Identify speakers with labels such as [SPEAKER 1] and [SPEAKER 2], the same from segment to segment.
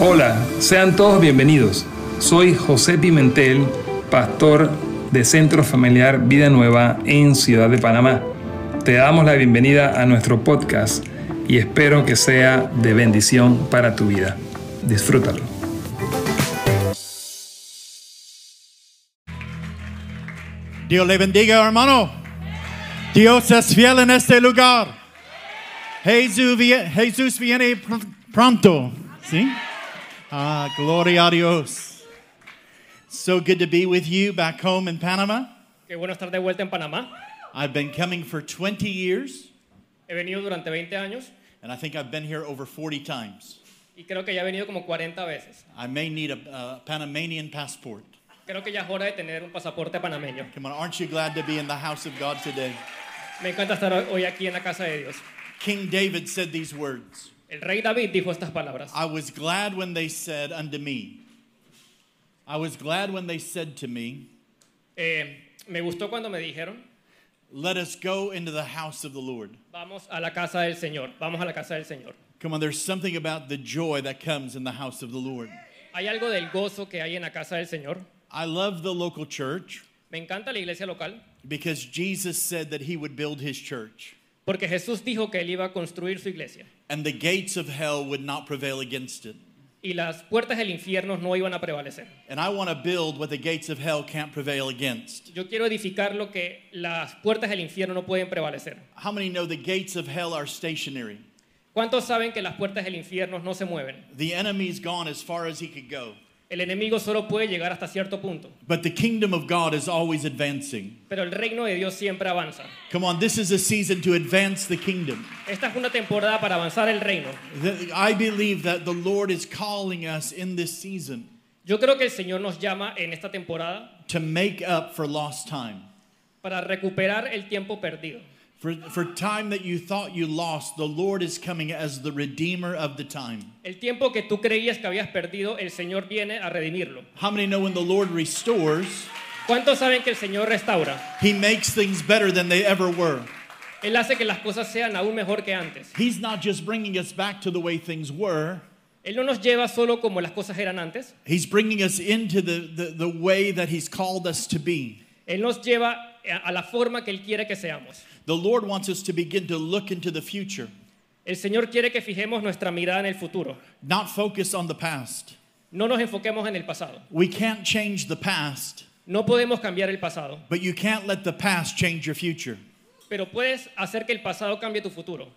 [SPEAKER 1] Hola, sean todos bienvenidos. Soy José Pimentel, pastor de Centro Familiar Vida Nueva en Ciudad de Panamá. Te damos la bienvenida a nuestro podcast y espero que sea de bendición para tu vida. Disfrútalo.
[SPEAKER 2] Dios le bendiga, hermano. Dios es fiel en este lugar. Jesús, vie- Jesús viene pr- pronto. ¿Sí? Ah, gloria a Dios. So good to be with you back home in Panama.
[SPEAKER 3] Qué bueno estar de vuelta en Panamá.
[SPEAKER 2] I've been coming for 20 years,
[SPEAKER 3] He venido durante 20 años
[SPEAKER 2] and I think I've been here over 40 times.
[SPEAKER 3] y creo que ya he venido como 40 veces.
[SPEAKER 2] I may need a, a Panamanian passport.
[SPEAKER 3] Creo que ya es hora de tener un pasaporte panameño.
[SPEAKER 2] Come on, aren't you glad to be in the house of God today?
[SPEAKER 3] Me encanta estar hoy aquí en la casa de Dios.
[SPEAKER 2] King David said these words
[SPEAKER 3] El rey David dijo estas palabras.
[SPEAKER 2] I was glad when they said unto me, I was glad when they said to me,
[SPEAKER 3] Eh, me gustó cuando me dijeron,
[SPEAKER 2] Let us go into the house of the Lord.
[SPEAKER 3] vamos a la casa del Señor, vamos a la casa del Señor.
[SPEAKER 2] Come on, there's something about the joy that comes in the house of the Lord.
[SPEAKER 3] Hay algo del gozo que hay en la casa del Señor.
[SPEAKER 2] I love the local church
[SPEAKER 3] Me encanta la iglesia local
[SPEAKER 2] because Jesus said that he would build his church
[SPEAKER 3] porque Jesús dijo que él iba a construir su iglesia
[SPEAKER 2] and the gates of hell would not prevail against it.
[SPEAKER 3] y las puertas del infierno no iban a prevalecer.
[SPEAKER 2] And I want to build what the gates of hell can't prevail against.
[SPEAKER 3] Yo quiero edificar lo que las puertas del infierno no pueden prevalecer.
[SPEAKER 2] How many know the gates of hell are stationary?
[SPEAKER 3] ¿Cuántos saben que las puertas del infierno no se mueven?
[SPEAKER 2] The enemy's gone as far as he could go,
[SPEAKER 3] El enemigo solo puede llegar hasta cierto punto,
[SPEAKER 2] but the kingdom of God is always advancing.
[SPEAKER 3] pero el reino de Dios siempre avanza.
[SPEAKER 2] Come on, this is a season to advance the kingdom.
[SPEAKER 3] Esta es una temporada para avanzar el reino.
[SPEAKER 2] The- I believe that the Lord is calling us in this season
[SPEAKER 3] Yo creo que el Señor nos llama en esta temporada
[SPEAKER 2] to make up for lost time,
[SPEAKER 3] para recuperar el tiempo perdido.
[SPEAKER 2] for, for time that you thought you lost. The Lord is coming as the redeemer of the time.
[SPEAKER 3] El tiempo que tú creías que habías perdido, el Señor viene a redimirlo.
[SPEAKER 2] How many know when the Lord restores,
[SPEAKER 3] ¿Cuántos saben que el Señor restaura?
[SPEAKER 2] He makes things better than they ever were?
[SPEAKER 3] Él hace que las cosas sean aún mejor que antes.
[SPEAKER 2] He's not just bringing us back to the way things were.
[SPEAKER 3] Él no nos lleva solo como las cosas eran antes,
[SPEAKER 2] He's bringing us into the, the, the way that He's called us to be.
[SPEAKER 3] Él nos lleva a- a la forma que Él quiere que seamos.
[SPEAKER 2] The Lord wants us to begin to look into the future,
[SPEAKER 3] El Señor quiere que fijemos nuestra mirada en el futuro.
[SPEAKER 2] not focus on the past.
[SPEAKER 3] No nos enfoquemos en el pasado.
[SPEAKER 2] We can't change the past,
[SPEAKER 3] No podemos cambiar el pasado,
[SPEAKER 2] but you can't let the past change your future.
[SPEAKER 3] pero puedes hacer que el pasado cambie tu futuro.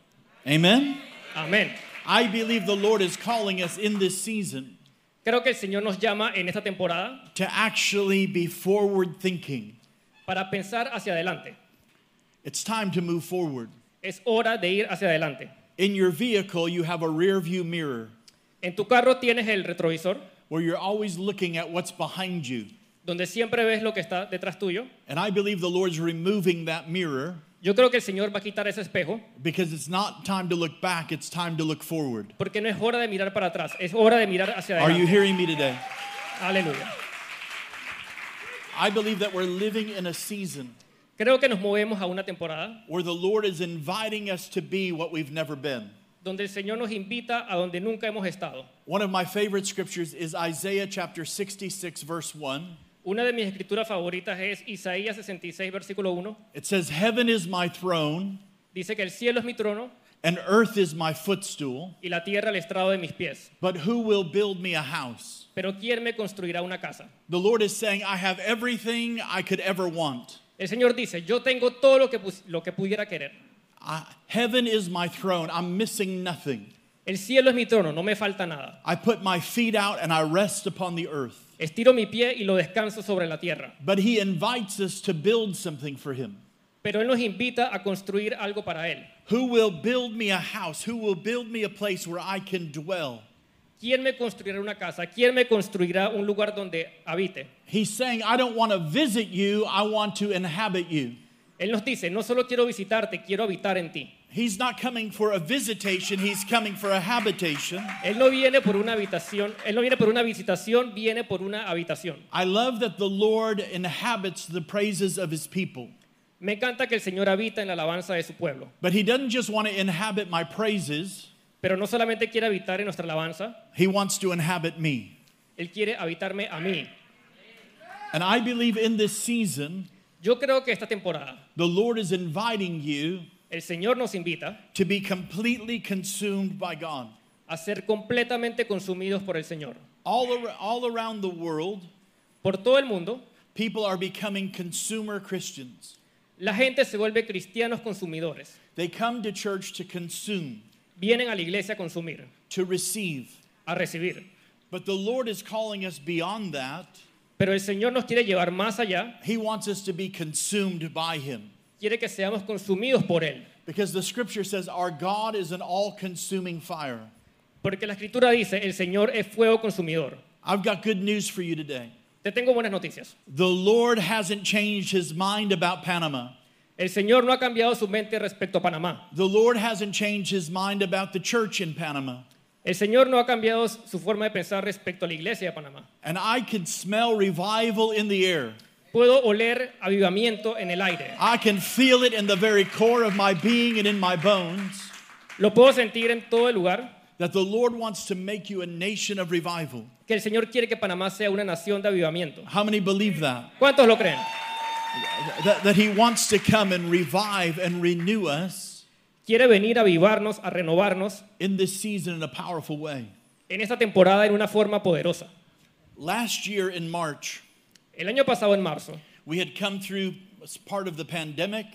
[SPEAKER 2] Amen?
[SPEAKER 3] Amén.
[SPEAKER 2] I believe the Lord is calling us in this season
[SPEAKER 3] Creo que el Señor nos llama en esta temporada
[SPEAKER 2] to actually be forward thinking.
[SPEAKER 3] para pensar hacia adelante.
[SPEAKER 2] It's time to move forward.
[SPEAKER 3] Es hora de ir hacia adelante.
[SPEAKER 2] In your vehicle, you have a rear view mirror
[SPEAKER 3] En tu carro tienes el retrovisor,
[SPEAKER 2] where you're always looking at what's behind you.
[SPEAKER 3] donde siempre ves lo que está detrás tuyo.
[SPEAKER 2] And I believe the Lord's removing that mirror
[SPEAKER 3] Yo creo que el Señor va a quitar ese espejo,
[SPEAKER 2] because it's not time to look back, it's time to look forward.
[SPEAKER 3] porque no es hora de mirar para atrás, es hora de mirar hacia
[SPEAKER 2] Are you
[SPEAKER 3] adelante.
[SPEAKER 2] hearing me today?
[SPEAKER 3] Aleluya.
[SPEAKER 2] I believe that we're living in a season
[SPEAKER 3] Creo que nos movemos a una temporada
[SPEAKER 2] where the Lord is inviting us to be what we've never been.
[SPEAKER 3] donde el Señor nos invita a donde nunca hemos estado.
[SPEAKER 2] One of my favorite scriptures is Isaiah chapter 66, verse 1.
[SPEAKER 3] Una de mis escrituras favoritas es Isaías 66, versículo 1.
[SPEAKER 2] It says, Heaven is my throne,
[SPEAKER 3] Dice que el cielo es mi trono
[SPEAKER 2] and earth is my footstool,
[SPEAKER 3] y la tierra el estrado de mis pies.
[SPEAKER 2] but who will build me a house?
[SPEAKER 3] Pero ¿quién me construirá una casa?
[SPEAKER 2] The Lord is saying, I have everything I could ever want.
[SPEAKER 3] El Señor dice, yo tengo todo lo que, pus- lo que pudiera querer.
[SPEAKER 2] I, heaven is my throne. I'm missing nothing.
[SPEAKER 3] El cielo es mi trono, no me falta nada.
[SPEAKER 2] I put my feet out and I rest upon the earth.
[SPEAKER 3] Estiro mi pie y lo descanso sobre la tierra.
[SPEAKER 2] But He invites us to build something for Him.
[SPEAKER 3] Pero Él nos invita a construir algo para Él.
[SPEAKER 2] Who will build me a house? Who will build me a place where I can dwell?
[SPEAKER 3] ¿Quién me construirá una casa? ¿Quién me construirá un lugar donde habite?
[SPEAKER 2] He's saying, I don't want to visit you, I want to inhabit you.
[SPEAKER 3] Él nos dice, no solo quiero visitarte, quiero habitar en ti.
[SPEAKER 2] He's not coming for a visitation, he's coming for a habitation.
[SPEAKER 3] Él no viene por una habitación, él no viene por una visitación, viene por una habitación.
[SPEAKER 2] I love that the Lord inhabits the praises of his people,
[SPEAKER 3] Me encanta que el Señor habita en la alabanza de su pueblo,
[SPEAKER 2] but he doesn't just want to inhabit my praises,
[SPEAKER 3] Pero no solamente quiere habitar en nuestra alabanza,
[SPEAKER 2] He wants to inhabit me.
[SPEAKER 3] Él quiere habitarme a mí.
[SPEAKER 2] And I believe in this season,
[SPEAKER 3] Yo creo que esta temporada
[SPEAKER 2] the Lord is inviting you
[SPEAKER 3] el Señor nos invita
[SPEAKER 2] to be completely consumed by God.
[SPEAKER 3] a ser completamente consumidos por el Señor.
[SPEAKER 2] All, ar- all around the world,
[SPEAKER 3] Por todo el mundo,
[SPEAKER 2] people are becoming consumer Christians.
[SPEAKER 3] la gente se vuelve cristianos consumidores.
[SPEAKER 2] They come to church to consume,
[SPEAKER 3] Vienen a la iglesia a consumir,
[SPEAKER 2] to receive.
[SPEAKER 3] a recibir.
[SPEAKER 2] But the Lord is calling us beyond that.
[SPEAKER 3] Pero el Señor nos quiere llevar más allá,
[SPEAKER 2] He wants us to be consumed by Him.
[SPEAKER 3] quiere que seamos consumidos por Él.
[SPEAKER 2] Because the scripture says our God is an all consuming fire.
[SPEAKER 3] Porque la Escritura dice, el Señor es fuego consumidor.
[SPEAKER 2] I've got good news for you today.
[SPEAKER 3] Te tengo buenas noticias.
[SPEAKER 2] The Lord hasn't changed His mind about Panama.
[SPEAKER 3] El Señor no ha cambiado su mente respecto a Panamá.
[SPEAKER 2] The Lord hasn't changed His mind about the church in Panama.
[SPEAKER 3] El Señor no ha cambiado su forma de pensar respecto a la iglesia de Panamá.
[SPEAKER 2] And I can smell revival in the air.
[SPEAKER 3] Puedo oler avivamiento en el aire.
[SPEAKER 2] I can feel it in the very core of my being and in my bones
[SPEAKER 3] Lo puedo sentir en todo el lugar,
[SPEAKER 2] that the Lord wants to make you a nation of revival.
[SPEAKER 3] que el Señor quiere que Panamá sea una nación de avivamiento.
[SPEAKER 2] How many believe that?
[SPEAKER 3] ¿Cuántos lo creen?
[SPEAKER 2] That, that He wants to come and revive and renew us
[SPEAKER 3] Quiere venir a avivarnos, a renovarnos
[SPEAKER 2] in this season in a powerful way.
[SPEAKER 3] en esta temporada en una forma poderosa.
[SPEAKER 2] Last year in March,
[SPEAKER 3] El año pasado, en marzo,
[SPEAKER 2] we had come through as part of the pandemic.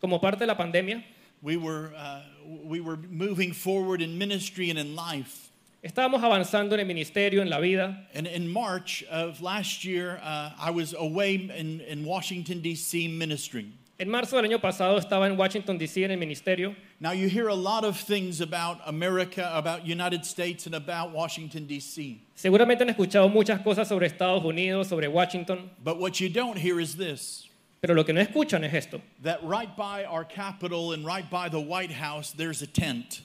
[SPEAKER 3] como parte de la pandemia,
[SPEAKER 2] We were, uh, we were moving forward in ministry and in life.
[SPEAKER 3] estábamos avanzando en el ministerio, en la vida.
[SPEAKER 2] And in March of last year, uh, I was away in, in Washington, D.C., ministering.
[SPEAKER 3] En marzo del año pasado estaba en Washington, D.C., en el ministerio.
[SPEAKER 2] Now, you hear a lot of things about America, about United States, and about Washington, D.C.,
[SPEAKER 3] Seguramente han escuchado muchas cosas sobre Estados Unidos, sobre Washington,
[SPEAKER 2] but what you don't hear is this
[SPEAKER 3] pero lo que no escuchan es esto.
[SPEAKER 2] that right by our Capitol and right by the White House, there's a tent.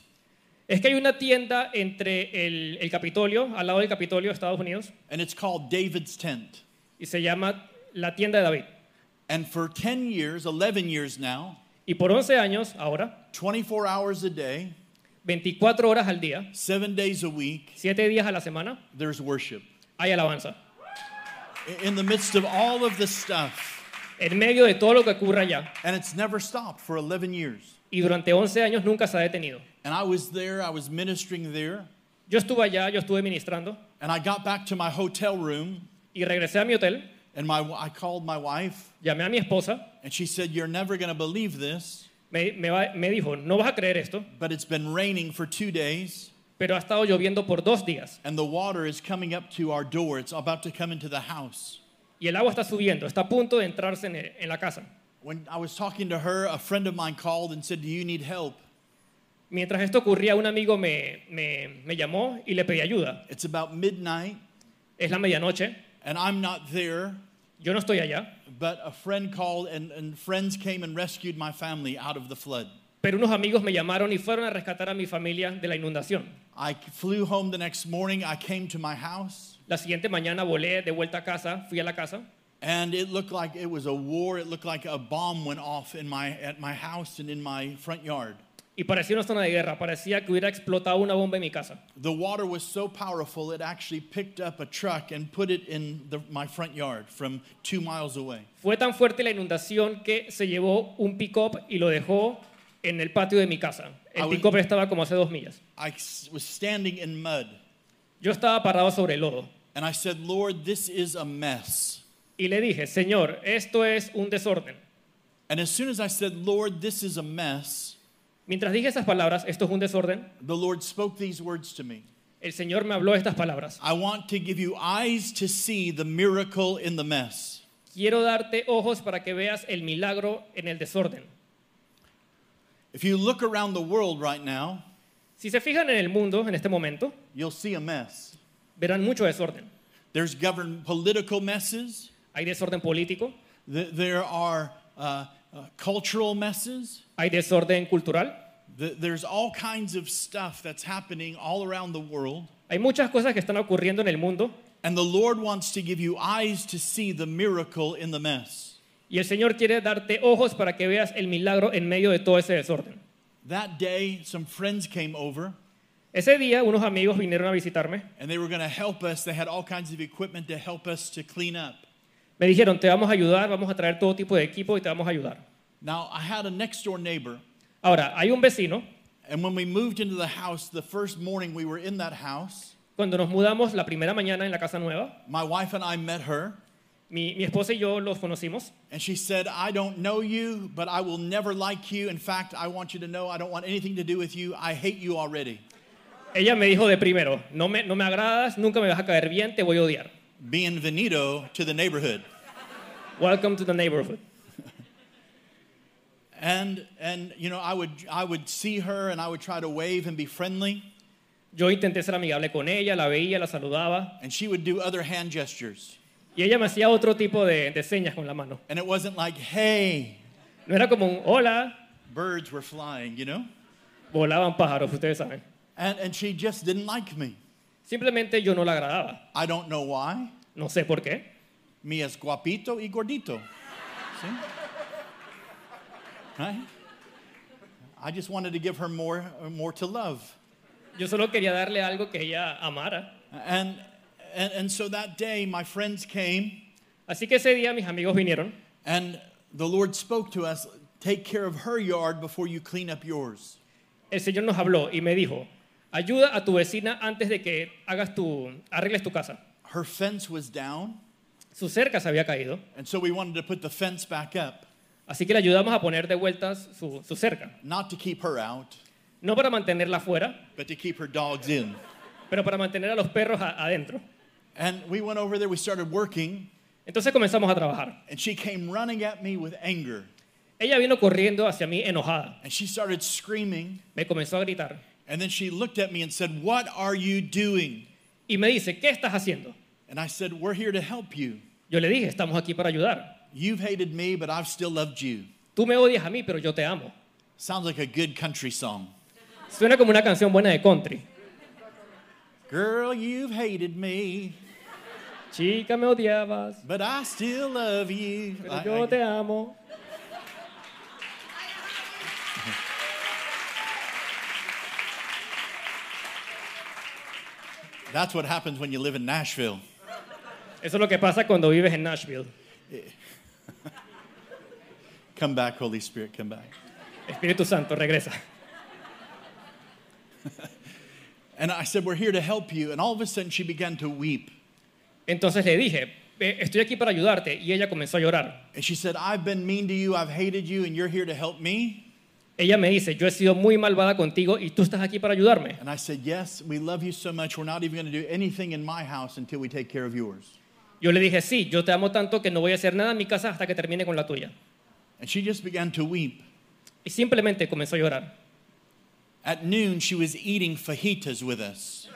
[SPEAKER 3] Es que hay una tienda entre el, el Capitolio, al lado del Capitolio de Estados Unidos,
[SPEAKER 2] And it's called David's Tent.
[SPEAKER 3] y se llama la tienda de David.
[SPEAKER 2] And for 10 years, 11 years now,
[SPEAKER 3] Y por 11 años, ahora,
[SPEAKER 2] 24 hours a day,
[SPEAKER 3] 24 horas al día,
[SPEAKER 2] seven days a week,
[SPEAKER 3] 7 días a la semana,
[SPEAKER 2] there's worship.
[SPEAKER 3] hay alabanza.
[SPEAKER 2] I- In the midst of all of this stuff,
[SPEAKER 3] En medio de todo lo que ocurra allá,
[SPEAKER 2] And it's never stopped for 11 years.
[SPEAKER 3] y durante 11 años nunca se ha detenido.
[SPEAKER 2] And I was there, I was ministering there,
[SPEAKER 3] Yo estuve allá, yo estuve ministrando,
[SPEAKER 2] and I got back to my hotel room,
[SPEAKER 3] y regresé a mi hotel,
[SPEAKER 2] and my, I called my wife,
[SPEAKER 3] llamé a mi esposa,
[SPEAKER 2] and she said, You're never gonna believe this,
[SPEAKER 3] me, me va- me dijo, no vas a creer esto,
[SPEAKER 2] but it's been raining for two days,
[SPEAKER 3] pero ha estado lloviendo por dos días,
[SPEAKER 2] and the water is coming up to our door. It's about to come into the house.
[SPEAKER 3] y el agua está subiendo, está a punto de entrarse en, en la casa.
[SPEAKER 2] When I was talking to her, a friend of mine called and said, Do you need help?
[SPEAKER 3] Mientras esto ocurría, un amigo me, me- me llamó y le pedí ayuda.
[SPEAKER 2] It's about midnight,
[SPEAKER 3] Es la medianoche,
[SPEAKER 2] and I'm not there,
[SPEAKER 3] yo no estoy allá,
[SPEAKER 2] but a friend called, and, and friends came and rescued my family out of the flood.
[SPEAKER 3] pero unos amigos me llamaron y fueron a rescatar a mi familia de la inundación.
[SPEAKER 2] I flew home the next morning. I came to my house,
[SPEAKER 3] La siguiente mañana volé de vuelta a casa, fui a la casa,
[SPEAKER 2] and it looked like it was a war. It looked like a bomb went off in my, at my house and in my front yard.
[SPEAKER 3] y parecía una zona de guerra, parecía que hubiera explotado una bomba en mi casa.
[SPEAKER 2] The water was so powerful, it actually picked up a truck and put it in the, my front yard from two miles away.
[SPEAKER 3] Fue tan fuerte la inundación que se llevó un pick-up y lo dejó en el patio de mi casa.
[SPEAKER 2] Ah,
[SPEAKER 3] El
[SPEAKER 2] bueno.
[SPEAKER 3] pick-up estaba como hace dos millas.
[SPEAKER 2] I s- was standing in mud,
[SPEAKER 3] Yo estaba parado sobre el lodo
[SPEAKER 2] and I said, Lord, this is a mess.
[SPEAKER 3] y le dije, Señor, esto es un desorden.
[SPEAKER 2] And as soon as I said, Lord, this is a mess,
[SPEAKER 3] Mientras dije esas palabras, esto es un desorden,
[SPEAKER 2] the Lord spoke these words to me
[SPEAKER 3] el Señor me habló estas palabras.
[SPEAKER 2] I want to give you eyes to see the miracle in the mess.
[SPEAKER 3] Quiero darte ojos para que veas el milagro en el desorden.
[SPEAKER 2] If you look around the world right now,
[SPEAKER 3] Si se fijan en el mundo en este momento,
[SPEAKER 2] you'll see a mess.
[SPEAKER 3] verán mucho desorden.
[SPEAKER 2] There's govern political messes.
[SPEAKER 3] Hay desorden político,
[SPEAKER 2] Th- there are uh, uh, cultural messes.
[SPEAKER 3] hay desorden cultural,
[SPEAKER 2] Th- there's all kinds of stuff that's happening all around the world.
[SPEAKER 3] hay muchas cosas que están ocurriendo en el mundo
[SPEAKER 2] And the Lord wants to give you eyes to see the miracle in the mess.
[SPEAKER 3] y el Señor quiere darte ojos para que veas el milagro en medio de todo ese desorden.
[SPEAKER 2] That day, some friends came over,
[SPEAKER 3] Ese día unos amigos vinieron a visitarme.
[SPEAKER 2] and they were going to help us. They had all kinds of equipment to help us to clean up.
[SPEAKER 3] Me dijeron, te vamos a ayudar, vamos a traer todo tipo de equipo y te vamos a ayudar.
[SPEAKER 2] Now, I had a next door neighbor,
[SPEAKER 3] Ahora, hay un vecino,
[SPEAKER 2] and when we moved into the house, the first morning we were in that house,
[SPEAKER 3] cuando nos mudamos la primera mañana en la casa nueva,
[SPEAKER 2] my wife and I met her,
[SPEAKER 3] mi, mi esposa y yo los conocimos.
[SPEAKER 2] and she said, I don't know you, but I will never like you. In fact, I want you to know I don't want anything to do with you. I hate you already.
[SPEAKER 3] Ella me dijo de primero, no me, no me agradas, nunca me vas a caer bien, te voy a odiar.
[SPEAKER 2] Bienvenido to the neighborhood.
[SPEAKER 3] Welcome to the neighborhood.
[SPEAKER 2] And, and you know, I would, I would see her and I would try to wave and be friendly,
[SPEAKER 3] Yo intenté ser amigable con ella, la veía, la saludaba,
[SPEAKER 2] and she would do other hand gestures.
[SPEAKER 3] y ella me hacía otro tipo de, de señas con la mano.
[SPEAKER 2] And it wasn't like, hey,
[SPEAKER 3] No era como un hola,
[SPEAKER 2] birds were flying, you know?
[SPEAKER 3] volaban pájaros, ustedes saben.
[SPEAKER 2] And, and she just didn't like me.
[SPEAKER 3] Simplemente yo no la agradaba.
[SPEAKER 2] I don't know why.
[SPEAKER 3] No sé por qué.
[SPEAKER 2] Me es guapito y gordito. See? Right? I just wanted to give her more, more to love.
[SPEAKER 3] Yo solo quería darle algo que ella amara.
[SPEAKER 2] And, and, and so that day, my friends came,
[SPEAKER 3] Así que ese día mis amigos vinieron
[SPEAKER 2] and the Lord spoke to us take care of her yard before you clean up yours.
[SPEAKER 3] el Señor nos habló y me dijo, ayuda a tu vecina antes de que hagas tu, arregles tu casa.
[SPEAKER 2] Her fence was down,
[SPEAKER 3] Su cerca se había caído,
[SPEAKER 2] and so we wanted to put the fence back up,
[SPEAKER 3] así que le ayudamos a poner de vuelta su, su cerca.
[SPEAKER 2] not to keep her out,
[SPEAKER 3] No para mantenerla afuera,
[SPEAKER 2] but to keep her dogs in.
[SPEAKER 3] pero para mantener a los perros a- adentro.
[SPEAKER 2] And we went over there, we started working,
[SPEAKER 3] Entonces comenzamos a trabajar.
[SPEAKER 2] and she came running at me with anger.
[SPEAKER 3] Ella vino corriendo hacia mí enojada.
[SPEAKER 2] And she started screaming.
[SPEAKER 3] Me comenzó a gritar
[SPEAKER 2] And then she looked at me and said, What are you doing?
[SPEAKER 3] y me dice, ¿qué estás haciendo?
[SPEAKER 2] And I said, We're here to help you.
[SPEAKER 3] Yo le dije, estamos aquí para ayudar.
[SPEAKER 2] You've hated me, but I've still loved you.
[SPEAKER 3] Tú me odias a mí, pero yo te amo.
[SPEAKER 2] Sounds like a good country song.
[SPEAKER 3] Suena como una canción buena de country.
[SPEAKER 2] Girl, you've hated me,
[SPEAKER 3] Chica, me odiabas,
[SPEAKER 2] but I still love you.
[SPEAKER 3] pero
[SPEAKER 2] I-
[SPEAKER 3] yo
[SPEAKER 2] I-
[SPEAKER 3] te amo.
[SPEAKER 2] that's what happens when you live in Nashville.
[SPEAKER 3] Eso es lo que pasa cuando vives en Nashville.
[SPEAKER 2] Come back, Holy Spirit, come back.
[SPEAKER 3] Espíritu Santo, regresa.
[SPEAKER 2] And I said, We're here to help you. And all of a sudden, she began to weep.
[SPEAKER 3] Entonces le dije, "Eh, estoy aquí para ayudarte. Y ella comenzó a llorar.
[SPEAKER 2] And she said, I've been mean to you, I've hated you, and you're here to help me.
[SPEAKER 3] Ella me dice, yo he sido muy malvada contigo y tú estás aquí para ayudarme.
[SPEAKER 2] And I said, Yes, we love you so much. We're not even going to do anything in my house until we take care of yours.
[SPEAKER 3] Yo le dije, sí, yo te amo tanto que no voy a hacer nada en mi casa hasta que termine con la tuya.
[SPEAKER 2] And she just began to weep.
[SPEAKER 3] Y simplemente comenzó a llorar.
[SPEAKER 2] At noon, she was eating fajitas with us.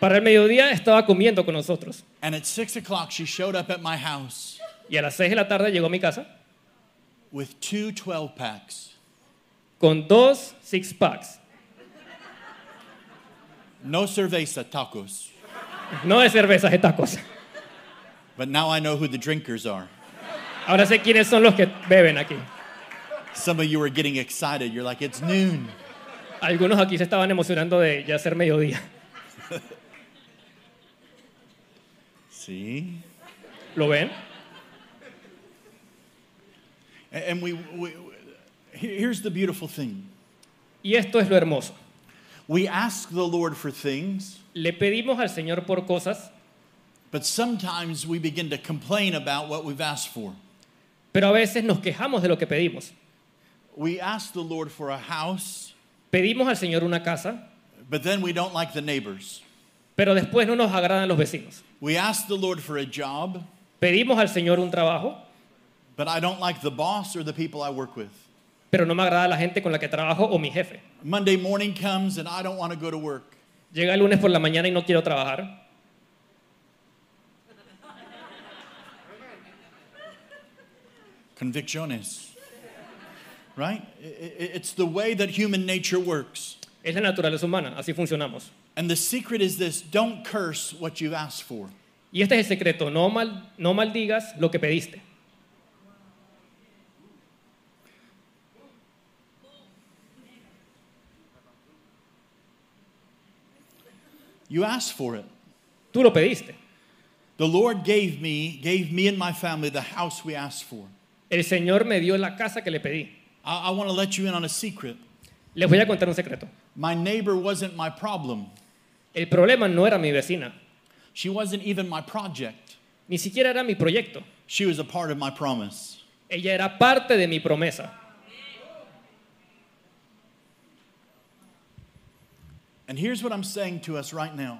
[SPEAKER 3] Para el mediodía estaba comiendo con nosotros.
[SPEAKER 2] And at six o'clock, she showed up at my house
[SPEAKER 3] Y a las 6 de la tarde llegó a mi casa
[SPEAKER 2] with two 12 packs.
[SPEAKER 3] con dos six packs.
[SPEAKER 2] No cerveza tacos.
[SPEAKER 3] No de cervezas, de tacos.
[SPEAKER 2] But now I know who the drinkers are.
[SPEAKER 3] Ahora sé quiénes son los que beben aquí.
[SPEAKER 2] Some of you are getting excited. You're like, It's noon.
[SPEAKER 3] Algunos aquí se estaban emocionando de ya ser mediodía.
[SPEAKER 2] See?
[SPEAKER 3] ¿Lo ven?
[SPEAKER 2] And- And we, we, we- here- here's the beautiful thing
[SPEAKER 3] Y esto es lo hermoso.
[SPEAKER 2] we ask the Lord for things,
[SPEAKER 3] Le pedimos al Señor por cosas,
[SPEAKER 2] but sometimes we begin to complain about what we've asked for.
[SPEAKER 3] pero a veces nos quejamos de lo que pedimos.
[SPEAKER 2] We ask the Lord for a house,
[SPEAKER 3] Pedimos al Señor una casa,
[SPEAKER 2] but then we don't like the neighbors.
[SPEAKER 3] pero después no nos agradan los vecinos.
[SPEAKER 2] We ask the Lord for a job,
[SPEAKER 3] Pedimos al Señor un trabajo,
[SPEAKER 2] but I don't like the boss or the people I work with.
[SPEAKER 3] pero no me agrada la gente con la que trabajo o mi jefe.
[SPEAKER 2] Monday morning comes and I don't want to go to work.
[SPEAKER 3] Llega el lunes por la mañana y no quiero trabajar.
[SPEAKER 2] Convicciones. Right? I- i- It's the way that human nature works.
[SPEAKER 3] Es la naturaleza humana, así funcionamos.
[SPEAKER 2] And the secret is this don't curse what you've asked for.
[SPEAKER 3] Y este es el secreto, no, mal, no maldigas lo que pediste.
[SPEAKER 2] You asked for it.
[SPEAKER 3] Tú lo pediste.
[SPEAKER 2] The Lord gave me, gave me and my family the house we asked for.
[SPEAKER 3] El Señor me dio la casa que le pedí.
[SPEAKER 2] I, I want to let you in on a secret.
[SPEAKER 3] Les voy a contar un secreto.
[SPEAKER 2] My neighbor wasn't my problem.
[SPEAKER 3] El problema no era mi vecina,
[SPEAKER 2] She wasn't even my project.
[SPEAKER 3] ni siquiera era mi proyecto.
[SPEAKER 2] She was a part of my promise.
[SPEAKER 3] Ella era parte de mi promesa.
[SPEAKER 2] And here's what I'm saying to us right now.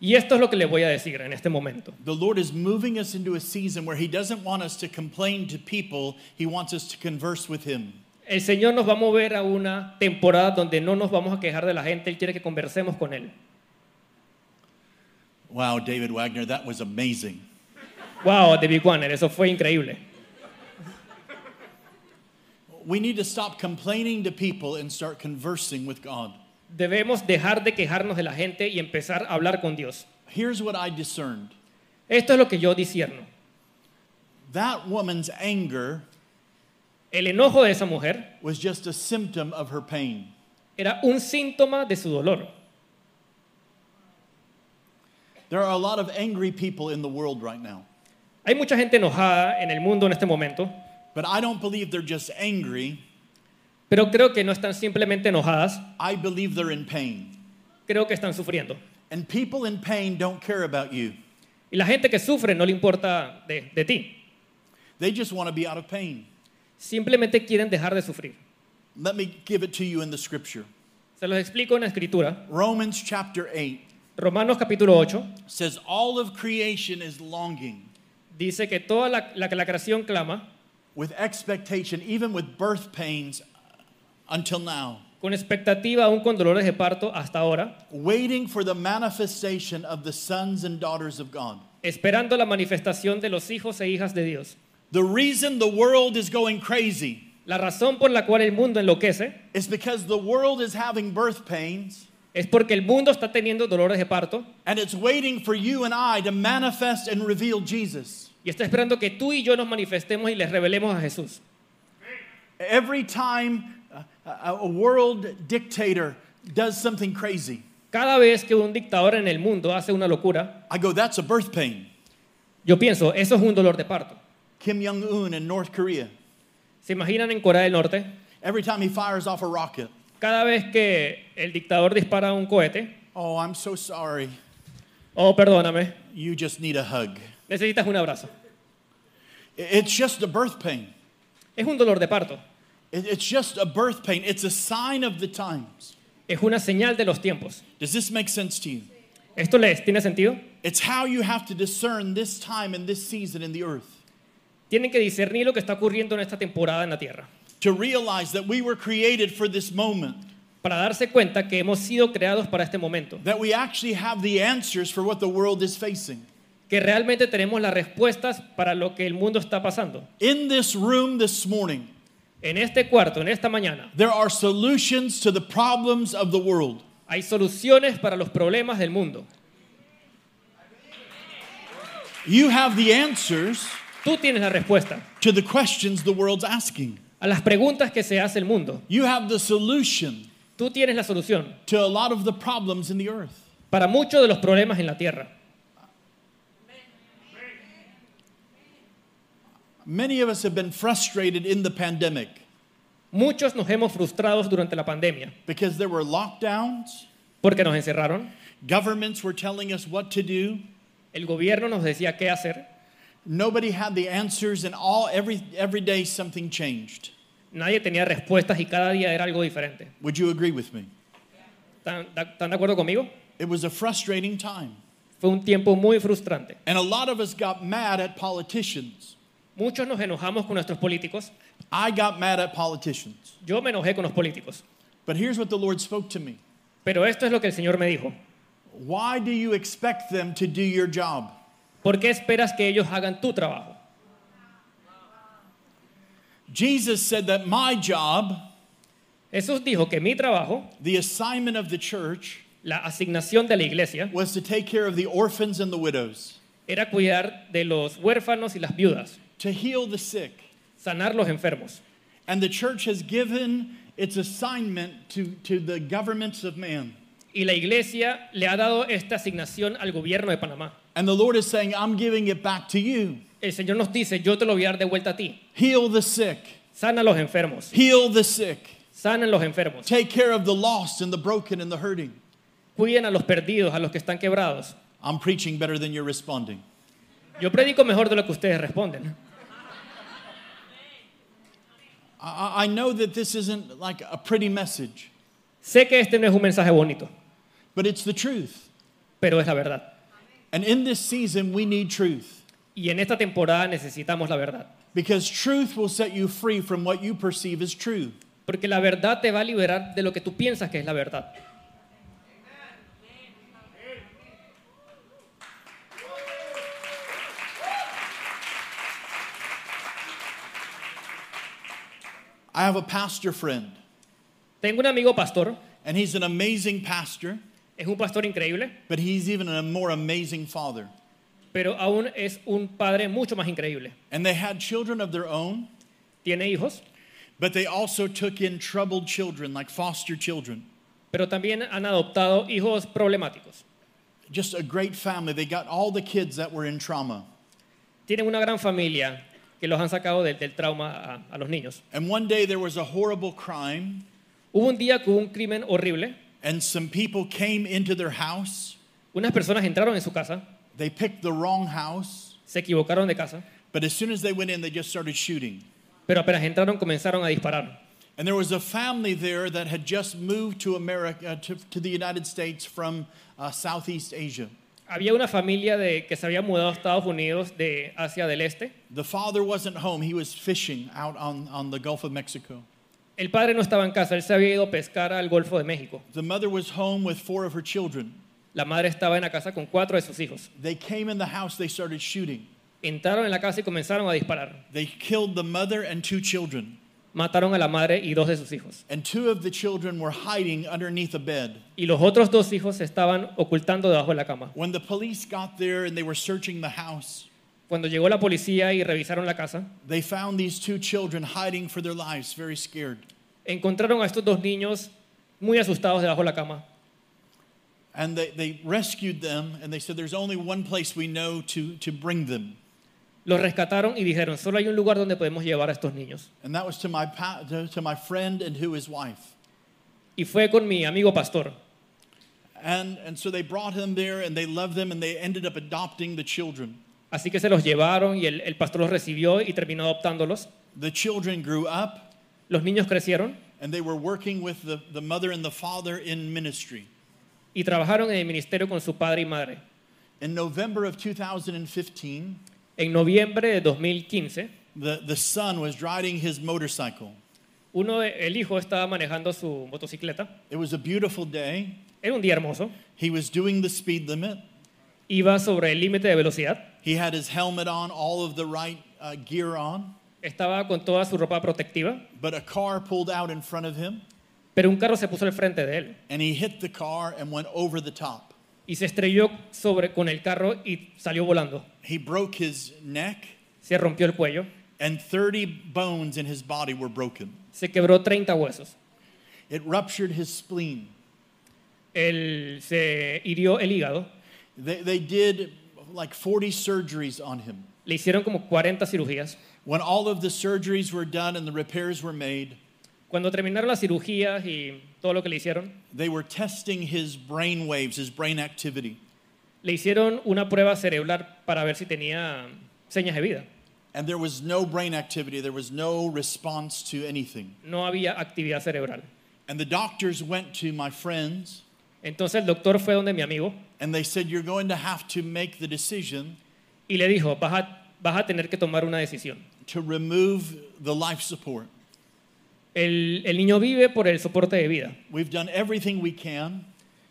[SPEAKER 3] Y esto es lo que les voy a decir en este momento.
[SPEAKER 2] The Lord is moving us into a season where He doesn't want us to complain to people, He wants us to converse with Him.
[SPEAKER 3] El Señor nos va a mover a una temporada donde no nos vamos a quejar de la gente. Él quiere que conversemos con Él.
[SPEAKER 2] Wow, David Wagner, that was amazing.
[SPEAKER 3] Wow, David Warner, eso fue increíble.
[SPEAKER 2] We need to stop complaining to people and start conversing with God.
[SPEAKER 3] Debemos dejar de quejarnos de la gente y empezar a hablar con Dios.
[SPEAKER 2] Here's what I discerned
[SPEAKER 3] Esto es lo que yo disierno.
[SPEAKER 2] that woman's anger
[SPEAKER 3] El enojo de esa mujer
[SPEAKER 2] was just a symptom of her pain.
[SPEAKER 3] era un síntoma de su dolor.
[SPEAKER 2] There are a lot of angry people in the world right now,
[SPEAKER 3] Hay mucha gente enojada en el mundo en este momento,
[SPEAKER 2] but I don't believe they're just angry.
[SPEAKER 3] pero creo que no están simplemente enojadas,
[SPEAKER 2] I believe they're in pain.
[SPEAKER 3] creo que están sufriendo.
[SPEAKER 2] And people in pain don't care about you,
[SPEAKER 3] Y la gente que sufre no le importa de, de ti,
[SPEAKER 2] they just want to be out of pain.
[SPEAKER 3] simplemente quieren dejar de sufrir.
[SPEAKER 2] Let me give it to you in the scripture.
[SPEAKER 3] Se los explico en la escritura.
[SPEAKER 2] Romans chapter 8
[SPEAKER 3] Romanos capítulo 8
[SPEAKER 2] says, All of creation is longing
[SPEAKER 3] dice que toda la, la, la creación clama
[SPEAKER 2] with expectation, even with birth pains until now,
[SPEAKER 3] con expectativa aún con dolores de parto hasta ahora,
[SPEAKER 2] waiting for the manifestation of the sons and daughters of God.
[SPEAKER 3] esperando la manifestación de los hijos e hijas de Dios.
[SPEAKER 2] The reason the world is going crazy
[SPEAKER 3] La razón por la cual el mundo enloquece
[SPEAKER 2] is because the world is having birth pains
[SPEAKER 3] es porque el mundo está teniendo dolores de parto
[SPEAKER 2] and it's waiting for you and I to manifest and reveal Jesus.
[SPEAKER 3] y está esperando que tú y yo nos manifestemos y les revelemos a Jesús.
[SPEAKER 2] Every time a- a, a world dictator does something crazy,
[SPEAKER 3] Cada vez que un dictador en el mundo hace una locura,
[SPEAKER 2] I go, that's a birth pain.
[SPEAKER 3] yo pienso, eso es un dolor de parto.
[SPEAKER 2] Kim Jong un in North Korea.
[SPEAKER 3] ¿Se imaginan en Corea del Norte?
[SPEAKER 2] Every time he fires off a rocket,
[SPEAKER 3] Cada vez que el dictador dispara un cohete,
[SPEAKER 2] oh, I'm so sorry.
[SPEAKER 3] oh, perdóname,
[SPEAKER 2] You just need a hug.
[SPEAKER 3] necesitas un abrazo.
[SPEAKER 2] I- It's just a birth pain.
[SPEAKER 3] Es un dolor de parto,
[SPEAKER 2] It- It's just a birth pain. It's a sign of the times.
[SPEAKER 3] es una señal de los tiempos.
[SPEAKER 2] Does this make sense to you?
[SPEAKER 3] ¿Esto les tiene sentido?
[SPEAKER 2] It's how you have to discern this time and this season in the earth
[SPEAKER 3] Tienen que discernir lo que está ocurriendo en esta temporada en la Tierra
[SPEAKER 2] to realize that we were created for this moment,
[SPEAKER 3] para darse cuenta que hemos sido creados para este momento,
[SPEAKER 2] that we actually have the answers for what the world is facing.
[SPEAKER 3] que realmente tenemos las respuestas para lo que el mundo está pasando.
[SPEAKER 2] In this room this morning,
[SPEAKER 3] En este cuarto, en esta mañana,
[SPEAKER 2] there are solutions to the problems of the world.
[SPEAKER 3] hay soluciones para los problemas del mundo.
[SPEAKER 2] You have the answers
[SPEAKER 3] Tú tienes la respuesta
[SPEAKER 2] to the questions the world's asking.
[SPEAKER 3] a las preguntas que se hace el mundo.
[SPEAKER 2] You have the solution
[SPEAKER 3] Tú tienes la solución
[SPEAKER 2] to a lot of the problems in the earth.
[SPEAKER 3] para muchos de los problemas en la Tierra.
[SPEAKER 2] Many of us have been frustrated in the pandemic
[SPEAKER 3] Muchos nos hemos frustrados durante la pandemia
[SPEAKER 2] because there were lockdowns,
[SPEAKER 3] porque nos encerraron,
[SPEAKER 2] governments were telling us what to do,
[SPEAKER 3] el gobierno nos decía qué hacer,
[SPEAKER 2] nobody had the answers and all every every day something changed.
[SPEAKER 3] nadie tenía respuestas y cada día era algo diferente.
[SPEAKER 2] Would you agree with me?
[SPEAKER 3] ¿Están, da- están de acuerdo conmigo?
[SPEAKER 2] It was a frustrating time.
[SPEAKER 3] Fue un tiempo muy frustrante.
[SPEAKER 2] And a lot of us got mad at politicians.
[SPEAKER 3] Muchos nos enojamos con nuestros políticos.
[SPEAKER 2] I got mad at politicians.
[SPEAKER 3] Yo me enojé con los políticos.
[SPEAKER 2] But here's what the Lord spoke to me.
[SPEAKER 3] Pero esto es lo que el Señor me dijo.
[SPEAKER 2] Why do you expect them to do your job?
[SPEAKER 3] ¿Por qué esperas que ellos hagan tu trabajo?
[SPEAKER 2] Jesus said that my job,
[SPEAKER 3] Jesús dijo que mi trabajo,
[SPEAKER 2] the assignment of the church,
[SPEAKER 3] la asignación de la iglesia,
[SPEAKER 2] was to take care of the orphans and the widows,
[SPEAKER 3] era cuidar de los huérfanos y las viudas,
[SPEAKER 2] to heal the sick.
[SPEAKER 3] sanar los enfermos.
[SPEAKER 2] And the church has given its assignment to, to the governments of man.
[SPEAKER 3] y la iglesia le ha dado esta asignación al gobierno de Panamá.
[SPEAKER 2] And the Lord is saying, I'm giving it back to you.
[SPEAKER 3] El Señor nos dice, yo te lo voy a dar de vuelta a ti.
[SPEAKER 2] Heal the sick,
[SPEAKER 3] Sana a los enfermos,
[SPEAKER 2] heal the sick,
[SPEAKER 3] sanan los enfermos,
[SPEAKER 2] take care of the lost and the broken and the hurting.
[SPEAKER 3] cuiden a los perdidos, a los que están quebrados.
[SPEAKER 2] I'm preaching better than you're responding.
[SPEAKER 3] Yo predico mejor de lo que ustedes responden.
[SPEAKER 2] I, I- I know that this isn't like a pretty message,
[SPEAKER 3] Sé que este no es un mensaje bonito,
[SPEAKER 2] but it's the truth.
[SPEAKER 3] pero es la verdad.
[SPEAKER 2] And in this season, we need truth
[SPEAKER 3] Y en esta temporada necesitamos la verdad,
[SPEAKER 2] because truth will set you free from what you perceive as true.
[SPEAKER 3] porque la verdad te va a liberar de lo que tú piensas que es la verdad.
[SPEAKER 2] I have a pastor friend,
[SPEAKER 3] Tengo un amigo pastor,
[SPEAKER 2] and he's an amazing pastor,
[SPEAKER 3] es un pastor increíble,
[SPEAKER 2] but he's even a more amazing father.
[SPEAKER 3] pero aún es un padre mucho más increíble.
[SPEAKER 2] And they had children of their own,
[SPEAKER 3] Tiene hijos,
[SPEAKER 2] but they also took in troubled children, like foster children.
[SPEAKER 3] pero también han adoptado hijos problemáticos.
[SPEAKER 2] Just a great family. They got all the kids that were in trauma.
[SPEAKER 3] Tienen una gran familia que los han sacado del, del trauma a, a los niños.
[SPEAKER 2] And one day there was a horrible crime,
[SPEAKER 3] Hubo un día que hubo un crimen horrible.
[SPEAKER 2] and some people came into their house.
[SPEAKER 3] Unas personas entraron en su casa,
[SPEAKER 2] They picked the wrong house,
[SPEAKER 3] se equivocaron de casa,
[SPEAKER 2] but as soon as they went in, they just started shooting.
[SPEAKER 3] pero apenas entraron comenzaron a disparar.
[SPEAKER 2] And there was a family there that had just moved to America, uh, to, to the United States from uh, Southeast Asia.
[SPEAKER 3] Había una familia de, que se había mudado a Estados Unidos de Asia del Este.
[SPEAKER 2] The father wasn't home, he was fishing out on, on the Gulf of Mexico.
[SPEAKER 3] El padre no estaba en casa, él se había ido a pescar al Golfo de México.
[SPEAKER 2] The mother was home with four of her children.
[SPEAKER 3] La madre estaba en la casa con cuatro de sus hijos.
[SPEAKER 2] They came in the house, they started shooting.
[SPEAKER 3] Entraron en la casa y comenzaron a disparar.
[SPEAKER 2] They killed the mother and two children.
[SPEAKER 3] Mataron a la madre y dos de sus hijos.
[SPEAKER 2] And two of the children were hiding underneath a bed.
[SPEAKER 3] Y los otros dos hijos se estaban ocultando debajo de la cama.
[SPEAKER 2] When the police got there and they were searching the house,
[SPEAKER 3] Cuando llegó la policía y revisaron la casa,
[SPEAKER 2] they found these two children hiding for their lives, very scared.
[SPEAKER 3] encontraron a estos dos niños muy asustados debajo de la cama.
[SPEAKER 2] And they, they rescued them and they said, There's only one place we know to, to bring them.
[SPEAKER 3] Los rescataron y dijeron, solo hay un lugar donde podemos llevar a estos niños.
[SPEAKER 2] And that was to my, pa- to, to my friend and who his wife.
[SPEAKER 3] Y fue con mi amigo pastor.
[SPEAKER 2] And, and so they brought him there and they loved them and they ended up adopting the children.
[SPEAKER 3] Así que se los llevaron y el, el pastor los recibió y terminó adoptándolos.
[SPEAKER 2] The children grew up
[SPEAKER 3] Los niños crecieron
[SPEAKER 2] and they were working with the, the mother and the father in ministry.
[SPEAKER 3] y trabajaron en el ministerio con su padre y madre.
[SPEAKER 2] In November of 2015,
[SPEAKER 3] En noviembre de 2015,
[SPEAKER 2] the, the son was riding his motorcycle.
[SPEAKER 3] uno de- el hijo estaba manejando su motocicleta.
[SPEAKER 2] It was a beautiful day.
[SPEAKER 3] Era un día hermoso.
[SPEAKER 2] He was doing the speed limit.
[SPEAKER 3] Iba sobre el límite de velocidad.
[SPEAKER 2] He had his helmet on, all of the right uh, gear on,
[SPEAKER 3] Estaba con toda su ropa protectiva,
[SPEAKER 2] but a car pulled out in front of him
[SPEAKER 3] pero un carro se puso al frente de él
[SPEAKER 2] and he hit the car and went over the top.
[SPEAKER 3] y se estrelló sobre con el carro y salió volando.
[SPEAKER 2] He broke his neck
[SPEAKER 3] Se rompió el cuello,
[SPEAKER 2] and 30 bones in his body were broken.
[SPEAKER 3] se quebró 30 huesos.
[SPEAKER 2] It ruptured his spleen.
[SPEAKER 3] Él se hirió el hígado.
[SPEAKER 2] They, they did like 40 surgeries on him.
[SPEAKER 3] Le hicieron como 40 cirugías.
[SPEAKER 2] When all of the surgeries were done and the repairs were made,
[SPEAKER 3] Cuando terminaron las cirugías y todo lo que le hicieron,
[SPEAKER 2] they were testing his brain waves, his brain activity.
[SPEAKER 3] le hicieron una prueba cerebral para ver si tenía señas de vida.
[SPEAKER 2] And there was no brain activity, there was no response to anything.
[SPEAKER 3] No había actividad cerebral.
[SPEAKER 2] And the doctors went to my friends
[SPEAKER 3] Entonces el doctor fue donde mi amigo
[SPEAKER 2] and they said, You're going to have to make the decision
[SPEAKER 3] y le dijo, vas a, vas a tener que tomar una decisión.
[SPEAKER 2] to remove the life support.
[SPEAKER 3] El, el niño vive por el soporte de vida.
[SPEAKER 2] We've done everything we can.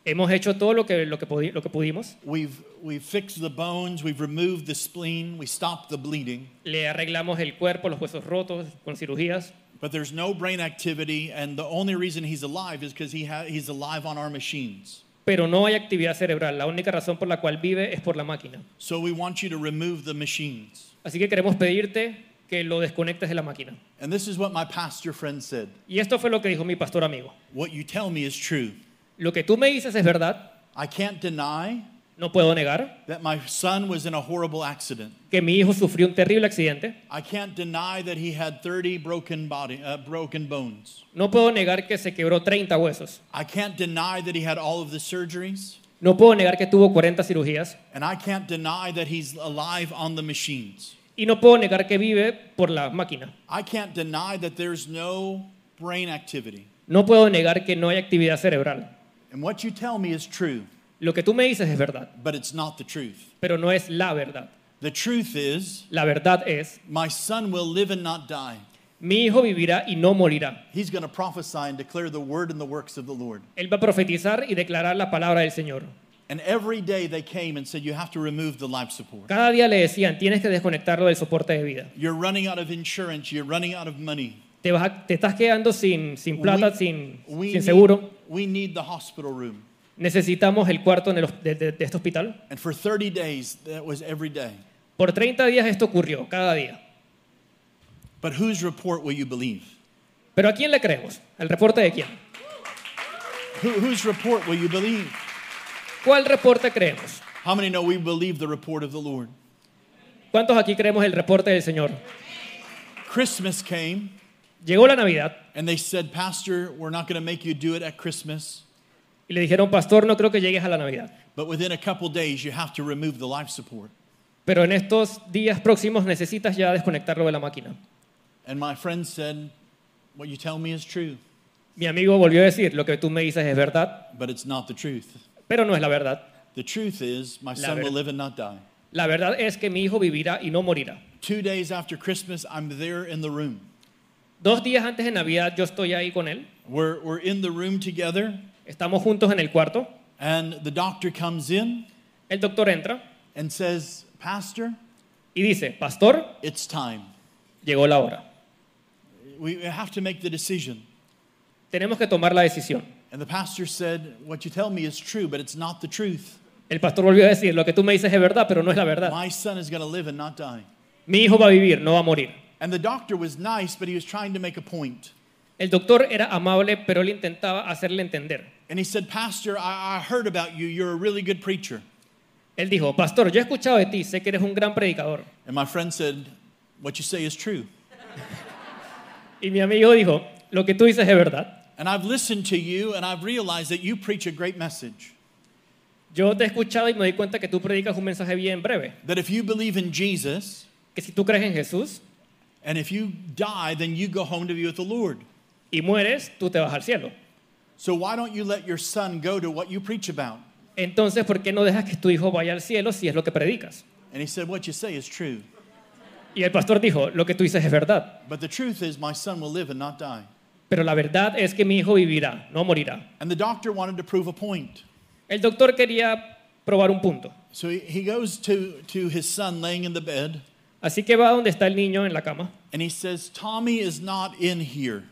[SPEAKER 3] Hemos hecho todo lo que, lo que, pudi- lo que pudimos.
[SPEAKER 2] We've, we've fixed the bones, we've removed the spleen, we stopped the bleeding,
[SPEAKER 3] Le arreglamos el cuerpo, los huesos rotos, con cirugías,
[SPEAKER 2] but there's no brain activity, and the only reason he's alive is because he ha- he's alive on our machines.
[SPEAKER 3] pero no hay actividad cerebral. La única razón por la cual vive es por la máquina.
[SPEAKER 2] So we want you to remove the machines.
[SPEAKER 3] Así que queremos pedirte que lo desconectes de la máquina.
[SPEAKER 2] And this is what my pastor friend said
[SPEAKER 3] Y esto fue lo que dijo mi pastor amigo.
[SPEAKER 2] What you tell me is true.
[SPEAKER 3] Lo que tú me dices es verdad.
[SPEAKER 2] I can't deny
[SPEAKER 3] No puedo negar
[SPEAKER 2] that my son was in a horrible accident.
[SPEAKER 3] que mi hijo sufrió un terrible accidente.
[SPEAKER 2] I can't deny that he had 30 broken body uh, broken bones.
[SPEAKER 3] No puedo negar que se quebró 30 huesos.
[SPEAKER 2] I can't deny that he had all of the surgeries,
[SPEAKER 3] No puedo negar que tuvo 40 cirugías.
[SPEAKER 2] and I can't deny that he's alive on the machines.
[SPEAKER 3] Y no puedo negar que vive por la máquina.
[SPEAKER 2] I can't deny that there's no brain activity.
[SPEAKER 3] No puedo negar que no hay actividad cerebral.
[SPEAKER 2] And what you tell me is true,
[SPEAKER 3] Lo que tú me dices es verdad,
[SPEAKER 2] but it's not the truth.
[SPEAKER 3] pero no es la verdad.
[SPEAKER 2] The truth is,
[SPEAKER 3] La verdad es,
[SPEAKER 2] my son will live and not die.
[SPEAKER 3] mi hijo vivirá y no morirá.
[SPEAKER 2] He's going to prophesy and declare the word and the works of the Lord.
[SPEAKER 3] Él va a profetizar y declarar la palabra del Señor.
[SPEAKER 2] And every day they came and said, You have to remove the life support.
[SPEAKER 3] Cada día le decían, tienes que desconectarlo del soporte de vida.
[SPEAKER 2] You're running out of insurance. You're running out of money.
[SPEAKER 3] Te, vas a- te estás quedando sin, sin plata, sin, sin
[SPEAKER 2] need,
[SPEAKER 3] seguro.
[SPEAKER 2] we need the hospital room.
[SPEAKER 3] Necesitamos el cuarto en el hos- de- de- de este hospital.
[SPEAKER 2] And for 30 days, that was every day.
[SPEAKER 3] Por 30 días esto ocurrió, cada día.
[SPEAKER 2] But whose report will you believe?
[SPEAKER 3] Pero ¿a quién le creemos? ¿El reporte de quién?
[SPEAKER 2] Who, whose report will you believe?
[SPEAKER 3] ¿Cuál reporte creemos?
[SPEAKER 2] How many know we believe the report of the Lord?
[SPEAKER 3] ¿Cuántos aquí creemos el reporte del Señor?
[SPEAKER 2] Christmas came,
[SPEAKER 3] Llegó la Navidad
[SPEAKER 2] and they said, Pastor, we're not going to make you do it at Christmas.
[SPEAKER 3] y le dijeron, pastor, no creo que llegues a la Navidad.
[SPEAKER 2] But within a couple days, you have to remove the life support.
[SPEAKER 3] Pero en estos días próximos necesitas ya desconectarlo de la máquina.
[SPEAKER 2] And my friend said, What you tell me is true,
[SPEAKER 3] Mi amigo volvió a decir, lo que tú me dices es verdad,
[SPEAKER 2] but it's not the truth.
[SPEAKER 3] pero no es la verdad.
[SPEAKER 2] The truth is, my son
[SPEAKER 3] ver-
[SPEAKER 2] will live and not die.
[SPEAKER 3] La verdad es que mi hijo vivirá y no morirá.
[SPEAKER 2] Two days after Christmas, I'm there in the room.
[SPEAKER 3] Dos días antes de Navidad yo estoy ahí con él,
[SPEAKER 2] We're, we're in the room together,
[SPEAKER 3] estamos juntos en el cuarto,
[SPEAKER 2] and the doctor comes in
[SPEAKER 3] el doctor entra
[SPEAKER 2] and says, Pastor,
[SPEAKER 3] y dice, pastor,
[SPEAKER 2] it's time.
[SPEAKER 3] llegó la hora.
[SPEAKER 2] We have to make the decision.
[SPEAKER 3] Tenemos que tomar la decisión.
[SPEAKER 2] And the pastor said, What you tell me is true, but it's not the truth.
[SPEAKER 3] El pastor volvió a decir, lo que tú me dices es verdad, pero no es la verdad.
[SPEAKER 2] My son is going to live and not die.
[SPEAKER 3] Mi hijo va a vivir, no va a morir.
[SPEAKER 2] And the doctor was nice, but he was trying to make a point.
[SPEAKER 3] El doctor era amable, pero él intentaba hacerle entender.
[SPEAKER 2] And he said, Pastor, I, I heard about you. You're a really good preacher.
[SPEAKER 3] Él dijo, pastor, yo he escuchado de ti, sé que eres un gran predicador.
[SPEAKER 2] And my friend said, What you say is true.
[SPEAKER 3] Y mi amigo dijo, lo que tú dices es verdad.
[SPEAKER 2] And I've listened to you, and I've realized that you preach a great message.
[SPEAKER 3] Yo te he escuchado y me doy cuenta que tú predicas un mensaje bien breve.
[SPEAKER 2] That if you believe in Jesus,
[SPEAKER 3] Que si tú crees en Jesús
[SPEAKER 2] and if you die, then you go home to be with the Lord.
[SPEAKER 3] y mueres, tú te vas al cielo.
[SPEAKER 2] So why don't you let your son go to what you preach about?
[SPEAKER 3] Entonces, ¿por qué no dejas que tu hijo vaya al cielo si es lo que predicas?
[SPEAKER 2] And he said, What you say is true.
[SPEAKER 3] Y el pastor dijo, lo que tú dices es verdad.
[SPEAKER 2] But the truth is, my son will live and not die.
[SPEAKER 3] Pero la verdad es que mi hijo vivirá, no morirá.
[SPEAKER 2] And the doctor wanted to prove a point.
[SPEAKER 3] El doctor quería probar un punto.
[SPEAKER 2] So he, he goes to, to his son laying in the bed,
[SPEAKER 3] Así que va donde está el niño en la cama
[SPEAKER 2] and he says, Tommy is not in here.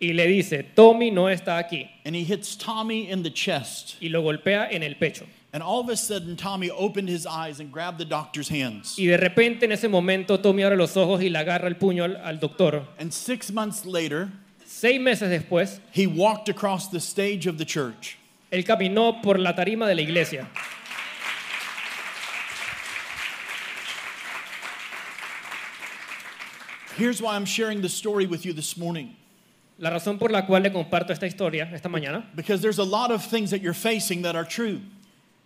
[SPEAKER 3] y le dice, Tommy no está aquí.
[SPEAKER 2] And he hits Tommy in the chest.
[SPEAKER 3] Y lo golpea en el pecho.
[SPEAKER 2] And all of a sudden, Tommy opened his eyes and grabbed the doctor's hands.
[SPEAKER 3] Y de repente en ese momento Tommy abre los ojos y le agarra el puño al, al doctor.
[SPEAKER 2] And six months later,
[SPEAKER 3] Seis meses después,
[SPEAKER 2] he walked across the stage of the church.
[SPEAKER 3] él caminó por la tarima de la iglesia.
[SPEAKER 2] Here's why I'm sharing this story with you this morning
[SPEAKER 3] La razón por la cual le comparto esta historia esta mañana
[SPEAKER 2] because there's a lot of things that you're facing that are true.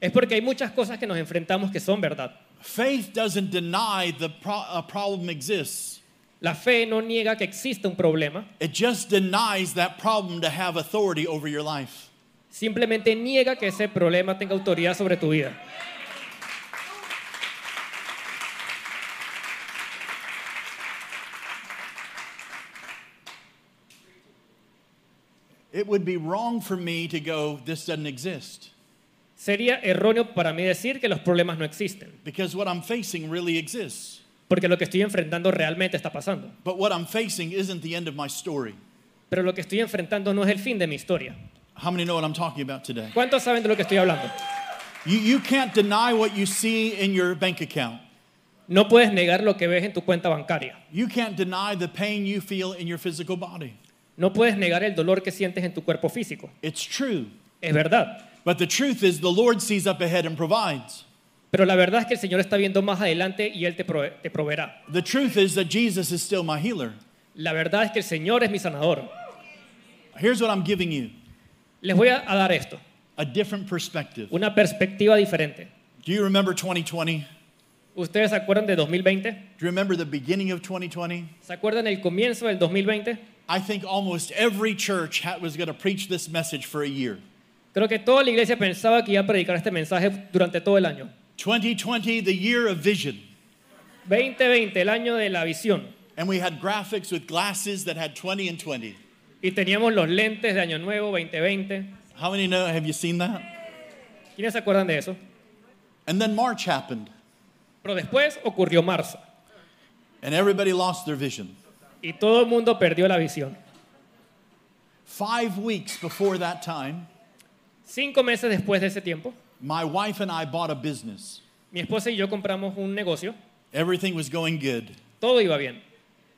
[SPEAKER 3] es porque hay muchas cosas que nos enfrentamos que son verdad.
[SPEAKER 2] Faith doesn't deny the pro- a problem exists,
[SPEAKER 3] La fe no niega que existe un problema,
[SPEAKER 2] it just denies that problem to have authority over your life.
[SPEAKER 3] simplemente niega que ese problema tenga autoridad sobre tu vida.
[SPEAKER 2] It would be wrong for me to go, This doesn't exist,
[SPEAKER 3] Sería erróneo para mí decir que los problemas no existen,
[SPEAKER 2] because what I'm facing really exists.
[SPEAKER 3] porque lo que estoy enfrentando realmente está pasando.
[SPEAKER 2] But what I'm facing isn't the end of my story.
[SPEAKER 3] Pero lo que estoy enfrentando no es el fin de mi historia.
[SPEAKER 2] How many know what I'm talking about today?
[SPEAKER 3] ¿Cuántos saben de lo que estoy hablando?
[SPEAKER 2] You, you can't deny what you see in your bank account.
[SPEAKER 3] No puedes negar lo que ves en tu cuenta bancaria.
[SPEAKER 2] You can't deny the pain you feel in your physical body.
[SPEAKER 3] No puedes negar el dolor que sientes en tu cuerpo físico.
[SPEAKER 2] It's true.
[SPEAKER 3] Es verdad.
[SPEAKER 2] But the truth is, the Lord sees up ahead and provides.
[SPEAKER 3] Pero la verdad es que el Señor está viendo más adelante y Él te, prove- te proveerá.
[SPEAKER 2] The truth is that Jesus is still my healer.
[SPEAKER 3] La verdad es que el Señor es mi sanador.
[SPEAKER 2] Here's what I'm giving you
[SPEAKER 3] Les voy a, a dar esto,
[SPEAKER 2] a different perspective.
[SPEAKER 3] una perspectiva diferente.
[SPEAKER 2] Do you remember 2020?
[SPEAKER 3] ¿Ustedes se acuerdan de 2020?
[SPEAKER 2] Do you remember the beginning of 2020?
[SPEAKER 3] ¿Se acuerdan el comienzo del 2020?
[SPEAKER 2] I think almost every church ha- was going to preach this message for a year.
[SPEAKER 3] Creo que toda la iglesia pensaba que iba a predicar este mensaje durante todo el año.
[SPEAKER 2] 2020, the year of vision.
[SPEAKER 3] 2020, el año de la visión.
[SPEAKER 2] And we had graphics with glasses that had 20 and 20.
[SPEAKER 3] Y teníamos los lentes de Año Nuevo 2020.
[SPEAKER 2] How many know? Have you seen that?
[SPEAKER 3] ¿Quiénes se acuerdan de eso?
[SPEAKER 2] And then March happened,
[SPEAKER 3] Pero después ocurrió marzo
[SPEAKER 2] and everybody lost their vision.
[SPEAKER 3] y todo el mundo perdió la visión.
[SPEAKER 2] Five weeks before that time,
[SPEAKER 3] Cinco meses después de ese tiempo,
[SPEAKER 2] my wife and I bought a business.
[SPEAKER 3] mi esposa y yo compramos un negocio.
[SPEAKER 2] Everything was going good,
[SPEAKER 3] Todo iba bien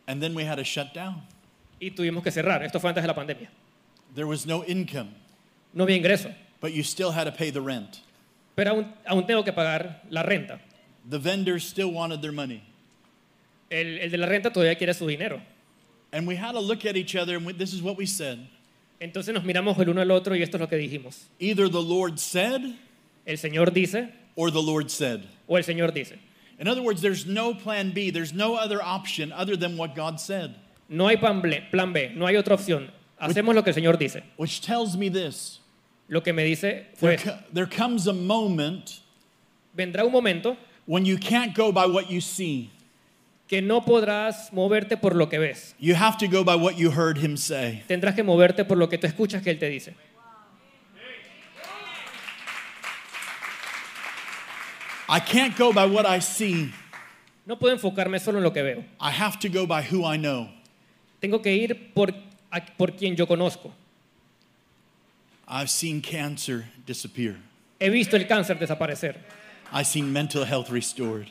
[SPEAKER 2] and then we had a shutdown.
[SPEAKER 3] y tuvimos que cerrar. Esto fue antes de la pandemia.
[SPEAKER 2] There was no income,
[SPEAKER 3] No había ingreso,
[SPEAKER 2] but you still had to pay the rent.
[SPEAKER 3] pero aún, aún tengo que pagar la renta.
[SPEAKER 2] The vendors still wanted their money.
[SPEAKER 3] El, el de la renta todavía quiere su dinero.
[SPEAKER 2] And we had to look at each other, and we, this is what we said.
[SPEAKER 3] Entonces nos miramos el uno al otro y esto es lo que dijimos.
[SPEAKER 2] Either the Lord said
[SPEAKER 3] El Señor dice
[SPEAKER 2] or the Lord said.
[SPEAKER 3] o el Señor dice.
[SPEAKER 2] In other words, there's no plan B, there's no other option other than what God said,
[SPEAKER 3] No hay plan B, plan B, no hay otra opción. Hacemos lo que el Señor dice.
[SPEAKER 2] which tells me this.
[SPEAKER 3] Lo que me dice fue,
[SPEAKER 2] There, co- there comes a moment
[SPEAKER 3] vendrá un momento
[SPEAKER 2] when you can't go by what you see.
[SPEAKER 3] que no podrás moverte por lo que ves.
[SPEAKER 2] You have to go by what you heard him say.
[SPEAKER 3] Tendrás que moverte por lo que tú escuchas que Él te dice.
[SPEAKER 2] I can't go by what I see.
[SPEAKER 3] No puedo enfocarme solo en lo que veo.
[SPEAKER 2] I have to go by who I know.
[SPEAKER 3] Tengo que ir por, a- por quien yo conozco.
[SPEAKER 2] I've seen cancer disappear.
[SPEAKER 3] He visto el cáncer desaparecer.
[SPEAKER 2] I've seen mental health restored.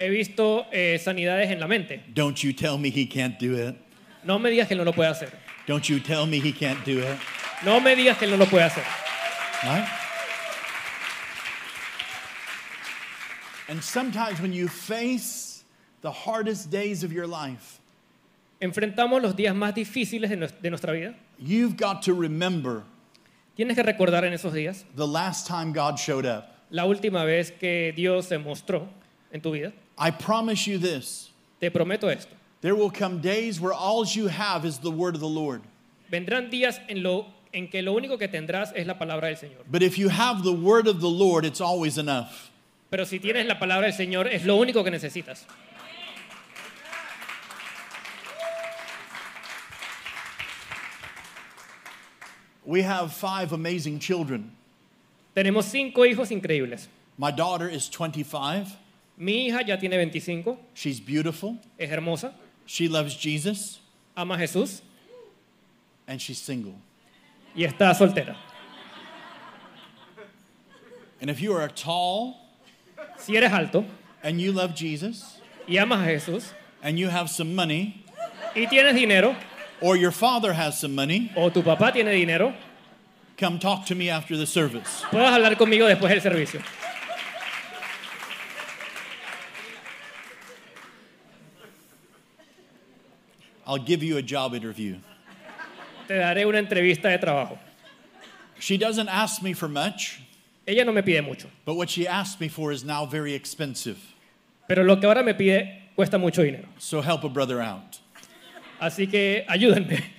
[SPEAKER 3] He visto eh, sanidades en la mente.
[SPEAKER 2] Don't you tell me he can't do it.
[SPEAKER 3] No me digas que él no lo puede hacer.
[SPEAKER 2] Don't you tell me he can't do it.
[SPEAKER 3] No me digas que él no lo puede hacer.
[SPEAKER 2] Right? And sometimes when you face the hardest days of your life,
[SPEAKER 3] Enfrentamos los días más difíciles de, nues- de nuestra vida.
[SPEAKER 2] you've got to remember
[SPEAKER 3] Tienes que recordar en esos días
[SPEAKER 2] the last time God showed up.
[SPEAKER 3] la última vez que Dios se mostró en tu vida.
[SPEAKER 2] I promise you this
[SPEAKER 3] Te prometo esto.
[SPEAKER 2] there will come days where all you have is the word of the Lord.
[SPEAKER 3] Vendrán días en, lo, en que lo único que tendrás es la palabra del Señor.
[SPEAKER 2] But if you have the word of the Lord, it's always enough.
[SPEAKER 3] Pero si tienes la palabra del Señor, es lo único que necesitas.
[SPEAKER 2] We have five amazing children.
[SPEAKER 3] Tenemos cinco hijos increíbles.
[SPEAKER 2] My daughter is 25.
[SPEAKER 3] Mi hija ya tiene 25,
[SPEAKER 2] She's beautiful.
[SPEAKER 3] es hermosa,
[SPEAKER 2] She loves Jesus
[SPEAKER 3] ama a Jesús
[SPEAKER 2] and she's single.
[SPEAKER 3] y está soltera.
[SPEAKER 2] And if you are tall
[SPEAKER 3] Si eres alto
[SPEAKER 2] and you love Jesus
[SPEAKER 3] y amas a Jesús
[SPEAKER 2] and you have some money
[SPEAKER 3] y tienes dinero,
[SPEAKER 2] or your father has some money,
[SPEAKER 3] o tu papá tiene dinero,
[SPEAKER 2] come talk to me after the service.
[SPEAKER 3] puedes hablar conmigo después del servicio.
[SPEAKER 2] I'll give you a job interview.
[SPEAKER 3] Te daré una entrevista de trabajo.
[SPEAKER 2] She doesn't ask me for much,
[SPEAKER 3] Ella no me pide mucho,
[SPEAKER 2] but what she asked me for is now very expensive.
[SPEAKER 3] pero lo que ahora me pide cuesta mucho dinero.
[SPEAKER 2] So help a brother out.
[SPEAKER 3] Así que ayúdenme.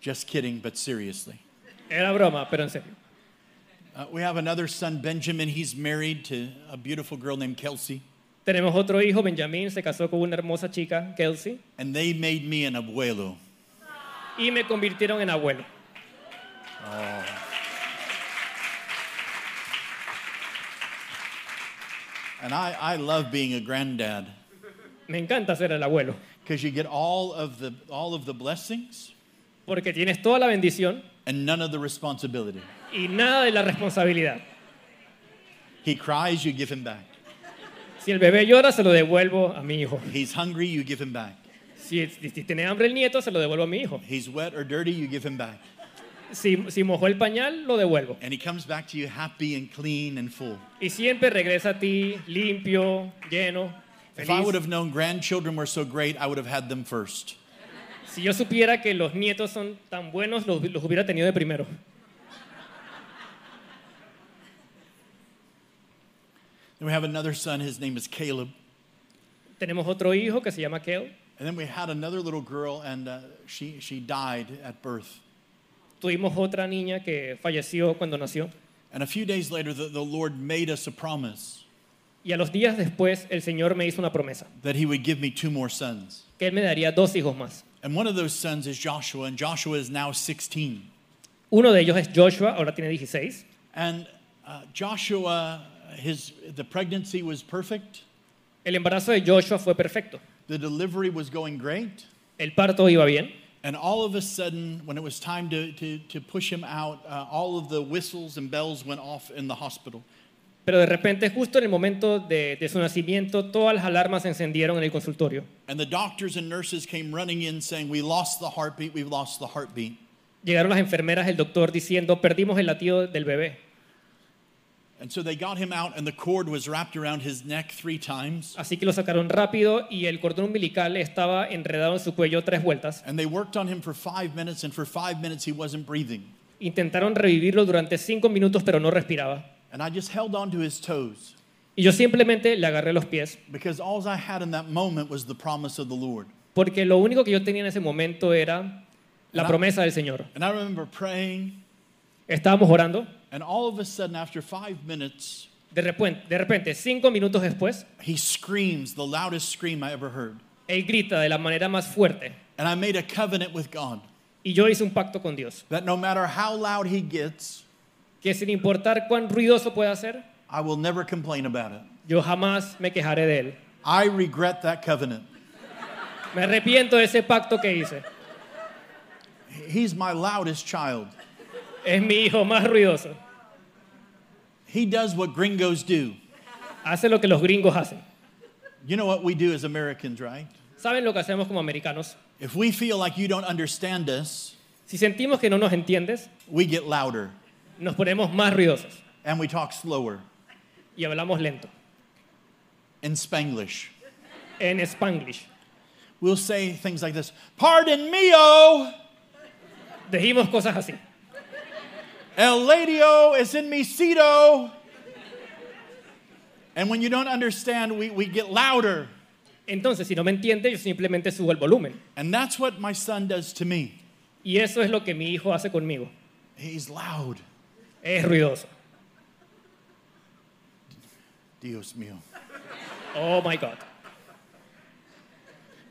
[SPEAKER 2] Just kidding, but seriously.
[SPEAKER 3] Era broma, pero en serio.
[SPEAKER 2] Uh, we have another son, Benjamin. He's married to a beautiful girl named Kelsey.
[SPEAKER 3] Tenemos otro hijo, Benjamín, se casó con una hermosa chica, Kelsey,
[SPEAKER 2] And they made me an abuelo.
[SPEAKER 3] y me convirtieron en abuelo.
[SPEAKER 2] And I, I love being a granddad
[SPEAKER 3] Me encanta ser el abuelo,
[SPEAKER 2] because you get all of, the, all of the blessings
[SPEAKER 3] porque tienes toda la bendición
[SPEAKER 2] and none of the responsibility.
[SPEAKER 3] y nada de la responsabilidad.
[SPEAKER 2] He cries, you give him back.
[SPEAKER 3] Si el bebé llora, se lo devuelvo a mi hijo.
[SPEAKER 2] He's hungry, you give him back.
[SPEAKER 3] Si, si tiene hambre el nieto, se lo devuelvo a mi hijo.
[SPEAKER 2] He's wet or dirty, you give him back.
[SPEAKER 3] Si, si mojó el pañal, lo devuelvo.
[SPEAKER 2] And he comes back to you happy and clean and full.
[SPEAKER 3] Y siempre regresa a ti limpio, lleno,
[SPEAKER 2] If I would
[SPEAKER 3] feliz.
[SPEAKER 2] have known grandchildren were so great, I would have had them first.
[SPEAKER 3] Si yo supiera que los nietos son tan buenos, los, los hubiera tenido de primero.
[SPEAKER 2] Then we have another son, his name is Caleb.
[SPEAKER 3] Tenemos otro hijo que se llama Keo.
[SPEAKER 2] And then we had another little girl, and uh, she, she died at birth.
[SPEAKER 3] Tuvimos otra niña que falleció cuando nació.
[SPEAKER 2] And a few days later, the, the Lord made us a promise
[SPEAKER 3] Y a los días después, el Señor me hizo una promesa,
[SPEAKER 2] that he would give me two more sons.
[SPEAKER 3] que Él me daría dos hijos más.
[SPEAKER 2] And one of those sons is Joshua, and Joshua is now 16.
[SPEAKER 3] Uno de ellos es Joshua, ahora tiene 16.
[SPEAKER 2] And uh, Joshua, his, the pregnancy was perfect,
[SPEAKER 3] El embarazo de Joshua fue perfecto.
[SPEAKER 2] the delivery was going great.
[SPEAKER 3] El parto iba bien.
[SPEAKER 2] And all of a sudden, when it was time to, to, to push him out, uh, all of the whistles and bells went off in the hospital.
[SPEAKER 3] Pero de repente, justo en el momento de, de su nacimiento, todas las alarmas se encendieron en el consultorio.
[SPEAKER 2] And the doctors and nurses came running in saying, We lost the heartbeat, we lost the heartbeat.
[SPEAKER 3] Llegaron las enfermeras, el doctor, diciendo, perdimos el latido del bebé.
[SPEAKER 2] And so they got him out, and the cord was wrapped around his neck three times.
[SPEAKER 3] Así que lo sacaron rápido y el cordón umbilical estaba enredado en su cuello tres vueltas.
[SPEAKER 2] And they worked on him for five minutes, and for five minutes, he wasn't breathing.
[SPEAKER 3] Intentaron revivirlo durante cinco minutos, pero no respiraba.
[SPEAKER 2] And I just held on to his toes
[SPEAKER 3] Y yo simplemente le agarré los pies,
[SPEAKER 2] because all I had in that moment was the promise of the Lord.
[SPEAKER 3] porque lo único que yo tenía en ese momento era la
[SPEAKER 2] Ah.
[SPEAKER 3] promesa del Señor.
[SPEAKER 2] And I remember praying,
[SPEAKER 3] Estábamos orando,
[SPEAKER 2] and all of a sudden, after five minutes,
[SPEAKER 3] de repente, de repente cinco minutos después,
[SPEAKER 2] he screams the loudest scream I ever heard.
[SPEAKER 3] él grita de la manera más fuerte.
[SPEAKER 2] And I made a covenant with God
[SPEAKER 3] Y yo hice un pacto con Dios,
[SPEAKER 2] that no matter how loud he gets,
[SPEAKER 3] que sin importar cuán ruidoso pueda ser,
[SPEAKER 2] I will never complain about it.
[SPEAKER 3] yo jamás me quejaré de él.
[SPEAKER 2] I regret that covenant.
[SPEAKER 3] Me arrepiento de ese pacto que hice.
[SPEAKER 2] He's my loudest child.
[SPEAKER 3] Es mi hijo más ruidoso.
[SPEAKER 2] He does what gringos do.
[SPEAKER 3] Hace lo que los gringos hacen.
[SPEAKER 2] You know what we do as Americans, right?
[SPEAKER 3] ¿Saben lo que hacemos como americanos?
[SPEAKER 2] If we feel like you don't understand us,
[SPEAKER 3] Si sentimos que no nos entiendes,
[SPEAKER 2] we get louder
[SPEAKER 3] nos ponemos más ruidosos
[SPEAKER 2] and we talk slower
[SPEAKER 3] y hablamos lento.
[SPEAKER 2] in Spanglish.
[SPEAKER 3] En spanglish.
[SPEAKER 2] We'll say things like this Pardon me, oh,
[SPEAKER 3] Dijimos cosas así.
[SPEAKER 2] El Ladio is in me cedo. And when you don't understand, we, we get louder.
[SPEAKER 3] Entonces, si no me entiende, yo simplemente subo el volumen.
[SPEAKER 2] And that's what my son does to me.
[SPEAKER 3] Y eso es lo que mi hijo hace conmigo.
[SPEAKER 2] He's loud.
[SPEAKER 3] Es ruidoso.
[SPEAKER 2] Dios mío.
[SPEAKER 3] Oh my God.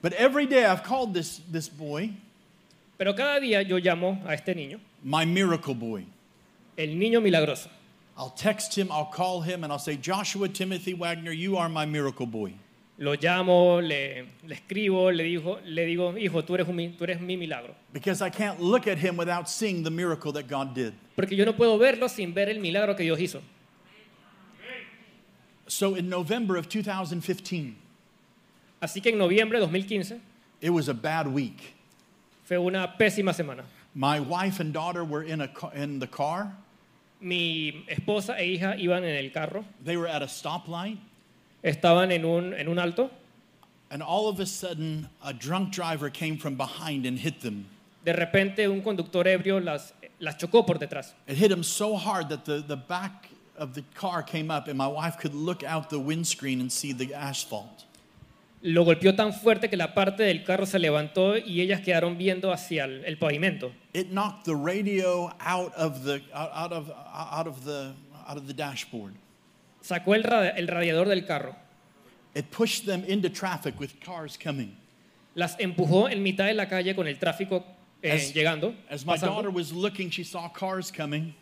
[SPEAKER 2] But every day I've called this, this boy
[SPEAKER 3] Pero cada día yo llamo a este niño
[SPEAKER 2] my miracle boy.
[SPEAKER 3] el niño milagroso.
[SPEAKER 2] I'll text him, I'll call him, and I'll say, Joshua Timothy Wagner, you are my miracle boy.
[SPEAKER 3] Lo llamo, le, le escribo, le, digo, le digo, hijo, tú eres, un mi- tú eres mi milagro.
[SPEAKER 2] Because I can't look at him without seeing the miracle that God did.
[SPEAKER 3] Porque yo no puedo verlo sin ver el milagro que Dios hizo.
[SPEAKER 2] So in November of 2015,
[SPEAKER 3] Así que en noviembre de 2015
[SPEAKER 2] it was a bad week.
[SPEAKER 3] fue una pésima semana.
[SPEAKER 2] My wife and daughter were in, a ca- in the car.
[SPEAKER 3] Mi esposa e hija iban en el carro,
[SPEAKER 2] They were at a stoplight,
[SPEAKER 3] estaban en un, en un alto.
[SPEAKER 2] and all of a sudden, a drunk driver came from behind and hit them.
[SPEAKER 3] De repente un conductor ebrio las, las chocó por detrás.
[SPEAKER 2] It hit him so hard that the, the back of the car came up, and my wife could look out the windscreen and see the asphalt.
[SPEAKER 3] Lo golpeó tan fuerte que la parte del carro se levantó y ellas quedaron viendo hacia el, el pavimento.
[SPEAKER 2] It knocked the radio out of the, out, out of, out, of the, out of the dashboard.
[SPEAKER 3] Sacó el, ra- el radiador del carro,
[SPEAKER 2] It pushed them into traffic with cars coming.
[SPEAKER 3] las empujó en mitad de la calle con el tráfico eh,
[SPEAKER 2] As-
[SPEAKER 3] llegando.
[SPEAKER 2] As my
[SPEAKER 3] pasando.
[SPEAKER 2] daughter was looking, she saw cars coming,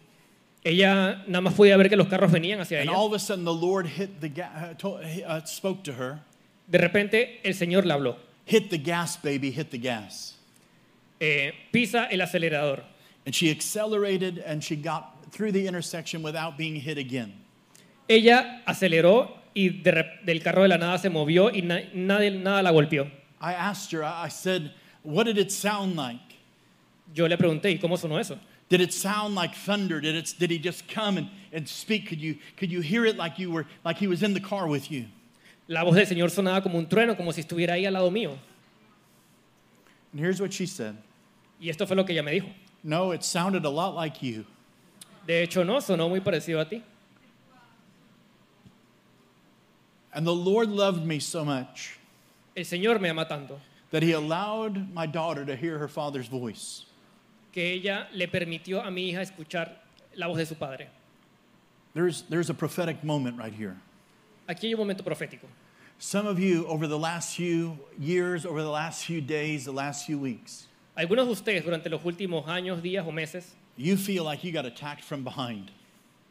[SPEAKER 3] Ella nada más podía ver que los carros venían hacia
[SPEAKER 2] and
[SPEAKER 3] ella.
[SPEAKER 2] all of a sudden the Lord hit the ga- uh, to- uh, spoke to her.
[SPEAKER 3] De repente el Señor le habló.
[SPEAKER 2] Hit the gas, baby, hit the gas.
[SPEAKER 3] eh, pisa el acelerador.
[SPEAKER 2] And she accelerated and she got through the intersection without being hit again.
[SPEAKER 3] Ella aceleró y de rep- del carro de la nada se movió y na- nadie, nada la golpeó.
[SPEAKER 2] I asked her, I I said, What did it sound like?
[SPEAKER 3] Yo le pregunté, ¿y cómo sonó eso?
[SPEAKER 2] Did it sound like thunder? Did, it, did he just come and, and speak? Could you, could you hear it like, you were, like he was in the car with you?
[SPEAKER 3] La voz del Señor sonaba como un trueno, como si estuviera ahí al lado mío.
[SPEAKER 2] And here's what she said
[SPEAKER 3] Y esto fue lo que ella me dijo.
[SPEAKER 2] No, it sounded a lot like you.
[SPEAKER 3] De hecho, no, sonó muy parecido a ti.
[SPEAKER 2] And the Lord loved me so much
[SPEAKER 3] El Señor me ama tanto
[SPEAKER 2] that he allowed my daughter to hear her father's voice.
[SPEAKER 3] que ella le permitió a mi hija escuchar la voz de su padre.
[SPEAKER 2] There's, there's a prophetic moment right here.
[SPEAKER 3] Aquí hay un momento profético.
[SPEAKER 2] Some of you, over the last few years, over the last few days, the last few weeks,
[SPEAKER 3] Algunos de ustedes durante los últimos años, días o meses
[SPEAKER 2] you feel like you got attacked from behind.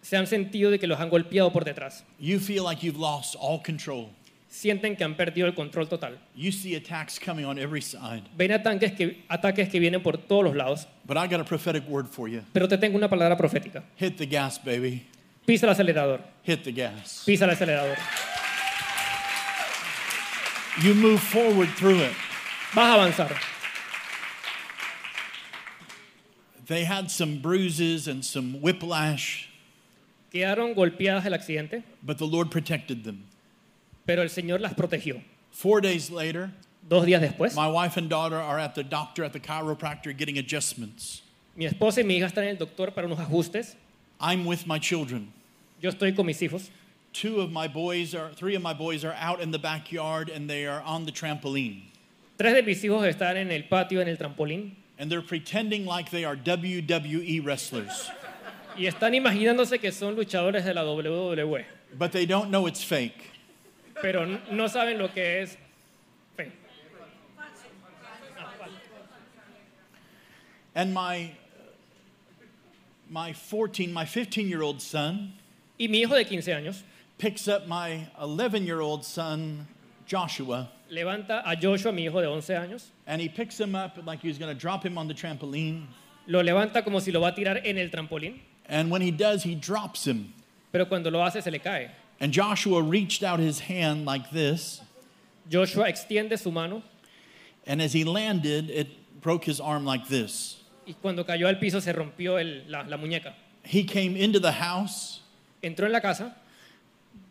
[SPEAKER 3] se han sentido de que los han golpeado por detrás.
[SPEAKER 2] You feel like you've lost all control.
[SPEAKER 3] Sienten que han perdido el control total.
[SPEAKER 2] You see attacks coming on every side.
[SPEAKER 3] Ven ataques que, ataques que vienen por todos los lados,
[SPEAKER 2] But I got a prophetic word for you.
[SPEAKER 3] pero te tengo una palabra profética.
[SPEAKER 2] Hit the gas, baby.
[SPEAKER 3] Pisa el acelerador,
[SPEAKER 2] Hit the gas.
[SPEAKER 3] pisa el acelerador.
[SPEAKER 2] You move forward through it.
[SPEAKER 3] Vas a avanzar.
[SPEAKER 2] They had some bruises and some whiplash,
[SPEAKER 3] Quedaron golpeadas el accidente,
[SPEAKER 2] but the Lord protected them.
[SPEAKER 3] pero el Señor las protegió.
[SPEAKER 2] Four days later,
[SPEAKER 3] Dos días después,
[SPEAKER 2] my wife and daughter are at the doctor, at the chiropractor, getting adjustments.
[SPEAKER 3] mi esposa y mi hija están en el doctor para unos ajustes.
[SPEAKER 2] I'm with my children.
[SPEAKER 3] Yo estoy con mis hijos.
[SPEAKER 2] Two of my boys are, three of my boys are out in the backyard and they are on the trampoline.
[SPEAKER 3] Tres de mis hijos están en el patio, en el trampolín,
[SPEAKER 2] And they're pretending like they are WWE wrestlers,
[SPEAKER 3] y están imaginándose que son luchadores de la WWE,
[SPEAKER 2] but they don't know it's fake.
[SPEAKER 3] pero n- no saben lo que es fe.
[SPEAKER 2] And my my 14, my 15 year old son
[SPEAKER 3] Y mi hijo de 15 años
[SPEAKER 2] picks up my 11 year old son, Joshua,
[SPEAKER 3] levanta a Joshua, mi hijo de 11 años,
[SPEAKER 2] and he picks him up like he was going to drop him on the trampoline.
[SPEAKER 3] lo levanta como si lo va a tirar en el trampolín,
[SPEAKER 2] And when he does, he drops him.
[SPEAKER 3] pero cuando lo hace se le cae.
[SPEAKER 2] And Joshua reached out his hand like this,
[SPEAKER 3] Joshua extiende su mano
[SPEAKER 2] and as he landed, it broke his arm like this.
[SPEAKER 3] y cuando cayó al piso se rompió el- la, la muñeca.
[SPEAKER 2] He came into the house.
[SPEAKER 3] Entró en la casa,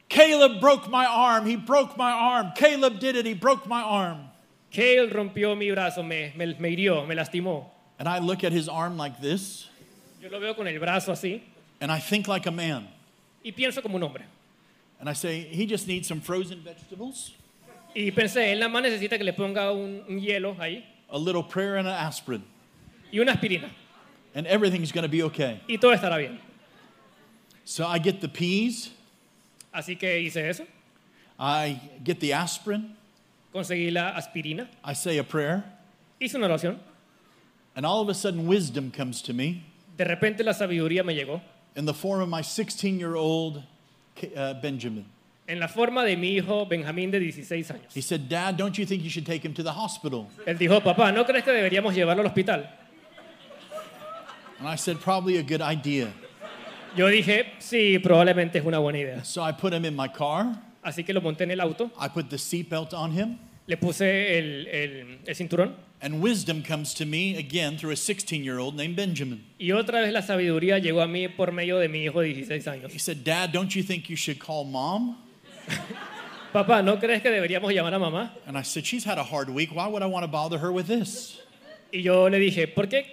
[SPEAKER 2] Caleb broke my arm. He broke my arm. Caleb did it. He broke my arm.
[SPEAKER 3] Kale rompió mi brazo, me, me, me hirió, me lastimó.
[SPEAKER 2] And I look at his arm like this,
[SPEAKER 3] Yo lo veo con el brazo así
[SPEAKER 2] and I think like a man.
[SPEAKER 3] y pienso como un hombre.
[SPEAKER 2] And I say, he just needs some frozen vegetables,
[SPEAKER 3] Y pensé, él nada más necesita que le ponga un, un hielo ahí
[SPEAKER 2] a little prayer, and an aspirin,
[SPEAKER 3] y una aspirina
[SPEAKER 2] and everything's going to be okay.
[SPEAKER 3] y todo estará bien.
[SPEAKER 2] So I get the peas,
[SPEAKER 3] Así que hice eso,
[SPEAKER 2] I get the aspirin,
[SPEAKER 3] conseguí la aspirina,
[SPEAKER 2] I say a prayer,
[SPEAKER 3] hice una oración.
[SPEAKER 2] and all of a sudden wisdom comes to me
[SPEAKER 3] De repente la sabiduría me llegó
[SPEAKER 2] in the form of my 16 year old uh, Benjamin.
[SPEAKER 3] en la forma de mi hijo Benjamín de 16 años.
[SPEAKER 2] He said, Dad, don't you think you should take him to the hospital?
[SPEAKER 3] Él dijo, papá, ¿no crees que deberíamos llevarlo al hospital?
[SPEAKER 2] And I said, Probably a good idea.
[SPEAKER 3] Yo dije, sí, probablemente es una buena idea.
[SPEAKER 2] So I put him in my car,
[SPEAKER 3] Así que lo monté en el auto,
[SPEAKER 2] I put the seatbelt on him,
[SPEAKER 3] le puse el, el- el cinturón
[SPEAKER 2] and wisdom comes to me again through a 16 year old named Benjamin.
[SPEAKER 3] y otra vez la sabiduría llegó a mí por medio de mi hijo de 16 años.
[SPEAKER 2] He said, Dad, don't you think you should call mom?
[SPEAKER 3] Papá, ¿no crees que deberíamos llamar a mamá?
[SPEAKER 2] And I said, She's had a hard week. Why would I want to bother her with this?
[SPEAKER 3] Y yo le dije, ¿por qué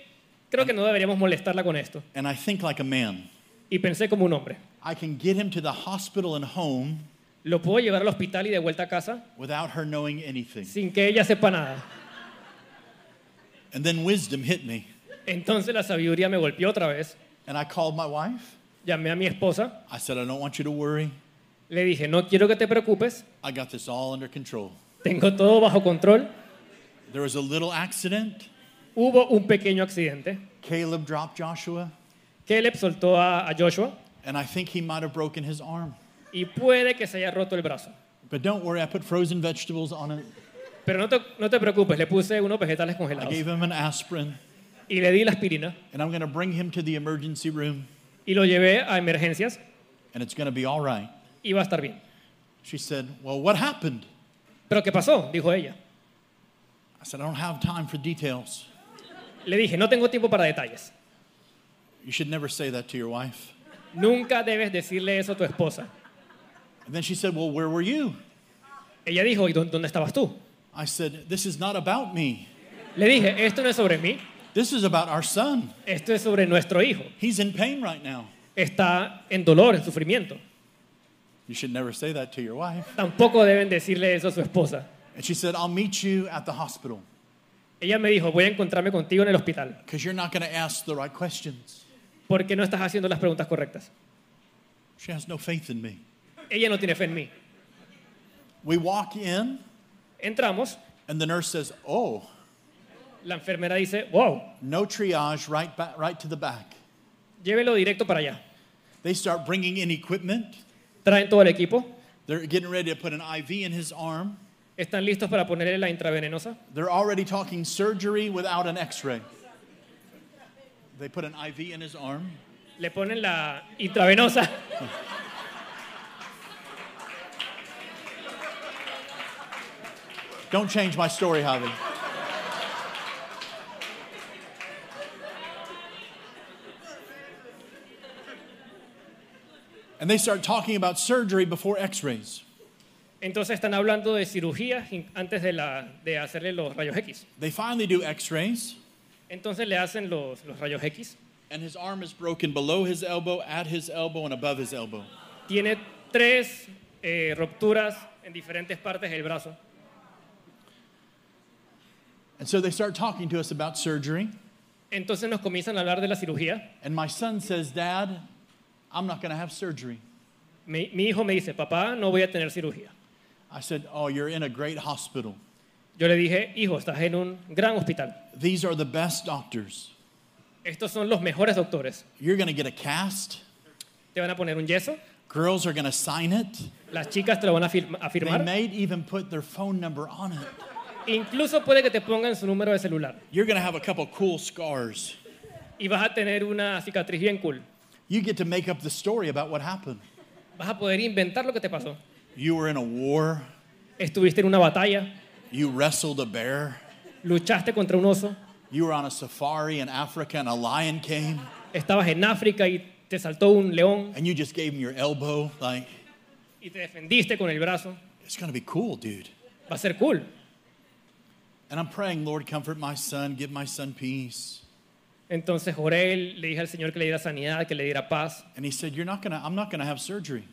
[SPEAKER 3] creo que no deberíamos molestarla con esto?
[SPEAKER 2] And I think like a man.
[SPEAKER 3] Y pensé como un hombre.
[SPEAKER 2] I can get him to the hospital and home
[SPEAKER 3] Lo puedo llevar al hospital y de vuelta a casa
[SPEAKER 2] without her knowing anything.
[SPEAKER 3] sin que ella sepa nada.
[SPEAKER 2] And then wisdom hit me.
[SPEAKER 3] Entonces la sabiduría me golpeó otra vez.
[SPEAKER 2] And I called my wife.
[SPEAKER 3] Llamé a mi esposa,
[SPEAKER 2] I said, I don't want you to worry.
[SPEAKER 3] le dije, no quiero que te preocupes,
[SPEAKER 2] I got this all under control.
[SPEAKER 3] tengo todo bajo control.
[SPEAKER 2] There was a little accident.
[SPEAKER 3] Hubo un pequeño accidente.
[SPEAKER 2] Caleb dropped Joshua,
[SPEAKER 3] Caleb soltó a, a Joshua
[SPEAKER 2] and I think he might have broken his arm.
[SPEAKER 3] y puede que se haya roto el brazo.
[SPEAKER 2] But don't worry, I put frozen vegetables on it.
[SPEAKER 3] Pero no te, no te preocupes, le puse unos vegetales
[SPEAKER 2] I
[SPEAKER 3] congelados
[SPEAKER 2] gave him an aspirin,
[SPEAKER 3] y le di la aspirina
[SPEAKER 2] and I'm going to bring him to the emergency room,
[SPEAKER 3] y lo llevé a emergencias
[SPEAKER 2] and it's going to be all right.
[SPEAKER 3] y va a estar bien.
[SPEAKER 2] She said, Well, what happened?
[SPEAKER 3] ¿Pero qué pasó? Dijo ella.
[SPEAKER 2] I said, I don't have time for details.
[SPEAKER 3] Le dije, no tengo tiempo para detalles.
[SPEAKER 2] You should never say that to your wife.
[SPEAKER 3] Nunca debes decirle eso a tu esposa.
[SPEAKER 2] And then she said, Well, where were you?
[SPEAKER 3] Ella dijo, ¿y dó- dónde estabas tú?
[SPEAKER 2] I said, This is not about me.
[SPEAKER 3] Le dije, esto no es sobre mí,
[SPEAKER 2] This is about our son.
[SPEAKER 3] esto es sobre nuestro hijo.
[SPEAKER 2] He's in pain right now.
[SPEAKER 3] Está en dolor, en sufrimiento.
[SPEAKER 2] You should never say that to your wife.
[SPEAKER 3] Tampoco deben decirle eso a su esposa.
[SPEAKER 2] And she said, I'll meet you at the hospital
[SPEAKER 3] Ella me dijo, voy a encontrarme contigo en el hospital,
[SPEAKER 2] because you're not going to ask the right questions.
[SPEAKER 3] porque no estás haciendo las preguntas correctas.
[SPEAKER 2] She has no faith in me.
[SPEAKER 3] Ella no tiene fe en mí.
[SPEAKER 2] We walk in,
[SPEAKER 3] Entramos,
[SPEAKER 2] and the nurse says, Oh,
[SPEAKER 3] la enfermera dice, wow,
[SPEAKER 2] no triage, right, back, right to the back.
[SPEAKER 3] llévelo directo para allá.
[SPEAKER 2] They start bringing in equipment.
[SPEAKER 3] Traen todo el equipo,
[SPEAKER 2] They're getting ready to put an IV in his arm.
[SPEAKER 3] están listos para ponerle la intravenenosa.
[SPEAKER 2] They're already talking surgery without an x ray. They put an IV in his arm.
[SPEAKER 3] Le ponen la intravenosa.
[SPEAKER 2] Don't change my story, Javi. And they start talking about surgery before x rays.
[SPEAKER 3] Entonces están hablando de cirugías in- antes de, la, de hacerle los rayos X.
[SPEAKER 2] They finally do x rays,
[SPEAKER 3] Entonces le hacen los, los rayos X.
[SPEAKER 2] and his arm is broken below his elbow, at his elbow, and above his elbow.
[SPEAKER 3] Tiene tres eh, rupturas en diferentes partes del brazo.
[SPEAKER 2] And so they start talking to us about surgery.
[SPEAKER 3] Entonces nos comienzan a hablar de la cirugía.
[SPEAKER 2] And my son says, Dad, I'm not going to have surgery.
[SPEAKER 3] Mi, mi hijo me dice, papá, no voy a tener cirugía.
[SPEAKER 2] I said, Oh, you're in a great hospital.
[SPEAKER 3] Yo le dije, hijo, estás en un gran hospital.
[SPEAKER 2] These are the best doctors.
[SPEAKER 3] Estos son los mejores doctores.
[SPEAKER 2] You're going to get a cast.
[SPEAKER 3] Te van a poner un yeso,
[SPEAKER 2] Girls are going to sign it.
[SPEAKER 3] las chicas te lo van a, firma- a
[SPEAKER 2] They
[SPEAKER 3] firmar.
[SPEAKER 2] may even put their phone number on it.
[SPEAKER 3] Incluso puede que te pongan su número de celular.
[SPEAKER 2] You're going to have a couple cool scars.
[SPEAKER 3] Y vas a tener una cicatriz bien cool.
[SPEAKER 2] You get to make up the story about what happened.
[SPEAKER 3] Vas a poder inventar lo que te pasó.
[SPEAKER 2] You were in a war.
[SPEAKER 3] Estuviste en una batalla,
[SPEAKER 2] You wrestled a bear.
[SPEAKER 3] luchaste contra un oso,
[SPEAKER 2] You were on a safari in Africa and a lion came
[SPEAKER 3] estabas en África y te saltó un león
[SPEAKER 2] and you just gave him your elbow. Like,
[SPEAKER 3] y te defendiste con el brazo.
[SPEAKER 2] it's going to be cool, dude.
[SPEAKER 3] Va a ser cool.
[SPEAKER 2] And I'm praying, Lord, comfort my son, give my son peace.
[SPEAKER 3] Entonces oré, le dije al Señor que le diera sanidad, que le diera paz.
[SPEAKER 2] And he said, You're not going to, I'm not going to have surgery.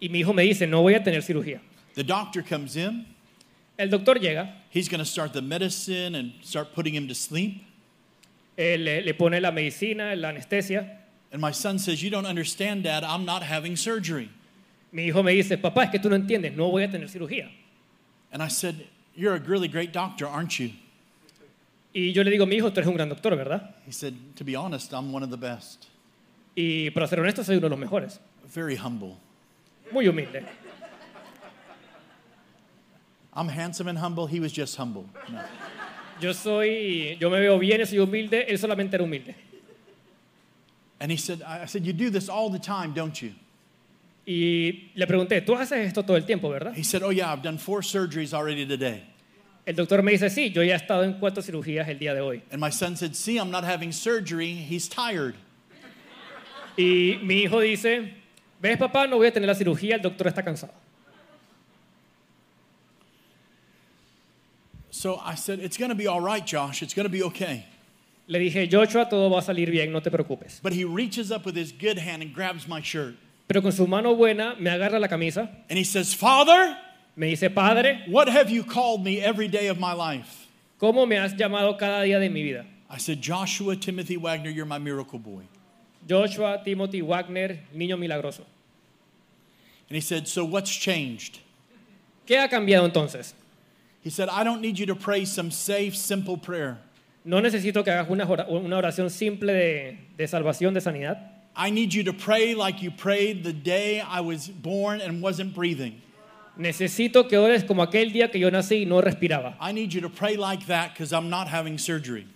[SPEAKER 3] Y mi hijo me dice, no voy a tener cirugía.
[SPEAKER 2] The doctor comes in.
[SPEAKER 3] El doctor llega,
[SPEAKER 2] He's going to start the medicine and start putting him to sleep.
[SPEAKER 3] eh, le, le pone la medicina, la anestesia.
[SPEAKER 2] And my son says, You don't understand, Dad. I'm not having surgery.
[SPEAKER 3] Mi hijo me dice, papá, es que tú no entiendes, no voy a tener cirugía.
[SPEAKER 2] And I said, You're a really great doctor, aren't you?
[SPEAKER 3] Y yo le digo, mi hijo, tú eres un gran doctor, ¿verdad?
[SPEAKER 2] He said, To be honest, I'm one of the best.
[SPEAKER 3] Y para ser honesto, soy uno de los mejores.
[SPEAKER 2] Very humble.
[SPEAKER 3] Muy humilde.
[SPEAKER 2] I'm handsome and humble. He was just humble. No.
[SPEAKER 3] Yo soy, yo me veo bien, soy humilde, él solamente era humilde.
[SPEAKER 2] And he said, I I said, You do this all the time, don't you?
[SPEAKER 3] Y le pregunté, ¿tú haces esto todo el tiempo, verdad?
[SPEAKER 2] He said, Oh, yeah, I've done four surgeries already today.
[SPEAKER 3] El doctor me dice, sí, yo ya he estado en cuatro cirugías el día de hoy.
[SPEAKER 2] And my son said, See, I'm not having surgery. He's tired.
[SPEAKER 3] Y mi hijo dice, ves papá, no voy a tener la cirugía, el doctor está cansado.
[SPEAKER 2] So I said, It's going to be all right, Josh. It's going to be okay.
[SPEAKER 3] Le dije, Joshua, todo va a salir bien, no te preocupes.
[SPEAKER 2] But he reaches up with his good hand and grabs my shirt.
[SPEAKER 3] Pero con su mano buena me agarra la camisa,
[SPEAKER 2] And he says, Father,
[SPEAKER 3] me dice, padre,
[SPEAKER 2] what have you called me every day of my life?
[SPEAKER 3] ¿cómo me has llamado cada día de mi vida?
[SPEAKER 2] I said, Joshua Timothy Wagner, you're my miracle boy.
[SPEAKER 3] Joshua, Timothy, Wagner, niño milagroso.
[SPEAKER 2] And he said, So what's changed?
[SPEAKER 3] ¿Qué ha cambiado entonces?
[SPEAKER 2] He said, I don't need you to pray some safe, simple prayer.
[SPEAKER 3] No necesito que hagas una ora- una oración simple de, de salvación, de sanidad.
[SPEAKER 2] I need you to pray like you prayed the day I was born and wasn't breathing.
[SPEAKER 3] Necesito que ores como aquel día que yo nací y no respiraba.
[SPEAKER 2] I need you to pray like that because I'm not having surgery.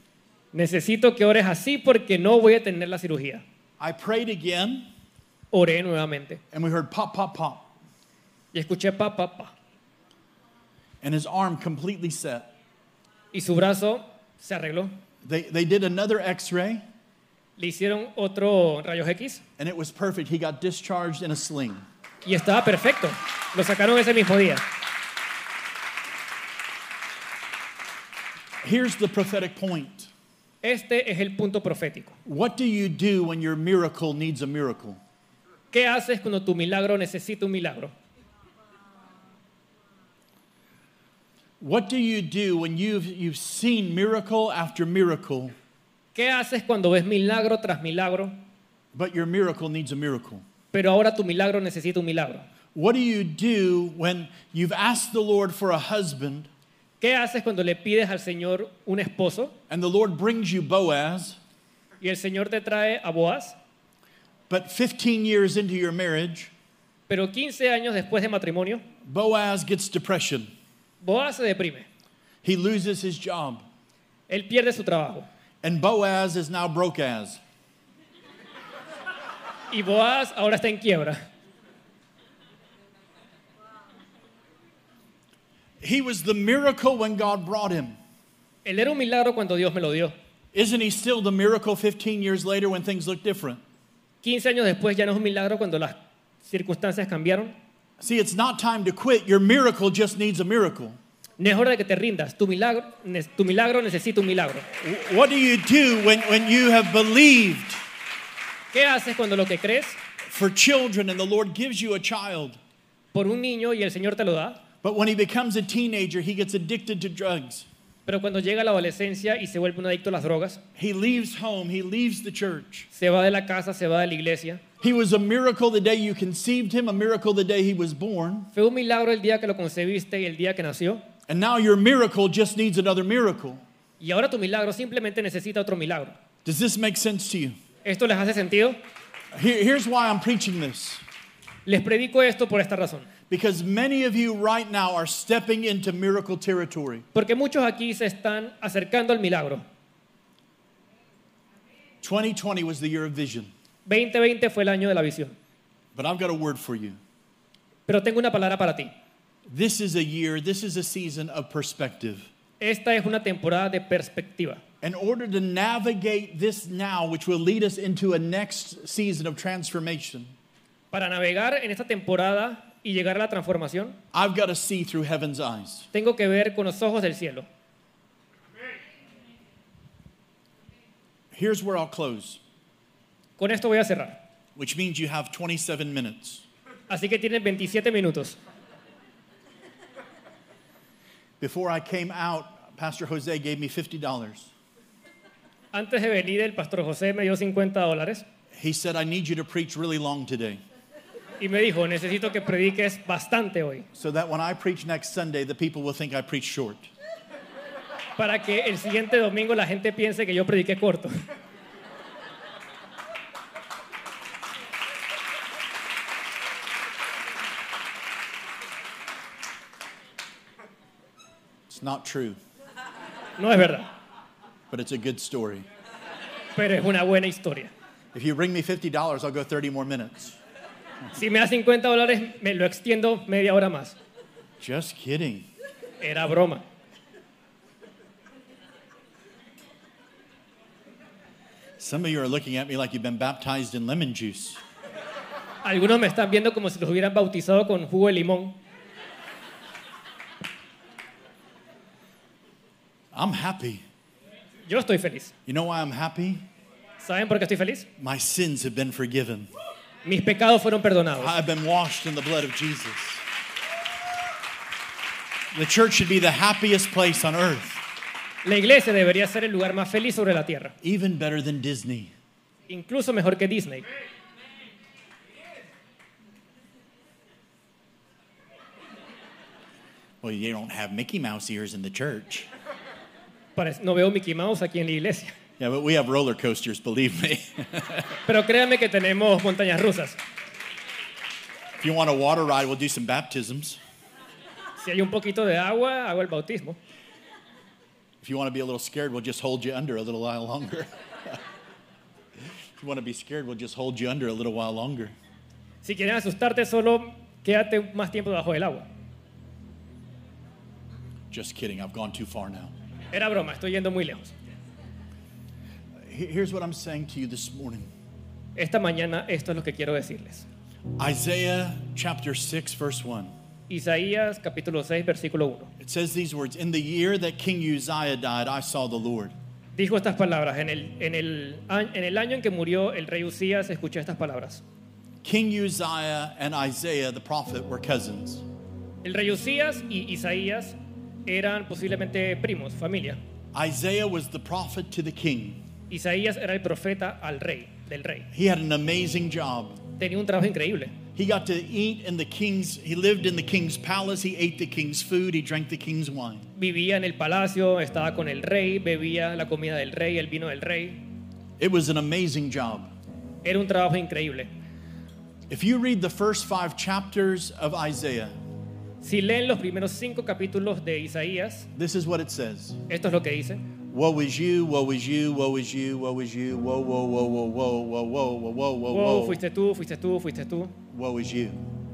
[SPEAKER 3] Necesito que ores así porque no voy a tener la cirugía.
[SPEAKER 2] I prayed again
[SPEAKER 3] Oré nuevamente
[SPEAKER 2] and we heard pop, pop, pop.
[SPEAKER 3] y escuché pa, pa, pa.
[SPEAKER 2] And his arm completely set.
[SPEAKER 3] Y su brazo se arregló.
[SPEAKER 2] They, they did another x ray
[SPEAKER 3] Le hicieron otro rayos X
[SPEAKER 2] and it was perfect. He got discharged in a sling.
[SPEAKER 3] y estaba perfecto. Lo sacaron ese mismo día.
[SPEAKER 2] Here's the prophetic point
[SPEAKER 3] Este es el punto profético.
[SPEAKER 2] What do you do when your miracle needs a miracle?
[SPEAKER 3] ¿Qué haces cuando tu milagro necesita un milagro?
[SPEAKER 2] What do you do when you've, you've seen miracle after miracle,
[SPEAKER 3] ¿Qué haces cuando ves milagro tras milagro,
[SPEAKER 2] but your miracle needs a miracle?
[SPEAKER 3] pero ahora tu milagro necesita un milagro?
[SPEAKER 2] What do you do when you've asked the Lord for a husband
[SPEAKER 3] ¿Qué haces cuando le pides al Señor un esposo
[SPEAKER 2] and the Lord brings you Boaz,
[SPEAKER 3] y el Señor te trae a Boaz,
[SPEAKER 2] but 15 years into your marriage,
[SPEAKER 3] pero 15 años después de matrimonio,
[SPEAKER 2] Boaz gets depression?
[SPEAKER 3] Boaz se deprime,
[SPEAKER 2] He loses his job,
[SPEAKER 3] él pierde su trabajo
[SPEAKER 2] and Boaz is now broke as.
[SPEAKER 3] y Boaz ahora está en quiebra.
[SPEAKER 2] He was the miracle when God brought him.
[SPEAKER 3] Él era un milagro cuando Dios me lo dio.
[SPEAKER 2] Isn't he still the miracle 15 years later when things look different?
[SPEAKER 3] 15 años después ya no es un milagro cuando las circunstancias cambiaron.
[SPEAKER 2] See, it's not time to quit. Your miracle just needs a miracle.
[SPEAKER 3] No es hora de que te rindas. Tu milagro, ne- tu milagro necesita un milagro.
[SPEAKER 2] Wh- What do you do when, when you have believed
[SPEAKER 3] ¿Qué haces cuando lo que crees
[SPEAKER 2] for children and the Lord gives you a child,
[SPEAKER 3] por un niño y el Señor te lo da,
[SPEAKER 2] but when he becomes a teenager, he gets addicted to drugs?
[SPEAKER 3] pero cuando llega la adolescencia y se vuelve un adicto a las drogas,
[SPEAKER 2] He leaves home, he leaves the church.
[SPEAKER 3] se va de la casa, se va de la iglesia?
[SPEAKER 2] He was a miracle the day you conceived him, a miracle the day he was born,
[SPEAKER 3] Fue un milagro el día que lo concebiste y el día que nació.
[SPEAKER 2] and now your miracle just needs another miracle.
[SPEAKER 3] Y ahora tu milagro simplemente necesita otro milagro.
[SPEAKER 2] Does this make sense to you?
[SPEAKER 3] ¿Esto les hace sentido?
[SPEAKER 2] Here- here's why I'm preaching this.
[SPEAKER 3] Les predico esto por esta razón.
[SPEAKER 2] Because many of you right now are stepping into miracle territory.
[SPEAKER 3] Porque muchos aquí se están acercando al milagro.
[SPEAKER 2] 2020 was the year of vision,
[SPEAKER 3] 2020 fue el año de la visión.
[SPEAKER 2] but I've got a word for you.
[SPEAKER 3] Pero tengo una palabra para ti.
[SPEAKER 2] This is a year, this is a season of perspective.
[SPEAKER 3] Esta es una temporada de perspectiva.
[SPEAKER 2] In order to navigate this now, which will lead us into a next season of transformation,
[SPEAKER 3] Para navegar en esta temporada y llegar a la transformación,
[SPEAKER 2] I've got to see through heaven's eyes.
[SPEAKER 3] tengo que ver con los ojos del cielo.
[SPEAKER 2] Here's where I'll close,
[SPEAKER 3] Con esto voy a cerrar.
[SPEAKER 2] which means you have 27 minutes.
[SPEAKER 3] Así que tienen 27 minutos.
[SPEAKER 2] Before I came out, Pastor Jose gave me $50.
[SPEAKER 3] Antes de venir, el pastor José me dio 50 dólares
[SPEAKER 2] He said, I need you to preach really long today.
[SPEAKER 3] y me dijo, necesito que prediques bastante hoy
[SPEAKER 2] so that when I preach next Sunday, the people will think I preach short.
[SPEAKER 3] para que el siguiente domingo la gente piense que yo prediqué corto.
[SPEAKER 2] It's not true,
[SPEAKER 3] No es verdad,
[SPEAKER 2] but it's a good story.
[SPEAKER 3] pero es una buena historia.
[SPEAKER 2] If you bring me $50, I'll go 30 more minutes.
[SPEAKER 3] Si me das 50 dólares, me lo extiendo media hora más.
[SPEAKER 2] Just kidding.
[SPEAKER 3] Era broma.
[SPEAKER 2] Some of you are looking at me like you've been baptized in lemon juice.
[SPEAKER 3] Algunos me están viendo como si los hubieran bautizado con jugo de limón.
[SPEAKER 2] I'm happy.
[SPEAKER 3] Yo estoy feliz.
[SPEAKER 2] You know why I'm happy?
[SPEAKER 3] ¿Saben por qué estoy feliz?
[SPEAKER 2] My sins have been forgiven.
[SPEAKER 3] Mis pecados fueron perdonados.
[SPEAKER 2] I've been washed in the blood of Jesus. The church should be the happiest place on earth,
[SPEAKER 3] La iglesia debería ser el lugar más feliz sobre la tierra,
[SPEAKER 2] even better than Disney.
[SPEAKER 3] incluso mejor que Disney.
[SPEAKER 2] Well, you don't have Mickey Mouse ears in the church.
[SPEAKER 3] Parece- No veo Mickey Mouse aquí en la iglesia.
[SPEAKER 2] Yeah, but we have roller coasters, believe me.
[SPEAKER 3] Pero créanme que tenemos montañas rusas.
[SPEAKER 2] If you want a water ride, we'll do some baptisms.
[SPEAKER 3] Si hay un poquito de agua, hago el bautismo.
[SPEAKER 2] If you want to be a little scared, we'll just hold you under a little while longer. if you want to be scared, we'll just hold you under a little while longer.
[SPEAKER 3] Si quieren asustarte, solo quédate más tiempo debajo del agua.
[SPEAKER 2] Just kidding, I've gone too far now.
[SPEAKER 3] Era broma, estoy yendo muy lejos.
[SPEAKER 2] He- Here's what I'm saying to you this morning
[SPEAKER 3] Esta mañana esto es lo que quiero decirles.
[SPEAKER 2] Isaiah chapter 6, verse 1.
[SPEAKER 3] Isaías capítulo 6, versículo 1.
[SPEAKER 2] It says these words In the year that King Uzziah died, I saw the Lord.
[SPEAKER 3] Dijo estas palabras, en el, en el, a- en el año en que murió el rey Usías, escuché estas palabras.
[SPEAKER 2] King Uzziah and Isaiah the prophet were cousins.
[SPEAKER 3] El rey Usías y Isaías eran posiblemente primos, familia.
[SPEAKER 2] Isaiah was the prophet to the king.
[SPEAKER 3] Isaías era el profeta al rey, del rey.
[SPEAKER 2] He had an amazing job.
[SPEAKER 3] Tenía un trabajo increíble.
[SPEAKER 2] He got to eat in the king's, he lived in the king's palace, he ate the king's food, he drank the king's wine.
[SPEAKER 3] Vivía en el palacio, estaba con el rey, bebía la comida del rey, el vino del rey.
[SPEAKER 2] It was an amazing job.
[SPEAKER 3] Era un trabajo increíble.
[SPEAKER 2] If you read the first five chapters of Isaiah,
[SPEAKER 3] Si leen los primeros cinco capítulos de Isaías,
[SPEAKER 2] this is what it says
[SPEAKER 3] esto es lo que dice.
[SPEAKER 2] Woe is you, woe is you, woe is you, woe is you, woe, woe, woe, woe, woe, woe, woe, woe, woe, woe,
[SPEAKER 3] Wow,
[SPEAKER 2] woe,
[SPEAKER 3] fuiste tú, fuiste tú, fuiste tú,
[SPEAKER 2] woe is you.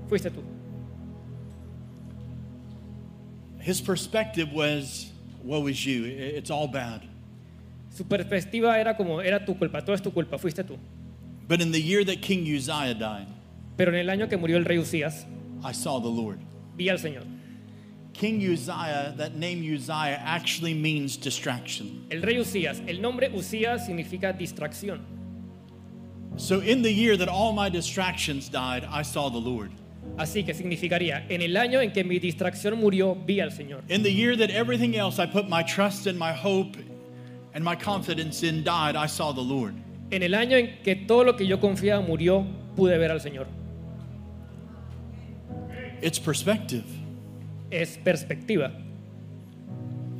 [SPEAKER 3] fuiste tú.
[SPEAKER 2] His perspective was, woe is you, i- it's all bad.
[SPEAKER 3] Su perspectiva era como, era tu culpa, todo es tu culpa, fuiste tú.
[SPEAKER 2] But in the year that King Uzziah died,
[SPEAKER 3] Pero en el año que murió el rey Usías,
[SPEAKER 2] I saw the Lord.
[SPEAKER 3] vi al Señor.
[SPEAKER 2] King Uzziah, that name Uzziah actually means distraction.
[SPEAKER 3] El rey Usías, el nombre Usías significa distracción.
[SPEAKER 2] So in the year that all my distractions died, I saw the Lord.
[SPEAKER 3] Así que significaría, en el año en que mi distracción murió, vi al Señor.
[SPEAKER 2] In the year that everything else I put my trust and my hope and my confidence in died, I saw the Lord.
[SPEAKER 3] En el año en que todo lo que yo confiaba murió, pude ver al Señor.
[SPEAKER 2] It's perspective.
[SPEAKER 3] Es perspectiva.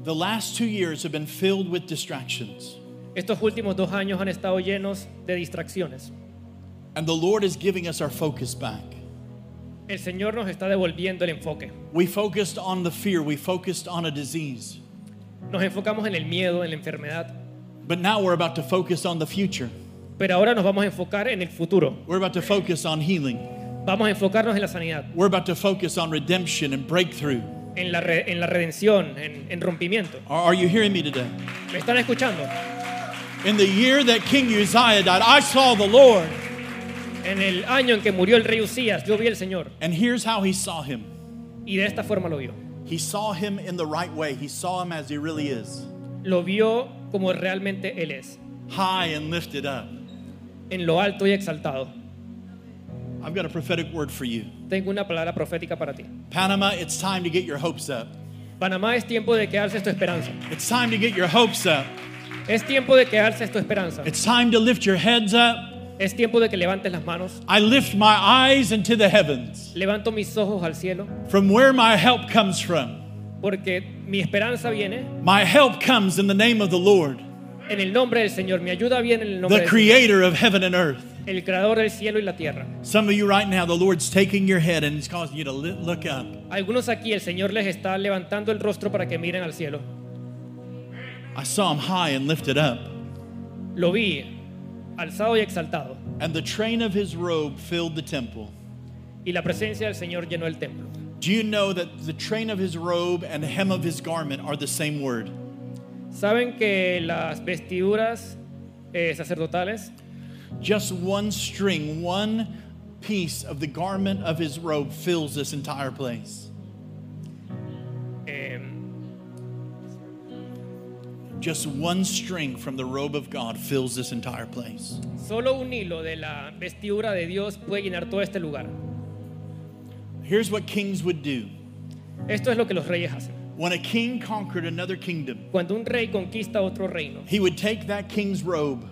[SPEAKER 2] The last two years have been filled with distractions,
[SPEAKER 3] Estos últimos dos años han estado llenos de distracciones.
[SPEAKER 2] and the Lord is giving us our focus back.
[SPEAKER 3] El Señor nos está devolviendo el enfoque.
[SPEAKER 2] We focused on the fear, we focused on a disease,
[SPEAKER 3] Nos enfocamos en el miedo, en la enfermedad,
[SPEAKER 2] but now we're about to focus on the future.
[SPEAKER 3] pero ahora nos vamos a enfocar en el futuro.
[SPEAKER 2] We're about to focus on healing.
[SPEAKER 3] Vamos a enfocarnos en la sanidad,
[SPEAKER 2] We're about to focus on redemption and breakthrough.
[SPEAKER 3] en la, re- en la redención, en, en rompimiento.
[SPEAKER 2] Are, are you hearing me today?
[SPEAKER 3] ¿Me están escuchando?
[SPEAKER 2] In the year that King Uzziah died, I saw the Lord.
[SPEAKER 3] En el año en que murió el rey Usías, yo vi al Señor
[SPEAKER 2] And here's how he saw him
[SPEAKER 3] y de esta forma lo vio.
[SPEAKER 2] he saw him in the right way, he saw him as he really is
[SPEAKER 3] Lo vio como realmente Él es,
[SPEAKER 2] high and lifted up.
[SPEAKER 3] en lo alto y exaltado.
[SPEAKER 2] I've got a prophetic word for you.
[SPEAKER 3] Tengo una palabra profética para ti.
[SPEAKER 2] Panama, it's time to get your hopes up.
[SPEAKER 3] Panamá es tiempo de que alces tu esperanza.
[SPEAKER 2] It's time to get your hopes up.
[SPEAKER 3] Es tiempo de que alces tu esperanza.
[SPEAKER 2] It's time to lift your heads up.
[SPEAKER 3] Es tiempo de que levantes las manos.
[SPEAKER 2] I lift my eyes into the heavens
[SPEAKER 3] Levanto mis ojos al cielo
[SPEAKER 2] from where my help comes from.
[SPEAKER 3] porque mi esperanza viene
[SPEAKER 2] My help comes in the name of the Lord,
[SPEAKER 3] en el nombre del Señor. Mi ayuda viene en el nombre
[SPEAKER 2] the
[SPEAKER 3] del Señor,
[SPEAKER 2] creator of heaven and earth.
[SPEAKER 3] el creador del cielo y la tierra.
[SPEAKER 2] Some of you right now, the Lord's taking your head and He's causing you to li- look up.
[SPEAKER 3] Algunos aquí el Señor les está levantando el rostro para que miren al cielo.
[SPEAKER 2] I saw Him high and lifted up,
[SPEAKER 3] Lo vi alzado y exaltado
[SPEAKER 2] and the train of His robe filled the temple.
[SPEAKER 3] y la presencia del Señor llenó el templo.
[SPEAKER 2] Do you know that the train of His robe and hem of His garment are the same word?
[SPEAKER 3] Saben que las vestiduras eh, sacerdotales,
[SPEAKER 2] Just one string, one piece of the garment of His robe fills this entire place.
[SPEAKER 3] eh,
[SPEAKER 2] Just one string from the robe of God fills this entire place.
[SPEAKER 3] solo un hilo de la vestidura de Dios puede llenar todo este lugar.
[SPEAKER 2] Here's what kings would do
[SPEAKER 3] Esto es lo que los reyes hacen.
[SPEAKER 2] when a king conquered another kingdom,
[SPEAKER 3] Cuando un rey conquista otro reino,
[SPEAKER 2] he would take that king's robe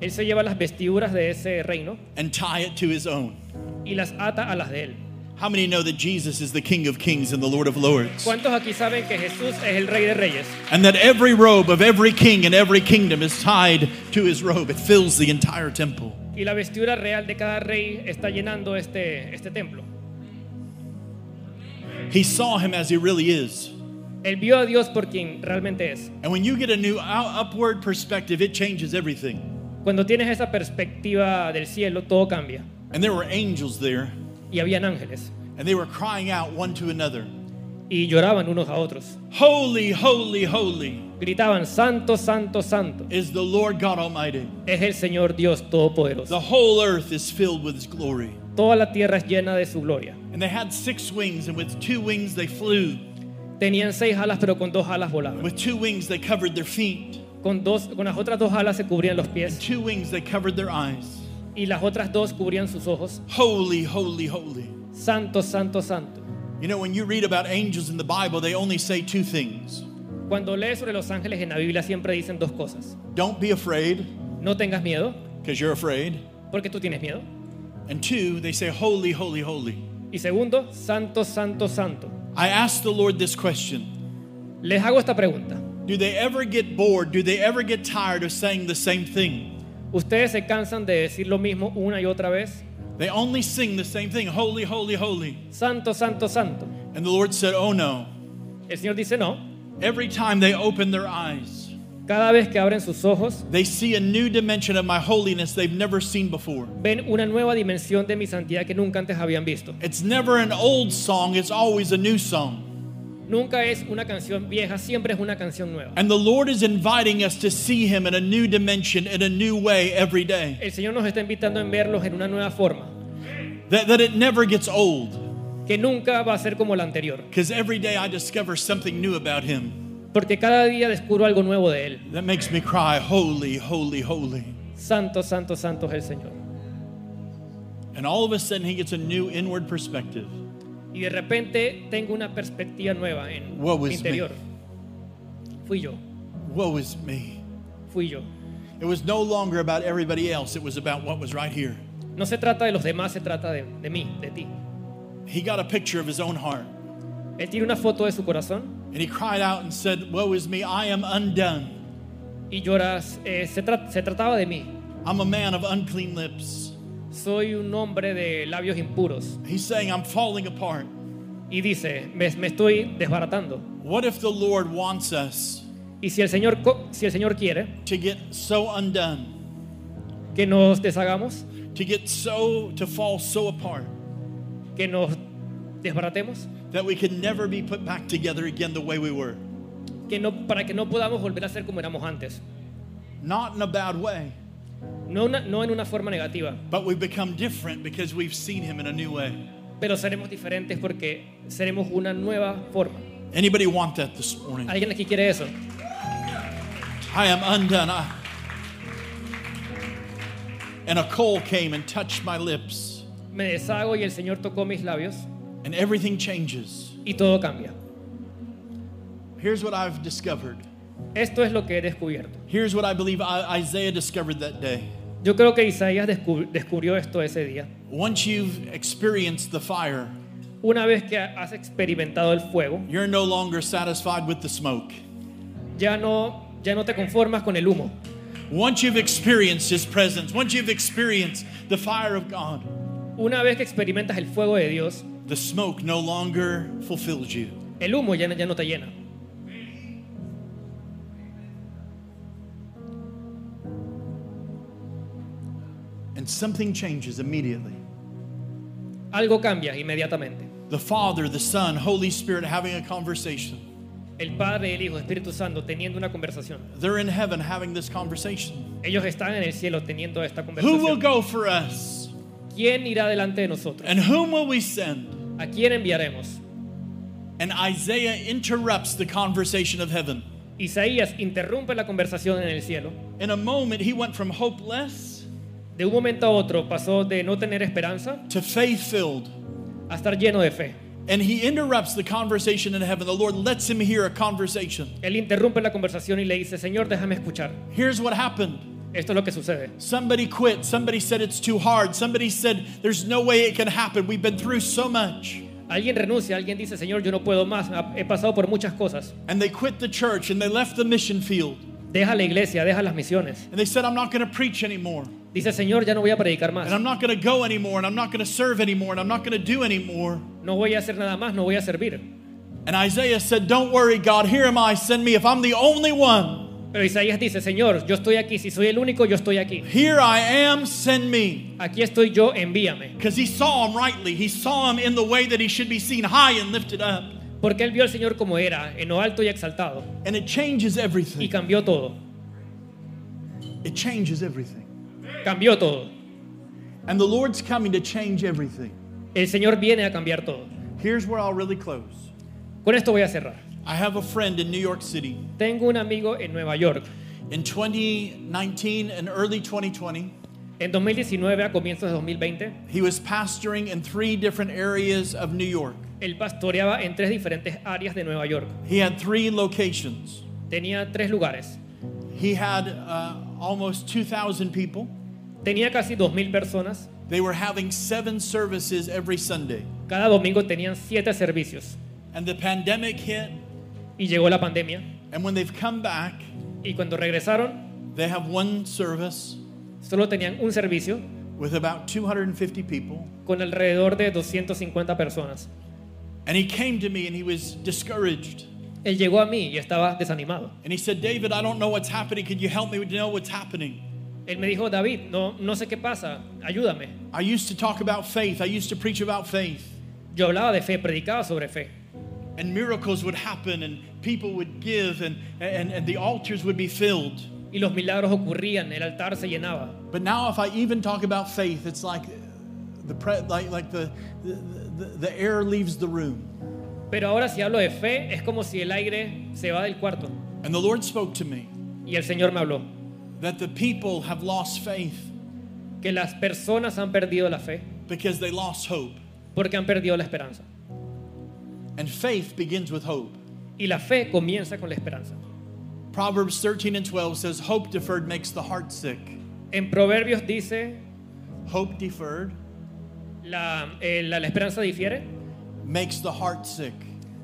[SPEAKER 3] él se lleva las vestiduras de ese reino
[SPEAKER 2] and tie it to his own.
[SPEAKER 3] y las ata a las de él.
[SPEAKER 2] How many know that Jesus is the King of Kings and the Lord of Lords?
[SPEAKER 3] ¿Cuántos aquí saben que Jesús es el rey de reyes?
[SPEAKER 2] And that every robe of every king in every kingdom is tied to his robe. It fills the entire temple.
[SPEAKER 3] Y la vestidura real de cada rey está llenando este, este templo.
[SPEAKER 2] He saw him as he really is.
[SPEAKER 3] Él vio a Dios por quien realmente es.
[SPEAKER 2] And when you get a new ou- upward perspective, it changes everything.
[SPEAKER 3] Cuando tienes esa perspectiva del cielo, todo cambia.
[SPEAKER 2] And there were angels there,
[SPEAKER 3] Y habían ángeles
[SPEAKER 2] and they were crying out one to another,
[SPEAKER 3] y lloraban unos a otros.
[SPEAKER 2] Holy, holy, holy
[SPEAKER 3] Gritaban, Santo, Santo, Santo.
[SPEAKER 2] is the Lord God Almighty.
[SPEAKER 3] Es el Señor Dios Todopoderoso.
[SPEAKER 2] The whole earth is filled with His glory.
[SPEAKER 3] Toda la tierra es llena de su gloria.
[SPEAKER 2] And they had six wings, and with two wings they flew.
[SPEAKER 3] Tenían seis alas, pero con dos alas volaban.
[SPEAKER 2] With two wings they covered their feet.
[SPEAKER 3] Con, dos, con las otras dos alas se cubrían los pies
[SPEAKER 2] Two wings they covered their eyes.
[SPEAKER 3] y las otras dos cubrían sus ojos.
[SPEAKER 2] Holy, holy, holy.
[SPEAKER 3] Santo, Santo, Santo.
[SPEAKER 2] You know, when you read about angels in the Bible, they only say two things
[SPEAKER 3] Cuando lees sobre los ángeles en la Biblia siempre dicen dos cosas.
[SPEAKER 2] don't be afraid,
[SPEAKER 3] No tengas miedo,
[SPEAKER 2] because you're afraid.
[SPEAKER 3] porque tú tienes miedo.
[SPEAKER 2] And two, they say, Holy, holy, holy.
[SPEAKER 3] Y segundo, Santo, Santo, Santo.
[SPEAKER 2] I asked the Lord this question
[SPEAKER 3] Les hago esta pregunta.
[SPEAKER 2] Do they ever get bored? Do they ever get tired of saying the same thing?
[SPEAKER 3] ¿Ustedes se cansan de decir lo mismo una y otra vez?
[SPEAKER 2] They only sing the same thing Holy, holy, holy.
[SPEAKER 3] Santo, Santo, Santo.
[SPEAKER 2] And the Lord said, Oh no.
[SPEAKER 3] El Señor dice no.
[SPEAKER 2] Every time they open their eyes,
[SPEAKER 3] Cada vez que abren sus ojos,
[SPEAKER 2] they see a new dimension of my holiness they've never seen before.
[SPEAKER 3] ven una nueva dimensión de mi santidad que nunca antes habían visto.
[SPEAKER 2] It's never an old song, it's always a new song.
[SPEAKER 3] Nunca es una canción vieja, siempre es una canción nueva.
[SPEAKER 2] And the Lord is inviting us to see Him in a new dimension, in a new way every day.
[SPEAKER 3] El Señor nos está invitando a verlos en una nueva forma,
[SPEAKER 2] That, that it never gets old,
[SPEAKER 3] que nunca va a ser como la anterior,
[SPEAKER 2] because every day I discover something new about Him
[SPEAKER 3] porque cada día descubro algo nuevo de Él.
[SPEAKER 2] that makes me cry, Holy, holy, holy.
[SPEAKER 3] Santo, santo, santo es el Señor.
[SPEAKER 2] And all of a sudden, He gets a new inward perspective.
[SPEAKER 3] Y de repente tengo una perspectiva nueva en
[SPEAKER 2] Woe
[SPEAKER 3] mi
[SPEAKER 2] is
[SPEAKER 3] interior. Fui yo,
[SPEAKER 2] Woe is me.
[SPEAKER 3] fui yo.
[SPEAKER 2] It was no longer about everybody else, it was about what was right here.
[SPEAKER 3] No se trata de los demás, se trata de, de mí, de ti.
[SPEAKER 2] He got a picture of His own heart,
[SPEAKER 3] Él tiene una foto de su corazón
[SPEAKER 2] and He cried out and said, Woe is me, I am undone.
[SPEAKER 3] y lloras. eh, se, tra- se trataba de mí.
[SPEAKER 2] I'm a man of unclean lips.
[SPEAKER 3] Soy un hombre de labios impuros.
[SPEAKER 2] He's saying, I'm falling apart.
[SPEAKER 3] Y dice, me, me estoy desbaratando.
[SPEAKER 2] What if the Lord wants us
[SPEAKER 3] Y si el Señor, co- si el Señor quiere
[SPEAKER 2] to get so undone,
[SPEAKER 3] que nos deshagamos,
[SPEAKER 2] to get so, to fall so apart
[SPEAKER 3] que nos desbaratemos,
[SPEAKER 2] that we can never be put back together again the way we were?
[SPEAKER 3] que no, para que no podamos volver a ser como éramos antes.
[SPEAKER 2] Not in a bad way,
[SPEAKER 3] No, una- no en una forma negativa,
[SPEAKER 2] but we've become different because we've seen Him in a new way.
[SPEAKER 3] pero seremos diferentes porque seremos una nueva forma.
[SPEAKER 2] Anybody want that this morning?
[SPEAKER 3] ¿Alguien aquí quiere eso?
[SPEAKER 2] I am undone. I... And a coal came and touched my lips,
[SPEAKER 3] Me deshago y el Señor tocó mis labios
[SPEAKER 2] and everything changes.
[SPEAKER 3] y todo cambia.
[SPEAKER 2] Here's what I've discovered.
[SPEAKER 3] Esto es lo que he descubierto.
[SPEAKER 2] Here's what I believe I- Isaiah discovered that day.
[SPEAKER 3] Yo creo que Isaías descu- descubrió esto ese día.
[SPEAKER 2] Once you've experienced the fire,
[SPEAKER 3] Una vez que has experimentado el fuego,
[SPEAKER 2] You're no longer satisfied with the smoke.
[SPEAKER 3] ya no, ya no te conformas con el humo.
[SPEAKER 2] Once you've experienced His presence, once you've experienced the fire of God,
[SPEAKER 3] Una vez que experimentas el fuego de Dios,
[SPEAKER 2] the smoke no longer fulfills you.
[SPEAKER 3] el humo ya, no- ya no te llena.
[SPEAKER 2] And something changes immediately.
[SPEAKER 3] Algo cambia inmediatamente.
[SPEAKER 2] The Father, the Son, Holy Spirit having a conversation.
[SPEAKER 3] El Padre, el Hijo, Espíritu Santo teniendo una conversación.
[SPEAKER 2] They're in heaven having this conversation.
[SPEAKER 3] Ellos están en el cielo teniendo esta
[SPEAKER 2] Who will
[SPEAKER 3] conversación.
[SPEAKER 2] go for us?
[SPEAKER 3] ¿Quién irá delante de nosotros?
[SPEAKER 2] And whom will we send?
[SPEAKER 3] ¿A quién enviaremos?
[SPEAKER 2] And Isaiah interrupts the conversation of heaven.
[SPEAKER 3] Isaías interrumpe la conversación en el cielo.
[SPEAKER 2] In a moment, he went from hopeless
[SPEAKER 3] De un momento a otro pasó de no tener esperanza
[SPEAKER 2] to faith filled.
[SPEAKER 3] a estar lleno de fe.
[SPEAKER 2] And he interrupts the conversation in heaven. The Lord lets him hear a conversation.
[SPEAKER 3] Él interrumpe la conversación y le dice, Señor, déjame escuchar.
[SPEAKER 2] Here's what happened
[SPEAKER 3] Esto es lo que sucede.
[SPEAKER 2] somebody quit. Somebody said it's too hard. Somebody said there's no way it can happen. We've been through so much.
[SPEAKER 3] Alguien renuncia, alguien dice, Señor, yo no puedo más, ha- he pasado por muchas cosas.
[SPEAKER 2] And they quit the church and they left the mission field.
[SPEAKER 3] Deja la iglesia, deja las misiones.
[SPEAKER 2] And they said, I'm not going to preach anymore.
[SPEAKER 3] Dice, Señor, ya no voy a predicar
[SPEAKER 2] And
[SPEAKER 3] más.
[SPEAKER 2] I'm not going to go anymore. And I'm not going to serve anymore. And I'm not going to do anymore.
[SPEAKER 3] No voy a hacer nada más, no voy a servir.
[SPEAKER 2] And Isaiah said, Don't worry, God. Here am I. Send me. If I'm the only one,
[SPEAKER 3] Pero Isaías dice, Señor, yo estoy aquí, si soy el único, yo estoy aquí.
[SPEAKER 2] here I am. Send me.
[SPEAKER 3] Aquí estoy yo, envíame.
[SPEAKER 2] Because he saw him rightly. He saw him in the way that he should be seen, high and lifted up.
[SPEAKER 3] Porque él vio al Señor como era, en lo alto y exaltado,
[SPEAKER 2] and it changes
[SPEAKER 3] y
[SPEAKER 2] everything.
[SPEAKER 3] cambió todo.
[SPEAKER 2] It changes everything.
[SPEAKER 3] Cambió todo.
[SPEAKER 2] And the Lord's coming to change everything.
[SPEAKER 3] El Señor viene a cambiar todo.
[SPEAKER 2] Here's where I'll really close.
[SPEAKER 3] Con esto voy a cerrar.
[SPEAKER 2] I have a friend in New York City.
[SPEAKER 3] Tengo un amigo en Nueva York.
[SPEAKER 2] In 2019 and early 2020,
[SPEAKER 3] En 2019, a comienzos de 2020,
[SPEAKER 2] he was pastoring in three different areas of New York.
[SPEAKER 3] él pastoreaba en tres diferentes áreas de Nueva York.
[SPEAKER 2] He had three locations.
[SPEAKER 3] Tenía tres lugares.
[SPEAKER 2] He had uh, almost 2,000 people.
[SPEAKER 3] Tenía casi 2.000 personas.
[SPEAKER 2] They were having seven services every Sunday.
[SPEAKER 3] Cada domingo tenían siete servicios.
[SPEAKER 2] And the pandemic hit,
[SPEAKER 3] Y llegó la pandemia.
[SPEAKER 2] and when they've come back,
[SPEAKER 3] Y cuando regresaron,
[SPEAKER 2] they have one service
[SPEAKER 3] solo tenían un servicio
[SPEAKER 2] with about 250 people.
[SPEAKER 3] con alrededor de 250 personas.
[SPEAKER 2] And he came to me and he was discouraged.
[SPEAKER 3] Él llegó a mí y estaba desanimado.
[SPEAKER 2] And he said, David, I don't know what's happening. Can you help me to know what's happening?
[SPEAKER 3] Él me dijo, David, no, no sé qué pasa, ayúdame.
[SPEAKER 2] I used to talk about faith, I used to preach about faith.
[SPEAKER 3] Yo hablaba de fe, predicaba sobre fe.
[SPEAKER 2] And miracles would happen, and people would give, and, and, and the altars would be filled.
[SPEAKER 3] Y los milagros ocurrían, el altar se llenaba.
[SPEAKER 2] But now, if I even talk about faith, it's like the, pre- like, like the, the, the, the air leaves the room.
[SPEAKER 3] Pero ahora si hablo de fe, es como si el aire se va del cuarto.
[SPEAKER 2] And the Lord spoke to me
[SPEAKER 3] Y el Señor me habló,
[SPEAKER 2] that the people have lost faith
[SPEAKER 3] que las personas han perdido la fe
[SPEAKER 2] because they lost hope.
[SPEAKER 3] porque han perdido la esperanza.
[SPEAKER 2] And faith begins with hope.
[SPEAKER 3] Y la fe comienza con la esperanza.
[SPEAKER 2] Proverbs 13 and 12 says, Hope deferred makes the heart sick.
[SPEAKER 3] En Proverbios dice,
[SPEAKER 2] Hope deferred
[SPEAKER 3] la, eh, la- la esperanza difiere,
[SPEAKER 2] makes the heart sick.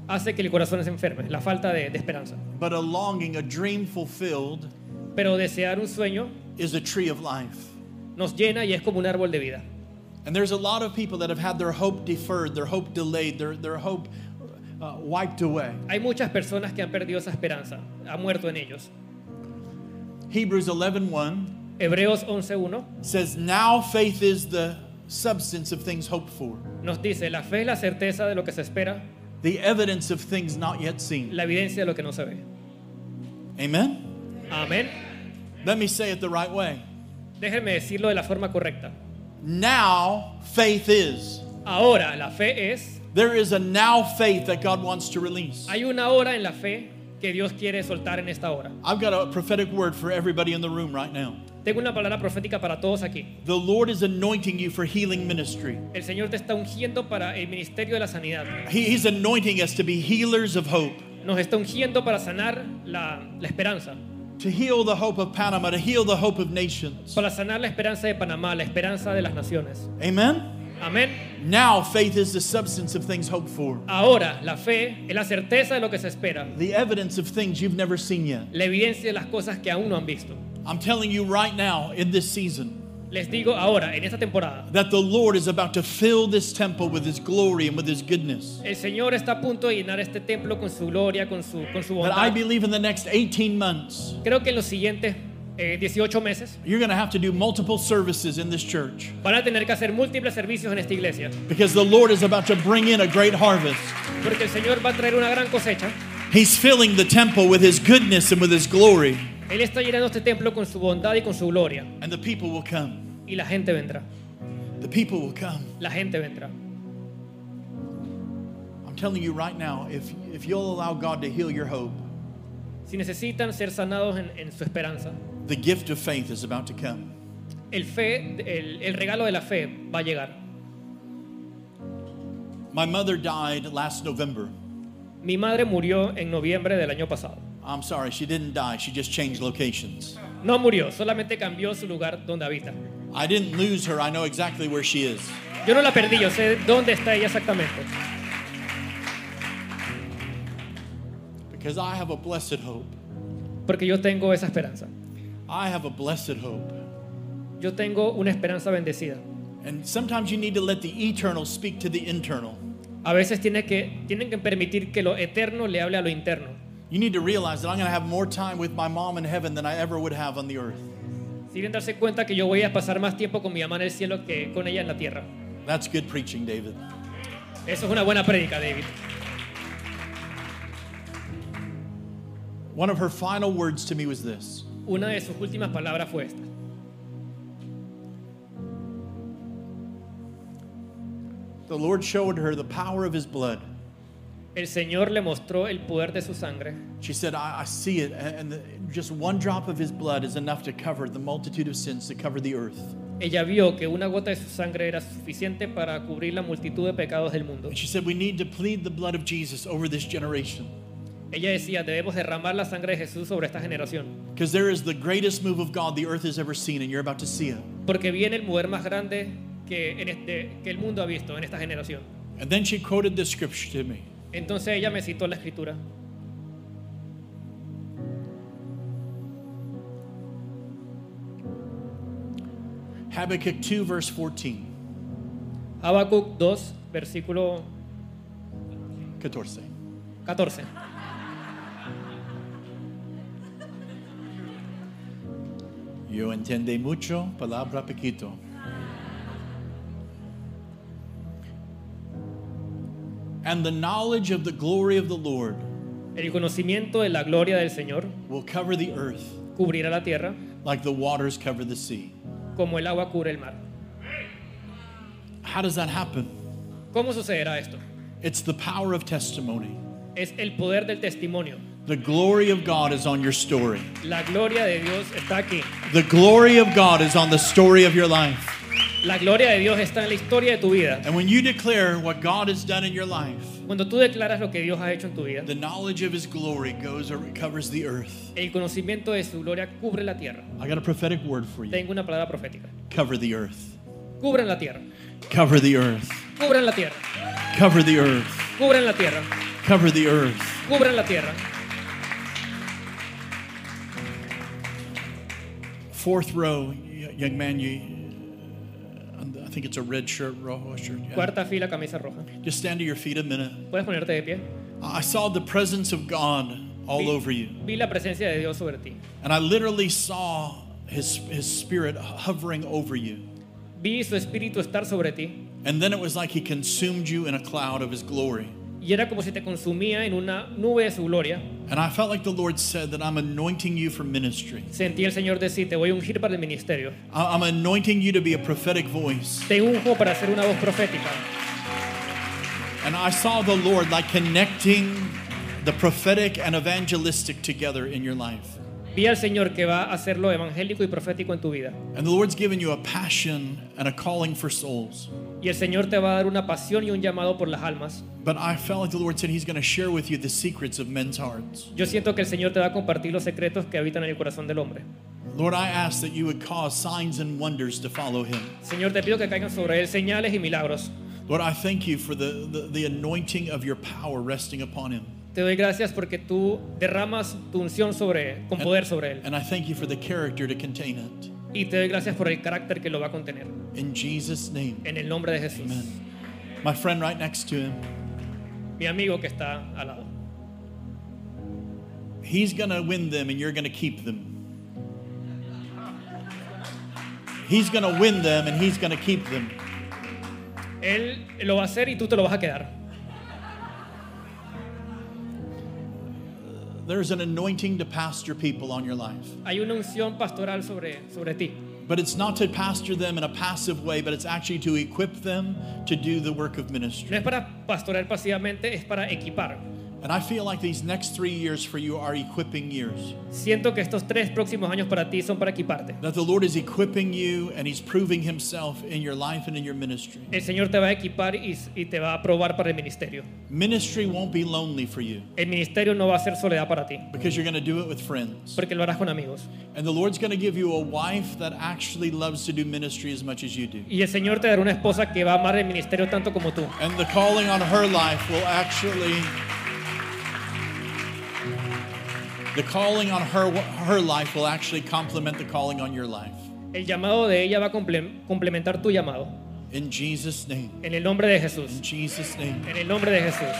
[SPEAKER 3] hace que el corazón se enferme, la falta de- de esperanza.
[SPEAKER 2] But a longing, a dream fulfilled,
[SPEAKER 3] Pero desear un sueño
[SPEAKER 2] is a tree of life.
[SPEAKER 3] nos llena y es como un árbol de vida.
[SPEAKER 2] And there's a lot of people that have had their hope deferred, their hope delayed, their, their hope uh, wiped away.
[SPEAKER 3] Hay muchas personas que han perdido esa esperanza, ha muerto en ellos.
[SPEAKER 2] Hebrews 11:1
[SPEAKER 3] Hebreos 11.1
[SPEAKER 2] says, "Now faith is the substance of things hoped for,
[SPEAKER 3] nos dice, la fe es la certeza de lo que se espera,
[SPEAKER 2] the evidence of things not yet seen."
[SPEAKER 3] la evidencia de lo que no se ve.
[SPEAKER 2] Amen.
[SPEAKER 3] Amén.
[SPEAKER 2] Let me say it the right way.
[SPEAKER 3] Déjenme decirlo de la forma correcta.
[SPEAKER 2] Now faith is.
[SPEAKER 3] Ahora, la fe es,
[SPEAKER 2] There is a now faith that God wants to release.
[SPEAKER 3] hay una hora en la fe que Dios quiere soltar en esta hora.
[SPEAKER 2] I've got a prophetic word for everybody in the room right now.
[SPEAKER 3] Tengo una palabra profética para todos aquí.
[SPEAKER 2] The Lord is anointing you for healing ministry.
[SPEAKER 3] El Señor te está ungiendo para el ministerio de la sanidad.
[SPEAKER 2] He- he's anointing us to be healers of hope.
[SPEAKER 3] Nos está ungiendo para sanar la, la esperanza,
[SPEAKER 2] to heal the hope of Panama, to heal the hope of nations.
[SPEAKER 3] para sanar la esperanza de Panamá, la esperanza de las naciones.
[SPEAKER 2] Amen?
[SPEAKER 3] Amén.
[SPEAKER 2] Now faith is the substance of things hoped for,
[SPEAKER 3] Ahora, la fe es la certeza de lo que se espera,
[SPEAKER 2] the evidence of things you've never seen yet.
[SPEAKER 3] la evidencia de las cosas que aún no han visto.
[SPEAKER 2] I'm telling you right now in this season
[SPEAKER 3] Les digo ahora, en esta temporada,
[SPEAKER 2] that the Lord is about to fill this temple with his glory and with his goodness.
[SPEAKER 3] el Señor está a punto de llenar este templo con su gloria, con su, con su
[SPEAKER 2] That I
[SPEAKER 3] bondad.
[SPEAKER 2] believe in the next 18 months,
[SPEAKER 3] Creo que en los siguientes eh, 18 meses
[SPEAKER 2] you're going to have to do multiple services in this church
[SPEAKER 3] van a tener que hacer múltiples servicios en esta iglesia,
[SPEAKER 2] because the Lord is about to bring in a great harvest.
[SPEAKER 3] porque el Señor va a traer una gran cosecha.
[SPEAKER 2] He's filling the temple with his goodness and with his glory,
[SPEAKER 3] Él está llenando este templo con su bondad y con su gloria,
[SPEAKER 2] and the people will come.
[SPEAKER 3] y la gente vendrá,
[SPEAKER 2] The people will come.
[SPEAKER 3] la gente vendrá.
[SPEAKER 2] I'm telling you right now, if, if you'll allow God to heal your hope,
[SPEAKER 3] Si necesitan ser sanados en, en su esperanza,
[SPEAKER 2] the gift of faith is about to come.
[SPEAKER 3] el, fe, el, el regalo de la fe va a llegar.
[SPEAKER 2] My mother died last November.
[SPEAKER 3] Mi madre murió en noviembre del año pasado.
[SPEAKER 2] I'm sorry, she didn't die, she just changed locations.
[SPEAKER 3] No murió, solamente cambió su lugar donde habita.
[SPEAKER 2] I didn't lose her, I know exactly where she is.
[SPEAKER 3] Yo no la perdí, yo sé dónde está ella exactamente.
[SPEAKER 2] Because I have a blessed hope.
[SPEAKER 3] Porque yo tengo esa esperanza.
[SPEAKER 2] I have a blessed hope.
[SPEAKER 3] Yo tengo una esperanza bendecida.
[SPEAKER 2] And sometimes you need to let the eternal speak to the internal.
[SPEAKER 3] A veces tiene que, tienen que permitir que lo eterno le hable a lo interno.
[SPEAKER 2] You need to realize that I'm going to have more time with my mom in heaven than I ever would have on the earth.
[SPEAKER 3] Si bien darse cuenta que yo voy a pasar más tiempo con mi mamá en el cielo que con ella en la tierra.
[SPEAKER 2] That's good preaching, David.
[SPEAKER 3] Eso es una buena prédica, David.
[SPEAKER 2] One of her final words to me was this
[SPEAKER 3] Una de sus últimas palabras fue esta.
[SPEAKER 2] The Lord showed her the power of his blood.
[SPEAKER 3] El Señor le mostró el poder de su sangre.
[SPEAKER 2] She said, I, I see it, and and the, just one drop of his blood is enough to cover the multitude of sins, to cover the earth.
[SPEAKER 3] Ella vio que una gota de su sangre era suficiente para cubrir la multitud de pecados del mundo.
[SPEAKER 2] And she said, We need to plead the blood of Jesus over this generation
[SPEAKER 3] Ella decía, debemos derramar la sangre de Jesús sobre esta generación,
[SPEAKER 2] because there is the greatest move of God the earth has ever seen, and you're about to see it.
[SPEAKER 3] porque viene el poder más grande que, en este- que el mundo ha visto en esta generación.
[SPEAKER 2] And then she quoted this scripture to me
[SPEAKER 3] Entonces ella me citó la escritura.
[SPEAKER 2] Habakkuk 2, verse 14.
[SPEAKER 3] Habacuc 2, versículo
[SPEAKER 2] 14.
[SPEAKER 3] 14.
[SPEAKER 2] Yo entiende mucho, palabra poquito. And the knowledge of the glory of the Lord
[SPEAKER 3] El conocimiento de la gloria del Señor
[SPEAKER 2] will cover the earth
[SPEAKER 3] cubrirá la tierra
[SPEAKER 2] like the waters cover the sea.
[SPEAKER 3] como el agua cubre el mar.
[SPEAKER 2] How does that happen?
[SPEAKER 3] ¿Cómo sucederá esto?
[SPEAKER 2] It's the power of testimony.
[SPEAKER 3] Es el poder del testimonio.
[SPEAKER 2] The glory of God is on your story.
[SPEAKER 3] La gloria de Dios está aquí.
[SPEAKER 2] The glory of God is on the story of your life.
[SPEAKER 3] La gloria de Dios está en la historia de tu vida.
[SPEAKER 2] And when you declare what God has done in your life,
[SPEAKER 3] Cuando tú declaras lo que Dios ha hecho en tu vida,
[SPEAKER 2] the knowledge of his glory goes or covers the earth.
[SPEAKER 3] el conocimiento de su gloria cubre la tierra.
[SPEAKER 2] I got a prophetic word for you.
[SPEAKER 3] Tengo una palabra profética.
[SPEAKER 2] Cover the earth.
[SPEAKER 3] Cubran la tierra.
[SPEAKER 2] Cover the earth.
[SPEAKER 3] Cubran la tierra.
[SPEAKER 2] Cover the earth.
[SPEAKER 3] Cubran la tierra.
[SPEAKER 2] Cover the earth.
[SPEAKER 3] Cubran la tierra.
[SPEAKER 2] Fourth row, y- young man, you. uh, I think it's a red shirt, rojo shirt. yeah.
[SPEAKER 3] Cuarta fila, camisa roja.
[SPEAKER 2] Just stand to your feet a minute.
[SPEAKER 3] Puedes ponerte de pie.
[SPEAKER 2] I saw the presence of God all
[SPEAKER 3] Vi-
[SPEAKER 2] over you,
[SPEAKER 3] Vi la presencia de Dios sobre ti.
[SPEAKER 2] and I literally saw His His Spirit hovering over you.
[SPEAKER 3] Vi su espíritu estar sobre ti.
[SPEAKER 2] And then it was like He consumed you in a cloud of His glory.
[SPEAKER 3] Y era como si te consumía en una nube de su gloria.
[SPEAKER 2] And I felt like the Lord said that I'm anointing you for ministry.
[SPEAKER 3] Sentí el Señor decir, te voy a ungir para el ministerio.
[SPEAKER 2] I- I'm anointing you to be a prophetic voice.
[SPEAKER 3] Te unjo para hacer una voz profética.
[SPEAKER 2] And I saw the Lord like connecting the prophetic and evangelistic together in your life.
[SPEAKER 3] Vi al Señor que va a hacer lo evangélico y profético en tu vida.
[SPEAKER 2] And the Lord's given you a passion and a calling for souls.
[SPEAKER 3] Y el Señor te va a dar una pasión y un llamado por las almas.
[SPEAKER 2] But I felt like the Lord said He's going to share with you the secrets of men's hearts.
[SPEAKER 3] Yo siento que el Señor te va a compartir los secretos que habitan en el corazón del hombre.
[SPEAKER 2] Lord, I ask that you would cause signs and wonders to follow Him.
[SPEAKER 3] Señor, te pido que caigan sobre él señales y milagros.
[SPEAKER 2] Lord, I thank you for the, the, the anointing of your power resting upon Him.
[SPEAKER 3] Te doy gracias porque tú derramas tu unción sobre él, con poder sobre él.
[SPEAKER 2] And I thank you for the character to contain it.
[SPEAKER 3] Y te doy gracias por el carácter que lo va a contener.
[SPEAKER 2] In Jesus' name.
[SPEAKER 3] En el nombre de Jesús.
[SPEAKER 2] Amen. My friend right next to him,
[SPEAKER 3] Mi amigo que está al lado.
[SPEAKER 2] he's going to win them and you're going to keep them. He's going to win them and he's going to keep them.
[SPEAKER 3] Él lo va a hacer y tú te lo vas a quedar.
[SPEAKER 2] There's an anointing to pastor people on your life.
[SPEAKER 3] Hay una unción pastoral sobre, sobre ti.
[SPEAKER 2] But it's not to pastor them in a passive way, but it's actually to equip them to do the work of
[SPEAKER 3] No
[SPEAKER 2] ministry.
[SPEAKER 3] es para pastorear pasivamente, es para equipar.
[SPEAKER 2] And I feel like these next three years for you are equipping years.
[SPEAKER 3] Siento que estos tres próximos años para ti son para equiparte.
[SPEAKER 2] That the Lord is equipping you and He's proving Himself in your life and in your ministry.
[SPEAKER 3] El Señor te va a equipar y, y te va a probar para el ministerio.
[SPEAKER 2] Ministry won't be lonely for you
[SPEAKER 3] El ministerio no va a ser soledad para ti,
[SPEAKER 2] because you're going to do it with friends.
[SPEAKER 3] porque lo harás con amigos.
[SPEAKER 2] And the Lord's going to give you a wife that actually loves to do ministry as much as you do.
[SPEAKER 3] Y el Señor te dará una esposa que va a amar el ministerio tanto como tú.
[SPEAKER 2] And the calling on her life will actually the calling on her her life will actually complement the calling on your life.
[SPEAKER 3] El llamado de ella va a comple- complementar tu llamado.
[SPEAKER 2] In Jesus name.
[SPEAKER 3] En el nombre de
[SPEAKER 2] In
[SPEAKER 3] Jesús.
[SPEAKER 2] Jesus name.
[SPEAKER 3] En el nombre de Jesús.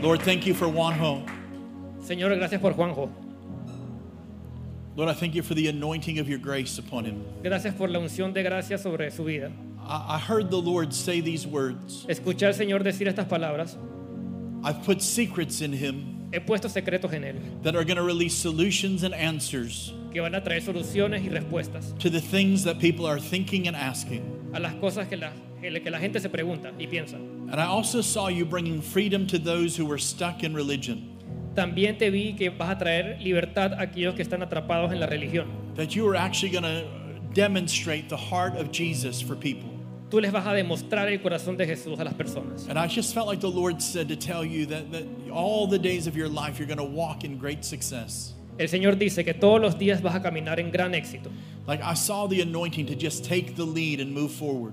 [SPEAKER 2] Lord, thank you for Wanho.
[SPEAKER 3] Señor, gracias por Juanjo.
[SPEAKER 2] Lord, I thank you for the anointing of your grace upon him.
[SPEAKER 3] Gracias por la unción de gracia sobre su vida.
[SPEAKER 2] I, I heard the Lord say these words
[SPEAKER 3] Escuché al Señor decir estas palabras.
[SPEAKER 2] I've put secrets in him
[SPEAKER 3] He puesto secretos en Él
[SPEAKER 2] that are going to release solutions and answers
[SPEAKER 3] que van a traer soluciones y respuestas
[SPEAKER 2] to the things that people are thinking and asking.
[SPEAKER 3] a las cosas que la, que la- que la gente se pregunta y piensa.
[SPEAKER 2] And I also saw you bringing freedom to those who were stuck in religion,
[SPEAKER 3] También te vi que vas a traer libertad a aquellos que están atrapados en la religión.
[SPEAKER 2] that you were actually going to demonstrate the heart of Jesus for people.
[SPEAKER 3] Tú les vas a demostrar el corazón de Jesús a las personas.
[SPEAKER 2] And I just felt like the Lord said to tell you that, that all the days of your life you're going to walk in great success.
[SPEAKER 3] El Señor dice que todos los días vas a caminar en gran éxito.
[SPEAKER 2] Like I saw the anointing to just take the lead and move forward.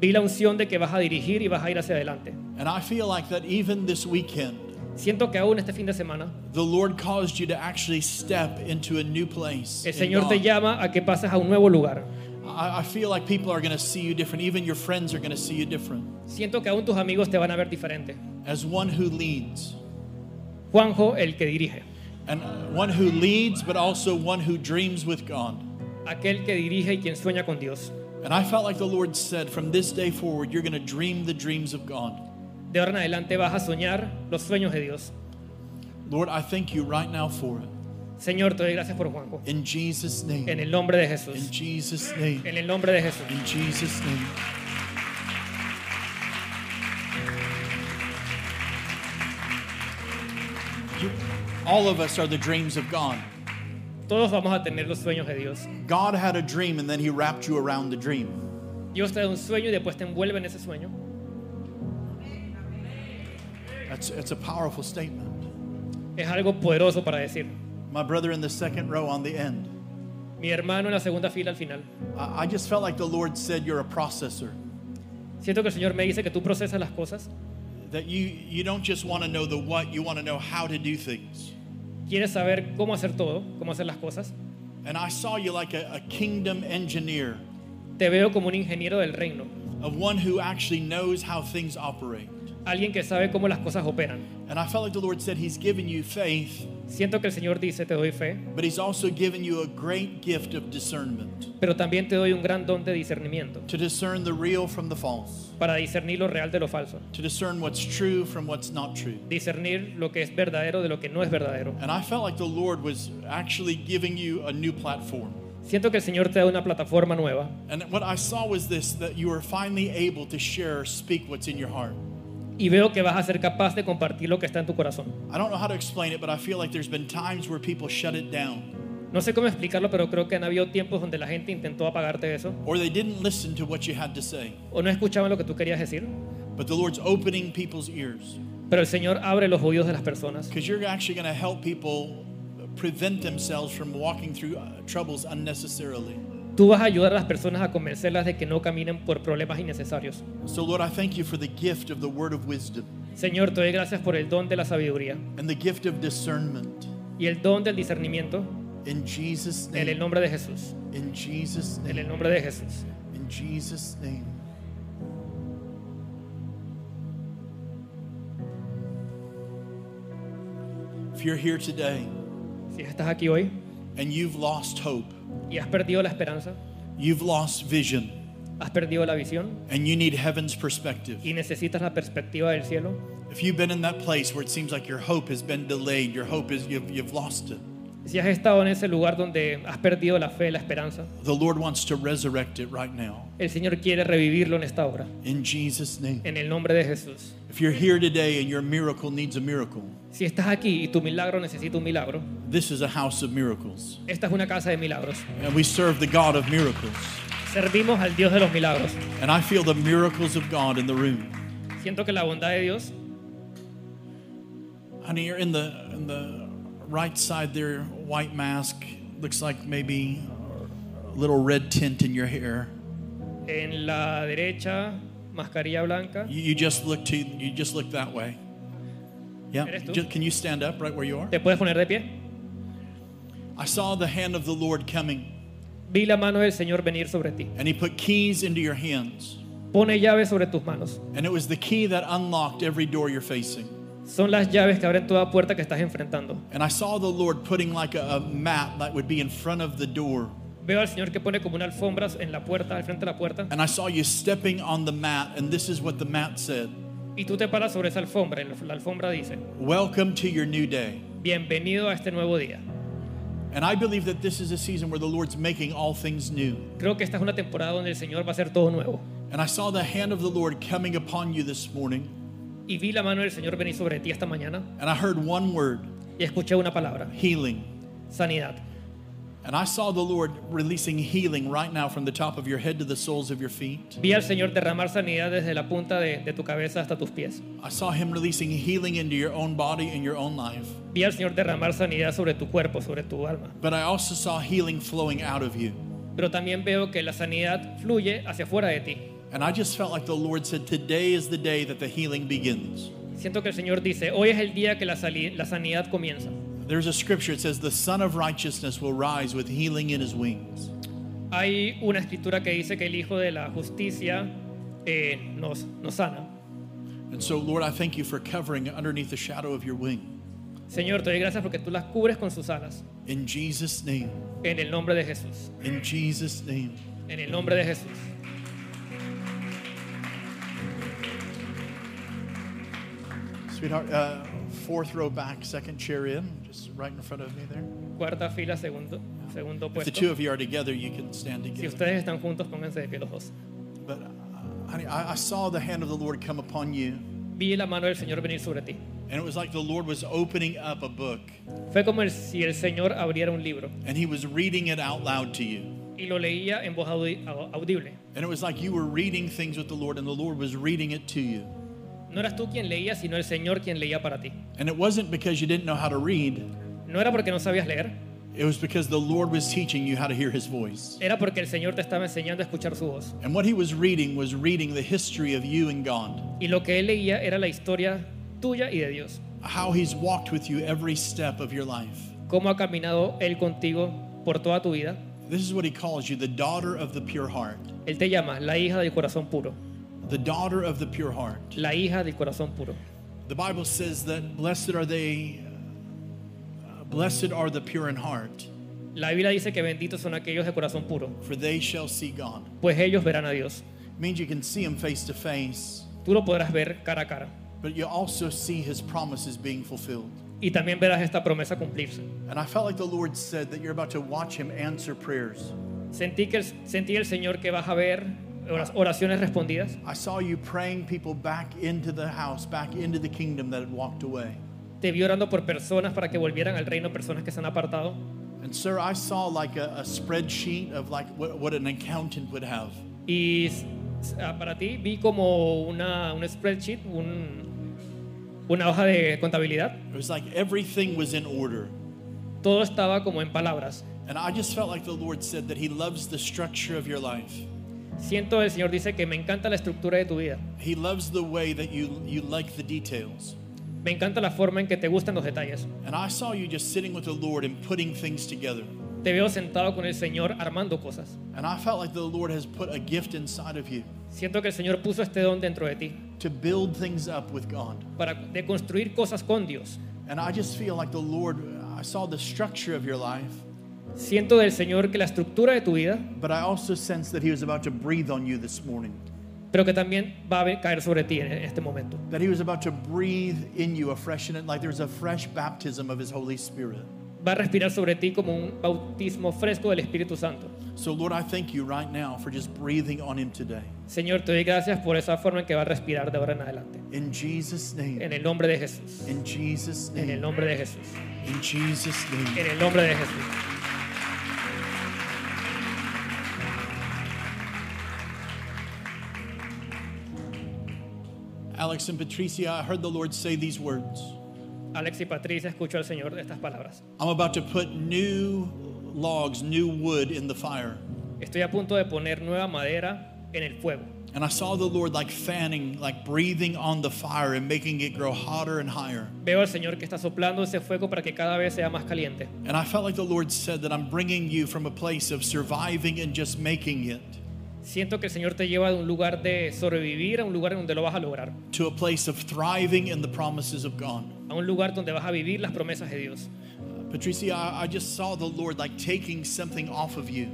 [SPEAKER 3] Vi la unción de que vas a dirigir y vas a ir hacia adelante.
[SPEAKER 2] And I feel like that even this weekend,
[SPEAKER 3] Siento que aún este fin de semana
[SPEAKER 2] the Lord caused you to actually step into a new place.
[SPEAKER 3] el
[SPEAKER 2] in
[SPEAKER 3] Señor te
[SPEAKER 2] God.
[SPEAKER 3] llama a que pases a un nuevo lugar.
[SPEAKER 2] I, I feel like people are going to see you different. Even your friends are going to see you different.
[SPEAKER 3] Siento que aún tus amigos te van a ver diferente.
[SPEAKER 2] As one who leads,
[SPEAKER 3] Juanjo, el que dirige.
[SPEAKER 2] and uh, one who leads, but also one who dreams with God.
[SPEAKER 3] Aquel que dirige y quien sueña con Dios.
[SPEAKER 2] And I felt like the Lord said, from this day forward, you're going to dream the dreams of God.
[SPEAKER 3] De ahora en adelante vas a soñar los sueños de Dios.
[SPEAKER 2] Lord, I thank you right now for it.
[SPEAKER 3] Señor, te doy gracias por Juanjo.
[SPEAKER 2] In Jesus' name.
[SPEAKER 3] En el nombre de
[SPEAKER 2] In
[SPEAKER 3] Jesús.
[SPEAKER 2] Jesus' name.
[SPEAKER 3] En el nombre de Jesús.
[SPEAKER 2] In Jesus' name. You- All of us are the dreams of God.
[SPEAKER 3] Todos vamos a tener los sueños de Dios.
[SPEAKER 2] God had a dream and then he wrapped you around the dream.
[SPEAKER 3] Dios te da un sueño y después te envuelve en ese sueño.
[SPEAKER 2] That's, that's a powerful statement.
[SPEAKER 3] Es algo poderoso para decir.
[SPEAKER 2] My brother in the second row on the end,
[SPEAKER 3] Mi hermano en la segunda fila al final.
[SPEAKER 2] I, I just felt like the Lord said, You're a processor.
[SPEAKER 3] Siento que el Señor me dice que tú procesas las cosas.
[SPEAKER 2] That you, you don't just want to know the what, you want to know how to do things.
[SPEAKER 3] Quieres saber cómo hacer todo, cómo hacer las cosas.
[SPEAKER 2] And I saw you like a, a kingdom engineer,
[SPEAKER 3] Te veo como un ingeniero del reino.
[SPEAKER 2] of one who actually knows how things operate.
[SPEAKER 3] Alguien que sabe cómo las cosas operan.
[SPEAKER 2] And I felt like the Lord said, He's given you faith,
[SPEAKER 3] Siento que el Señor dice, te doy fe,
[SPEAKER 2] but He's also given you a great gift of discernment
[SPEAKER 3] pero también te doy un gran don de discernimiento.
[SPEAKER 2] to discern the real from the false,
[SPEAKER 3] Para discernir lo real de lo falso.
[SPEAKER 2] to discern what's true from what's not true.
[SPEAKER 3] Discernir lo que es verdadero de lo que no es verdadero.
[SPEAKER 2] And I felt like the Lord was actually giving you a new platform.
[SPEAKER 3] Siento que el Señor te da una plataforma nueva.
[SPEAKER 2] And what I saw was this that you were finally able to share or speak what's in your heart.
[SPEAKER 3] y veo que vas a ser capaz de compartir lo que está en tu corazón.
[SPEAKER 2] I don't know how to explain it, but I feel like there's been times where people shut it down
[SPEAKER 3] No sé cómo explicarlo, pero creo que han habido tiempos donde la gente intentó apagarte eso
[SPEAKER 2] or they didn't listen to what you had to say.
[SPEAKER 3] o no escuchaban lo que tú querías decir.
[SPEAKER 2] But the Lord's opening people's ears
[SPEAKER 3] Pero el Señor abre los oídos de las personas
[SPEAKER 2] because you're actually going to help people prevent themselves from walking through uh, troubles unnecessarily.
[SPEAKER 3] Tú vas a ayudar a las personas a convencerlas de que no caminen por problemas innecesarios.
[SPEAKER 2] So, Lord, I thank you for the gift of the word of wisdom
[SPEAKER 3] Señor, te doy gracias por el don de la sabiduría
[SPEAKER 2] and the gift of discernment.
[SPEAKER 3] y el don del discernimiento
[SPEAKER 2] In Jesus'
[SPEAKER 3] en el
[SPEAKER 2] name.
[SPEAKER 3] nombre de Jesús.
[SPEAKER 2] In Jesus'
[SPEAKER 3] En el
[SPEAKER 2] name.
[SPEAKER 3] nombre de Jesús.
[SPEAKER 2] In Jesus' name. If you're here today
[SPEAKER 3] Si estás aquí hoy
[SPEAKER 2] and you've lost hope,
[SPEAKER 3] y has perdido la esperanza,
[SPEAKER 2] you've lost vision,
[SPEAKER 3] has perdido la visión
[SPEAKER 2] and you need heaven's perspective.
[SPEAKER 3] y necesitas la perspectiva del cielo,
[SPEAKER 2] If you've been in that place where it seems like your hope has been delayed, your hope is you've, you've lost it,
[SPEAKER 3] Si has estado en ese lugar donde has perdido la fe, la esperanza,
[SPEAKER 2] the Lord wants to resurrect it right now
[SPEAKER 3] el Señor quiere revivirlo en esta hora,
[SPEAKER 2] in Jesus' name.
[SPEAKER 3] en el nombre de Jesús.
[SPEAKER 2] If you're here today and your miracle needs a miracle,
[SPEAKER 3] Si estás aquí y tu milagro necesita un milagro,
[SPEAKER 2] this is a house of miracles,
[SPEAKER 3] esta es una casa de milagros.
[SPEAKER 2] and we serve the God of miracles.
[SPEAKER 3] Servimos al Dios de los milagros.
[SPEAKER 2] And I feel the miracles of God in the room.
[SPEAKER 3] Siento que la bondad de Dios,
[SPEAKER 2] Honey, you're in the in the right side there, white mask looks like maybe a little red tint in your hair.
[SPEAKER 3] en la derecha, mascarilla blanca,
[SPEAKER 2] You, you just look to you just look that way. Yeah.
[SPEAKER 3] Eres tú?
[SPEAKER 2] Ju- can you stand up right where you are?
[SPEAKER 3] ¿te puedes poner de pie?
[SPEAKER 2] I saw the hand of the Lord coming,
[SPEAKER 3] Vi la mano del Señor venir sobre ti.
[SPEAKER 2] and He put keys into your hands.
[SPEAKER 3] Pone llaves sobre tus manos.
[SPEAKER 2] And it was the key that unlocked every door you're facing.
[SPEAKER 3] Son las llaves que abren toda puerta que estás enfrentando.
[SPEAKER 2] And I saw the Lord putting like a, a map that would be in front of the door.
[SPEAKER 3] veo al Señor que pone como unas alfombras en la puerta, al frente de la puerta,
[SPEAKER 2] And I saw you stepping on the mat, and this is what the mat said
[SPEAKER 3] y tú te paras sobre esa alfombra. y La alfombra dice,
[SPEAKER 2] Welcome to your new day.
[SPEAKER 3] bienvenido a este nuevo día.
[SPEAKER 2] And I believe that this is a season where the Lord's making all things new.
[SPEAKER 3] Creo que esta es una temporada donde el Señor va a hacer todo nuevo.
[SPEAKER 2] And I saw the hand of the Lord coming upon you this morning,
[SPEAKER 3] Y vi la mano del Señor venir sobre ti esta mañana
[SPEAKER 2] and I heard one word
[SPEAKER 3] y escuché una palabra,
[SPEAKER 2] healing.
[SPEAKER 3] sanidad.
[SPEAKER 2] And I saw the Lord releasing healing right now from the top of your head to the soles of your feet.
[SPEAKER 3] Vi al Señor derramar sanidad desde la punta de, de tu cabeza hasta tus pies.
[SPEAKER 2] I saw Him releasing healing into your own body and your own life.
[SPEAKER 3] Vi al Señor derramar sanidad sobre tu cuerpo, sobre tu alma.
[SPEAKER 2] But I also saw healing flowing out of you.
[SPEAKER 3] Pero también veo que la sanidad fluye hacia afuera de ti.
[SPEAKER 2] And I just felt like the Lord said, Today is the day that the healing begins.
[SPEAKER 3] Siento que el Señor dice, hoy es el día que la, sali- la sanidad comienza.
[SPEAKER 2] There's a scripture that says, The Son of Righteousness will rise with healing in his wings.
[SPEAKER 3] Hay una escritura que dice que el Hijo de la Justicia eh, nos, nos sana.
[SPEAKER 2] And so, Lord, I thank you for covering underneath the shadow of your wing.
[SPEAKER 3] Señor, te doy gracias porque tú las cubres con sus alas.
[SPEAKER 2] In Jesus' name.
[SPEAKER 3] En el nombre de Jesús.
[SPEAKER 2] In Jesus' name.
[SPEAKER 3] En el nombre de Jesús.
[SPEAKER 2] Sweetheart, uh, fourth row back, second chair in, just right in front of me there.
[SPEAKER 3] Cuarta fila, segundo, segundo
[SPEAKER 2] If the two
[SPEAKER 3] puesto.
[SPEAKER 2] of you are together, you can stand
[SPEAKER 3] Si
[SPEAKER 2] together.
[SPEAKER 3] ustedes están juntos, pónganse de pie los dos.
[SPEAKER 2] But, uh, honey, I, I saw the hand of the Lord come upon you,
[SPEAKER 3] Vi la mano del Señor venir sobre ti.
[SPEAKER 2] and it was like the Lord was opening up a book,
[SPEAKER 3] Fue como el- si el Señor abriera un libro
[SPEAKER 2] and He was reading it out loud to you.
[SPEAKER 3] y lo leía en voz audi- au- audible.
[SPEAKER 2] And it was like you were reading things with the Lord, and the Lord was reading it to you.
[SPEAKER 3] No eras tú quien leía, sino el Señor quien leía para ti.
[SPEAKER 2] And it wasn't because you didn't know how to read,
[SPEAKER 3] No era porque no sabías leer,
[SPEAKER 2] it was because the Lord was teaching you how to hear His voice.
[SPEAKER 3] era porque el Señor te estaba enseñando a escuchar su voz.
[SPEAKER 2] And what He was reading was reading the history of you and God,
[SPEAKER 3] Y lo que Él leía era la historia tuya y de Dios.
[SPEAKER 2] how He's walked with you every step of your life.
[SPEAKER 3] Cómo ha caminado Él contigo por toda tu vida.
[SPEAKER 2] This is what He calls you the daughter of the pure heart.
[SPEAKER 3] Él te llama la hija del corazón puro.
[SPEAKER 2] The daughter of the pure heart.
[SPEAKER 3] La hija del corazón puro.
[SPEAKER 2] The Bible says that blessed are they, uh, blessed are the pure in heart,
[SPEAKER 3] La Biblia dice que benditos son aquellos de corazón puro,
[SPEAKER 2] for they shall see God.
[SPEAKER 3] pues ellos verán a Dios.
[SPEAKER 2] means you can see Him face to face.
[SPEAKER 3] Tú lo podrás ver cara a cara.
[SPEAKER 2] But you also see his promises being fulfilled.
[SPEAKER 3] Y también verás esta promesa cumplirse.
[SPEAKER 2] And I felt like the Lord said that you're about to watch him answer prayers.
[SPEAKER 3] Sentí, que el, sentí el Señor que vas a ver oras- oraciones respondidas.
[SPEAKER 2] I saw you praying people back into the house, back into the kingdom that had walked away.
[SPEAKER 3] Te vi orando por personas para que volvieran al reino, personas que se han apartado.
[SPEAKER 2] And sir, I saw like a, a spreadsheet of like what, what an accountant would have.
[SPEAKER 3] Y s- s- ah, para ti vi como una, un spreadsheet, un- una hoja de contabilidad.
[SPEAKER 2] It was like everything was in order.
[SPEAKER 3] Todo estaba como en palabras.
[SPEAKER 2] And I just felt like the Lord said that he loves the structure of your life.
[SPEAKER 3] Siento el Señor dice que me encanta la estructura de tu vida.
[SPEAKER 2] He loves the way that you you like the details.
[SPEAKER 3] Me encanta la forma en que te gustan los detalles.
[SPEAKER 2] And I saw you just sitting with the Lord and putting things together.
[SPEAKER 3] Te veo sentado con el Señor armando cosas.
[SPEAKER 2] And I felt like the Lord has put a gift inside of you
[SPEAKER 3] Siento que el Señor puso este don dentro de ti
[SPEAKER 2] to build things up with God.
[SPEAKER 3] para de construir cosas con Dios.
[SPEAKER 2] And I just feel like the Lord, I saw the structure of your life,
[SPEAKER 3] Siento del Señor que la estructura de tu vida,
[SPEAKER 2] but I also sense that He was about to breathe on you this morning,
[SPEAKER 3] pero que también va a ve- caer sobre ti en en este momento.
[SPEAKER 2] that He was about to breathe in you a fresh, and like there's a fresh baptism of His Holy Spirit.
[SPEAKER 3] Va a respirar sobre ti como un bautismo fresco del Espíritu Santo.
[SPEAKER 2] So, Lord, I thank you right now for just breathing on Him today.
[SPEAKER 3] Señor, te doy gracias por esa forma en que va a respirar de ahora en adelante.
[SPEAKER 2] In Jesus' name.
[SPEAKER 3] En el nombre de Jesús.
[SPEAKER 2] In Jesus'
[SPEAKER 3] En el
[SPEAKER 2] name.
[SPEAKER 3] nombre de Jesús.
[SPEAKER 2] In Jesus' name.
[SPEAKER 3] En el nombre de Jesús.
[SPEAKER 2] Alex and Patricia, I heard the Lord say these words.
[SPEAKER 3] Alex y Patricia, escucho al Señor estas palabras.
[SPEAKER 2] I'm about to put new logs, new wood in the fire.
[SPEAKER 3] Estoy a punto de poner nueva madera en el fuego.
[SPEAKER 2] And I saw the Lord like fanning, like breathing on the fire and making it grow hotter and higher.
[SPEAKER 3] Veo al Señor que está soplando ese fuego para que cada vez sea más caliente.
[SPEAKER 2] And I felt like the Lord said that I'm bringing you from a place of surviving and just making it
[SPEAKER 3] Siento que el Señor te lleva de un lugar de sobrevivir a un lugar donde lo vas a lograr,
[SPEAKER 2] to a place of thriving in the promises of God.
[SPEAKER 3] a un lugar donde vas a vivir las promesas de Dios.
[SPEAKER 2] Patricia, I, I just saw the Lord like taking something off of you.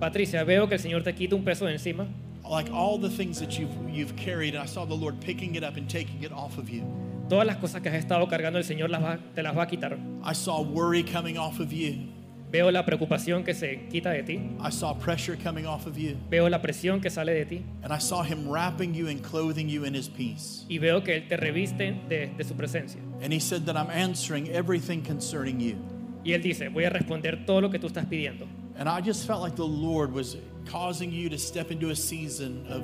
[SPEAKER 3] Patricia, veo que el Señor te quita un peso de encima.
[SPEAKER 2] Like all the things that you've, you've carried, and I saw the Lord picking it up and taking it off of you.
[SPEAKER 3] Todas las cosas que has estado cargando, el Señor las va- te las va a quitar.
[SPEAKER 2] I saw worry coming off of you.
[SPEAKER 3] Veo la preocupación que se quita de ti.
[SPEAKER 2] I saw pressure coming off of you.
[SPEAKER 3] Veo la presión que sale de ti.
[SPEAKER 2] And I saw Him wrapping you and clothing you in His peace.
[SPEAKER 3] Y veo que Él te reviste de, de su presencia.
[SPEAKER 2] And He said that I'm answering everything concerning you.
[SPEAKER 3] Y Él dice, voy a responder todo lo que tú estás pidiendo.
[SPEAKER 2] And I just felt like the Lord was causing you to step into a season of,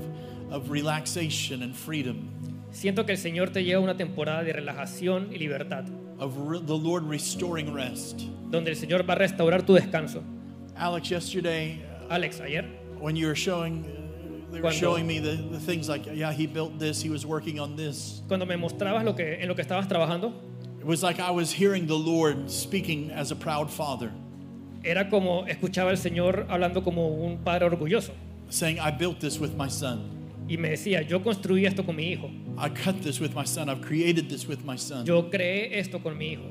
[SPEAKER 2] of relaxation and freedom,
[SPEAKER 3] Siento que el Señor te lleva a una temporada de relajación y libertad,
[SPEAKER 2] of re- the Lord restoring rest.
[SPEAKER 3] donde el Señor va a restaurar tu descanso.
[SPEAKER 2] Alex, yesterday, uh,
[SPEAKER 3] Alex, ayer,
[SPEAKER 2] when you were showing, uh, they were
[SPEAKER 3] Cuando-
[SPEAKER 2] showing me the, the things like, yeah, he built this, he was working on this.
[SPEAKER 3] cuando me mostrabas lo que, en lo que estabas trabajando,
[SPEAKER 2] It was like I was hearing the Lord speaking as a proud father,
[SPEAKER 3] era como escuchaba al Señor hablando como un padre orgulloso.
[SPEAKER 2] saying, I built this with my son.
[SPEAKER 3] Y me decía, yo construí esto con mi hijo,
[SPEAKER 2] I cut this with my son. I've created this with my son.
[SPEAKER 3] yo creé esto con mi hijo.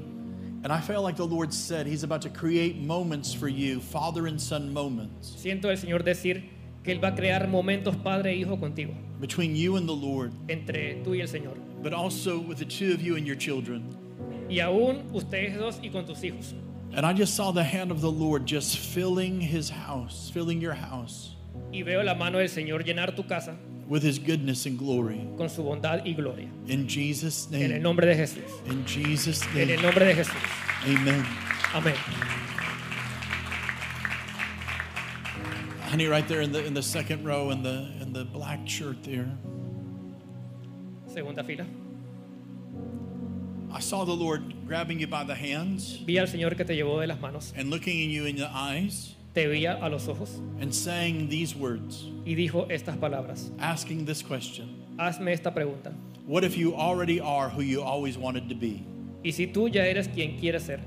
[SPEAKER 2] And I felt like the Lord said, He's about to create moments for you, father and son moments,
[SPEAKER 3] Siento al Señor decir que Él va a crear momentos padre e hijo contigo,
[SPEAKER 2] between you and the Lord.
[SPEAKER 3] entre tú y el Señor.
[SPEAKER 2] but also with the two of you and your children.
[SPEAKER 3] Y aún ustedes dos y con tus hijos.
[SPEAKER 2] And I just saw the hand of the Lord just filling his house, filling your house
[SPEAKER 3] Y veo la mano del Señor llenar tu casa
[SPEAKER 2] with his goodness and glory.
[SPEAKER 3] con su bondad y gloria.
[SPEAKER 2] In Jesus'
[SPEAKER 3] En el
[SPEAKER 2] name.
[SPEAKER 3] nombre de Jesús.
[SPEAKER 2] In Jesus'
[SPEAKER 3] En el
[SPEAKER 2] name.
[SPEAKER 3] nombre de Jesús.
[SPEAKER 2] Amen.
[SPEAKER 3] Amén.
[SPEAKER 2] Honey, right there in the in the second row in the in the black shirt there.
[SPEAKER 3] Segunda fila.
[SPEAKER 2] I saw the Lord grabbing you by the hands
[SPEAKER 3] Vi al Señor que te llevó de las manos.
[SPEAKER 2] and looking at you in the eyes
[SPEAKER 3] Te veía a los ojos
[SPEAKER 2] and saying these words,
[SPEAKER 3] y dijo estas palabras.
[SPEAKER 2] asking this question.
[SPEAKER 3] Hazme esta pregunta.
[SPEAKER 2] What if you already are who you always wanted to be?
[SPEAKER 3] Y si tú ya eres quien quieres ser,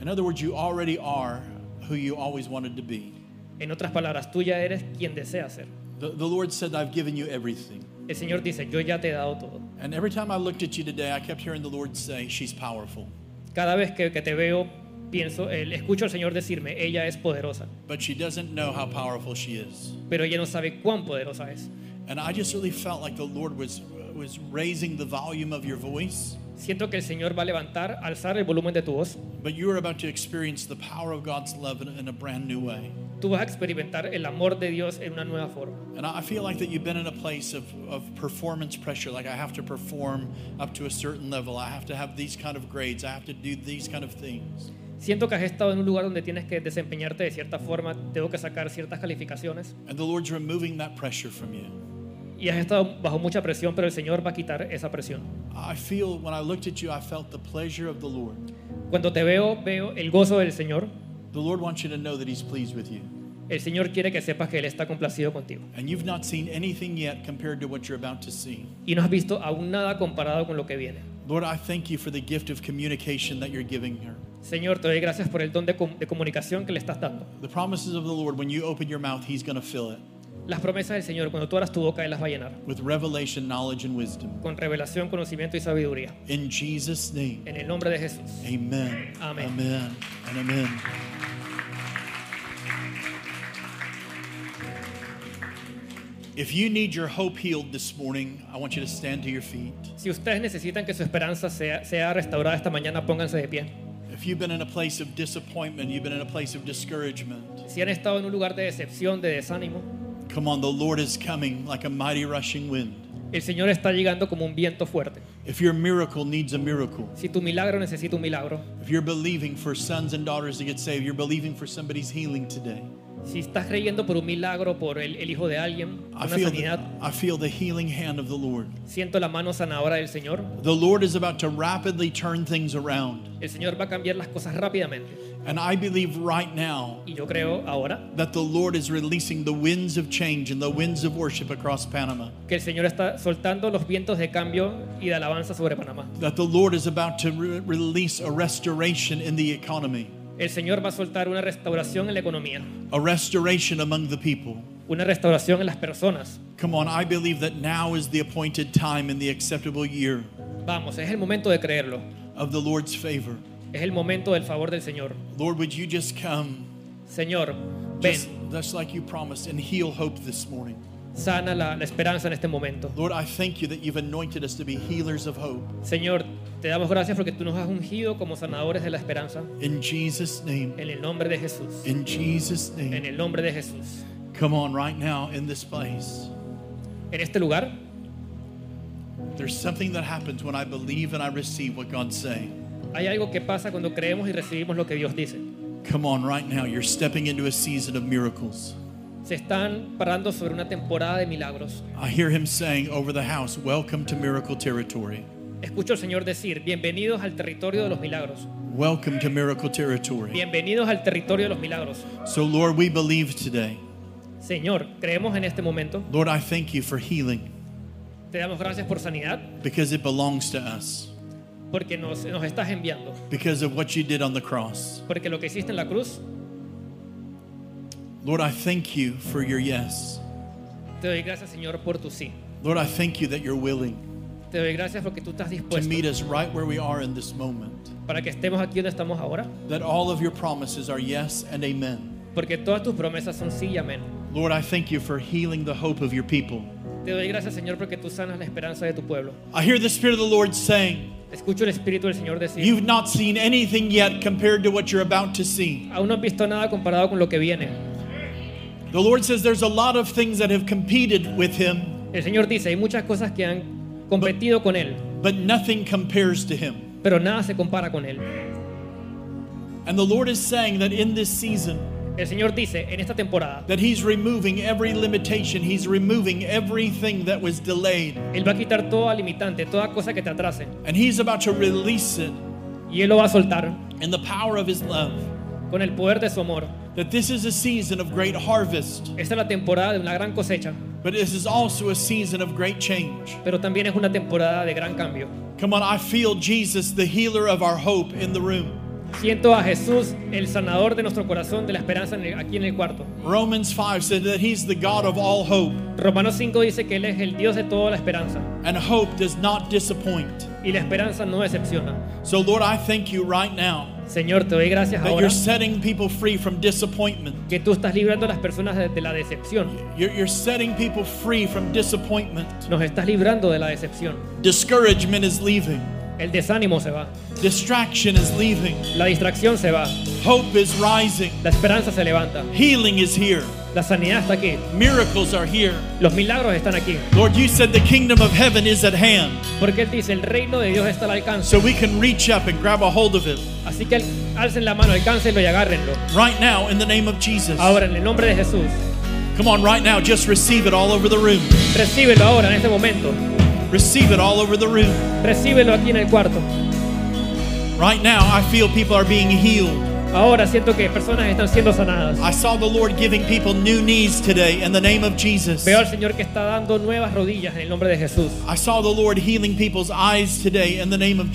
[SPEAKER 2] In other words, you already are who you always wanted to be.
[SPEAKER 3] en otras palabras, tú ya eres quien deseas ser.
[SPEAKER 2] The, the Lord said, I've given you everything.
[SPEAKER 3] El Señor dice, yo ya te he dado todo.
[SPEAKER 2] And every time I looked at you today, I kept hearing the Lord say, She's powerful,
[SPEAKER 3] Cada vez que, que te veo, pienso, eh, escucho al Señor decirme, ella es poderosa,
[SPEAKER 2] but she doesn't know how powerful she is.
[SPEAKER 3] pero ella no sabe cuán poderosa es.
[SPEAKER 2] And I just really felt like the Lord was, was raising the volume of your voice,
[SPEAKER 3] Siento que el Señor va a levantar, alzar el volumen de tu voz.
[SPEAKER 2] but you are about to experience the power of God's love in, in a brand new way.
[SPEAKER 3] Tú vas a experimentar el amor de Dios en una nueva forma.
[SPEAKER 2] And I I feel like that you've been in a place of, of performance pressure, like I have to perform up to a certain level, I have to have these kind of grades, I have to do these kind of things.
[SPEAKER 3] Siento que has estado en un lugar donde tienes que desempeñarte de cierta forma, tengo que sacar ciertas calificaciones
[SPEAKER 2] And the Lord's removing that pressure from you.
[SPEAKER 3] y has estado bajo mucha presión, pero el Señor va a quitar esa presión.
[SPEAKER 2] I feel when I looked at you, I felt the pleasure of the Lord.
[SPEAKER 3] Cuando te veo, veo el gozo del Señor.
[SPEAKER 2] The Lord wants you to know that He's pleased with you.
[SPEAKER 3] El Señor quiere que sepas que Él está complacido contigo.
[SPEAKER 2] And you've not seen anything yet compared to what you're about to see.
[SPEAKER 3] Y no has visto aún nada comparado con lo que viene.
[SPEAKER 2] Lord, I thank you for the gift of communication that you're giving her.
[SPEAKER 3] Señor, te doy gracias por el don de, com- de comunicación que le estás dando.
[SPEAKER 2] The promises of the Lord, when you open your mouth, He's going to fill it
[SPEAKER 3] Las promesas del Señor, cuando tú abras tu boca, Él las va a llenar.
[SPEAKER 2] with revelation, knowledge, and wisdom.
[SPEAKER 3] Con revelación, conocimiento y sabiduría.
[SPEAKER 2] In Jesus' name,
[SPEAKER 3] En el nombre de Jesús.
[SPEAKER 2] amen.
[SPEAKER 3] Amen.
[SPEAKER 2] Amen. And amen. If you need your hope healed this morning, I want you to stand to your feet.
[SPEAKER 3] Si ustedes necesitan que su esperanza sea, sea restaurada esta mañana, pónganse de pie.
[SPEAKER 2] If you've been in a place of disappointment, you've been in a place of discouragement,
[SPEAKER 3] Si han estado en un lugar de decepción, de desánimo,
[SPEAKER 2] come on, the Lord is coming like a mighty rushing wind.
[SPEAKER 3] el Señor está llegando como un viento fuerte.
[SPEAKER 2] If your miracle needs a miracle,
[SPEAKER 3] Si tu milagro necesita un milagro,
[SPEAKER 2] if you're believing for sons and daughters to get saved, you're believing for somebody's healing today.
[SPEAKER 3] si estás creyendo por un milagro, por el, el hijo de alguien,
[SPEAKER 2] I
[SPEAKER 3] una
[SPEAKER 2] feel,
[SPEAKER 3] sanidad,
[SPEAKER 2] the, I feel the healing hand of the Lord.
[SPEAKER 3] siento la mano sanadora del Señor.
[SPEAKER 2] The Lord is about to rapidly turn things around.
[SPEAKER 3] El Señor va a cambiar las cosas rápidamente.
[SPEAKER 2] And I believe right now
[SPEAKER 3] Y yo creo ahora
[SPEAKER 2] that the Lord is releasing the winds of change and the winds of worship across Panama.
[SPEAKER 3] que el Señor está soltando los vientos de cambio y de alabanza sobre Panamá.
[SPEAKER 2] That the Lord is about to re- release a restoration in the economy.
[SPEAKER 3] El Señor va a soltar una restauración en la economía,
[SPEAKER 2] a restoration among the people.
[SPEAKER 3] una restauración en las personas.
[SPEAKER 2] Come on, I believe that now is the appointed time in the acceptable year
[SPEAKER 3] Vamos, es el momento de creerlo.
[SPEAKER 2] of the Lord's favor.
[SPEAKER 3] Es el momento del favor del Señor.
[SPEAKER 2] Lord, would you just come?
[SPEAKER 3] Señor,
[SPEAKER 2] Just,
[SPEAKER 3] ven.
[SPEAKER 2] just like you promised, and heal hope this morning.
[SPEAKER 3] Sana la, la esperanza en este momento.
[SPEAKER 2] Lord, I thank you that you've anointed us to be healers of hope.
[SPEAKER 3] Señor, te damos gracias porque tú nos has ungido como sanadores de la esperanza.
[SPEAKER 2] In Jesus' name.
[SPEAKER 3] En el nombre de Jesús.
[SPEAKER 2] In Jesus'
[SPEAKER 3] En
[SPEAKER 2] name.
[SPEAKER 3] el nombre de Jesús.
[SPEAKER 2] Come on, right now, in this place.
[SPEAKER 3] En este lugar
[SPEAKER 2] There's something that happens when I believe and I receive what God's saying.
[SPEAKER 3] hay algo que pasa cuando creemos y recibimos lo que Dios dice.
[SPEAKER 2] Come on, right now. You're stepping into a season of miracles.
[SPEAKER 3] Se están parando sobre una temporada de milagros.
[SPEAKER 2] I hear him saying over the house, Welcome to miracle territory.
[SPEAKER 3] Escucho al Señor decir, bienvenidos al territorio de los milagros.
[SPEAKER 2] Welcome to miracle territory.
[SPEAKER 3] Bienvenidos al territorio de los milagros.
[SPEAKER 2] So, Lord, we believe today.
[SPEAKER 3] Señor, creemos en este momento.
[SPEAKER 2] Lord, I thank you for healing
[SPEAKER 3] Te damos gracias por sanidad,
[SPEAKER 2] because it belongs to us,
[SPEAKER 3] porque nos, nos estás enviando.
[SPEAKER 2] because of what you did on the cross.
[SPEAKER 3] Porque lo que hiciste en la cruz,
[SPEAKER 2] Lord, I thank you for your yes.
[SPEAKER 3] te doy gracias, Señor, por tu sí.
[SPEAKER 2] Lord, I thank you that you're willing
[SPEAKER 3] Te doy gracias porque tú estás
[SPEAKER 2] to
[SPEAKER 3] dispuesto
[SPEAKER 2] meet us right where we are in this moment,
[SPEAKER 3] para que estemos aquí donde estamos ahora.
[SPEAKER 2] that all of your promises are yes and amen.
[SPEAKER 3] Porque todas tus promesas son sí y amén.
[SPEAKER 2] Lord, I thank you for healing the hope of your people.
[SPEAKER 3] Te doy gracias, Señor, porque tú sanas la esperanza de tu pueblo.
[SPEAKER 2] I hear the Spirit of the Lord saying,
[SPEAKER 3] Escucho el Espíritu del Señor decir,
[SPEAKER 2] You've not seen anything yet compared to what you're about to see.
[SPEAKER 3] aún no has visto nada comparado con lo que viene.
[SPEAKER 2] The Lord says there's a lot of things that have competed with him,
[SPEAKER 3] El Señor dice, hay muchas cosas que han competido con Él,
[SPEAKER 2] but nothing compares to him.
[SPEAKER 3] pero nada se compara con Él.
[SPEAKER 2] And the Lord is saying that in this season,
[SPEAKER 3] El Señor dice, en esta temporada,
[SPEAKER 2] that he's removing every limitation, he's removing everything that was delayed,
[SPEAKER 3] Él va a quitar toda limitante, toda cosa que te atrase,
[SPEAKER 2] and he's about to release it
[SPEAKER 3] y Él lo va a soltar
[SPEAKER 2] in the power of his love.
[SPEAKER 3] con el poder de su amor.
[SPEAKER 2] That this is a season of great harvest,
[SPEAKER 3] Esta es la temporada de una gran cosecha,
[SPEAKER 2] but this is also a season of great change.
[SPEAKER 3] pero también es una temporada de gran cambio.
[SPEAKER 2] Come on, I feel Jesus, the healer of our hope, in the room.
[SPEAKER 3] Siento a Jesús, el sanador de nuestro corazón, de la esperanza en el- aquí en el cuarto.
[SPEAKER 2] Romans 5 said that he's the God of all hope,
[SPEAKER 3] Romanos 5 dice que Él es el Dios de toda la esperanza,
[SPEAKER 2] and hope does not disappoint.
[SPEAKER 3] y la esperanza no decepciona.
[SPEAKER 2] So, Lord, I thank you right now
[SPEAKER 3] Señor, te doy gracias
[SPEAKER 2] that you're
[SPEAKER 3] ahora
[SPEAKER 2] setting people free from disappointment.
[SPEAKER 3] que tú estás librando a las personas de, de la decepción.
[SPEAKER 2] You're, you're setting people free from disappointment.
[SPEAKER 3] Nos estás librando de la decepción.
[SPEAKER 2] Discouragement is leaving,
[SPEAKER 3] El desánimo se va,
[SPEAKER 2] distraction is leaving,
[SPEAKER 3] la distracción se va,
[SPEAKER 2] hope is rising,
[SPEAKER 3] la esperanza se levanta,
[SPEAKER 2] healing is here,
[SPEAKER 3] la sanidad está aquí,
[SPEAKER 2] miracles are here.
[SPEAKER 3] los milagros están aquí.
[SPEAKER 2] Lord, you said the kingdom of heaven is at hand,
[SPEAKER 3] Porque Él dice, el reino de Dios está al alcance.
[SPEAKER 2] so we can reach up and grab a hold of it
[SPEAKER 3] Así que al- alcen la mano, alcáncenlo y agárrenlo.
[SPEAKER 2] right now in the name of Jesus.
[SPEAKER 3] Ahora, en el nombre de Jesús,
[SPEAKER 2] Come on, right now, just receive it all over the room.
[SPEAKER 3] recíbelo ahora, en este momento.
[SPEAKER 2] Receive it all over the room.
[SPEAKER 3] Recíbelo aquí en el cuarto.
[SPEAKER 2] Right now, I feel people are being healed.
[SPEAKER 3] Ahora siento que personas están siendo sanadas.
[SPEAKER 2] I saw the Lord giving people new knees today in the name of Jesus.
[SPEAKER 3] Veo al Señor que está dando nuevas rodillas en el nombre de Jesús.
[SPEAKER 2] I saw the Lord healing people's eyes today in the name of
[SPEAKER 3] Veo al